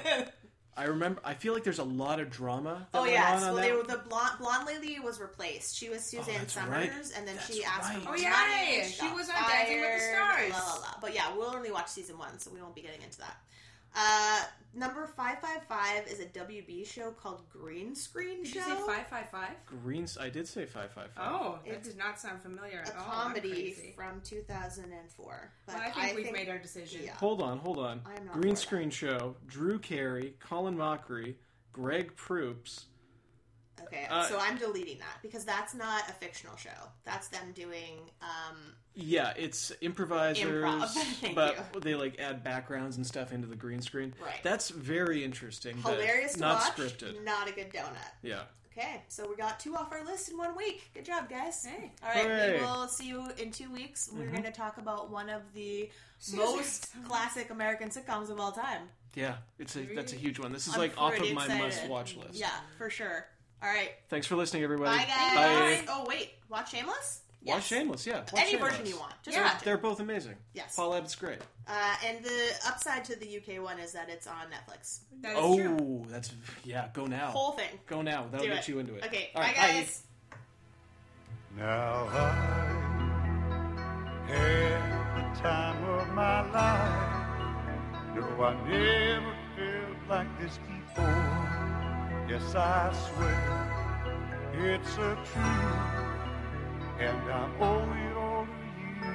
S1: I remember. I feel like there's a lot of drama. That
S3: Oh
S1: went
S3: yes,
S1: on, on
S3: well,
S1: that. Oh,
S3: they were, the blonde, blonde lady was replaced. She was Suzanne
S1: that's
S3: Summers,
S1: right.
S3: and then she asked for
S2: right. Oh,
S3: money
S2: yeah,
S3: and
S2: she
S3: got
S2: was on Dancing with the Stars.
S3: fired, La, la, la. But yeah, we'll only watch season one, so we won't be getting into that. Uh, number five five five is a WB show called Green Screen
S2: Did
S3: Show.
S2: you say five five five?
S1: Greens. I did say five five five.
S2: Oh, that did not sound familiar
S3: A
S2: at all. Oh, I'm
S3: comedy
S2: crazy.
S3: from 2004. But
S2: Well, I think we've made our decision.
S3: Yeah.
S1: Hold on, hold on.
S3: I'm not
S1: Green
S3: for
S1: Screen Show, Drew Carey, Colin Mockery, Greg Proops.
S3: Okay,
S1: Uh,
S3: so I'm deleting that because that's not a fictional show. That's them doing um,
S1: Yeah, it's improvisers,
S3: Improv. Thank
S1: but they like add backgrounds and stuff into the green screen.
S3: Right.
S1: That's very interesting. but
S3: hilarious. to
S1: Not
S3: watch,
S1: scripted.
S3: Not a good donut.
S1: Yeah.
S3: Okay, so we got two off our list in one week. Good job, guys. All right,
S1: Hooray.
S3: we will see you in two weeks. We're
S1: Mhm.
S3: going to talk about one of the
S2: Susan
S3: most classic American sitcoms of all time.
S1: Yeah. It's a that's a huge one. This is
S3: Mm. I'm
S1: like off
S3: pretty
S1: of my
S3: excited.
S1: must watch list.
S3: Yeah, for sure. All right,
S1: Thanks for listening, everybody.
S3: bye guys.
S1: Bye.
S3: Oh wait, watch Shameless.
S1: Watch Shameless. Yeah. Watch
S3: Any
S1: Shameless.
S3: version you want. Just
S1: They're-
S3: watch it.
S1: They're both amazing.
S3: Yes.
S1: Paul Abbott's great.
S3: Uh, and the upside to the UK one is that it's on Netflix.
S2: That
S1: oh, that's yeah. Go now.
S3: Whole thing.
S1: Go now. That'll
S3: Do
S1: get
S3: it.
S1: you into it.
S3: Okay,
S1: All right,
S3: bye guys.
S12: Now I had the time of my life. No, I never felt like this before. Yes, I swear it's a truth, and I owe it all to you.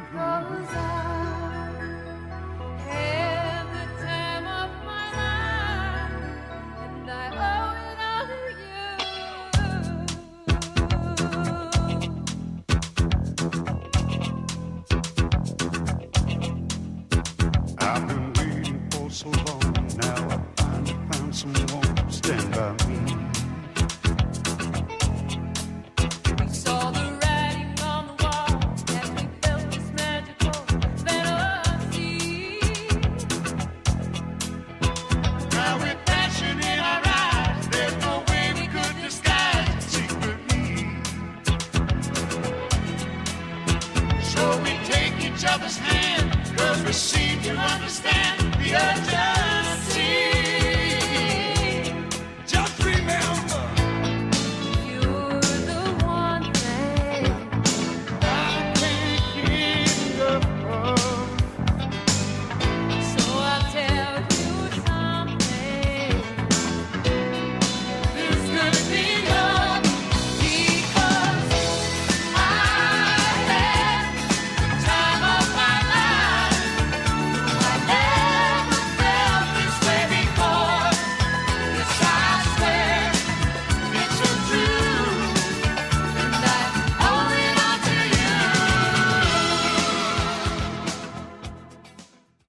S13: Had the time of my life, and I owe it all to
S12: I've been waiting for so long. Now I finally found someone to stand by me.
S13: you. We saw the writing on the wall, and we felt this magical fantasy.
S12: Now with passion in our eyes, there's no way we could disguise secret needs. So we take each other's hand, cause we seem to understand the urgency.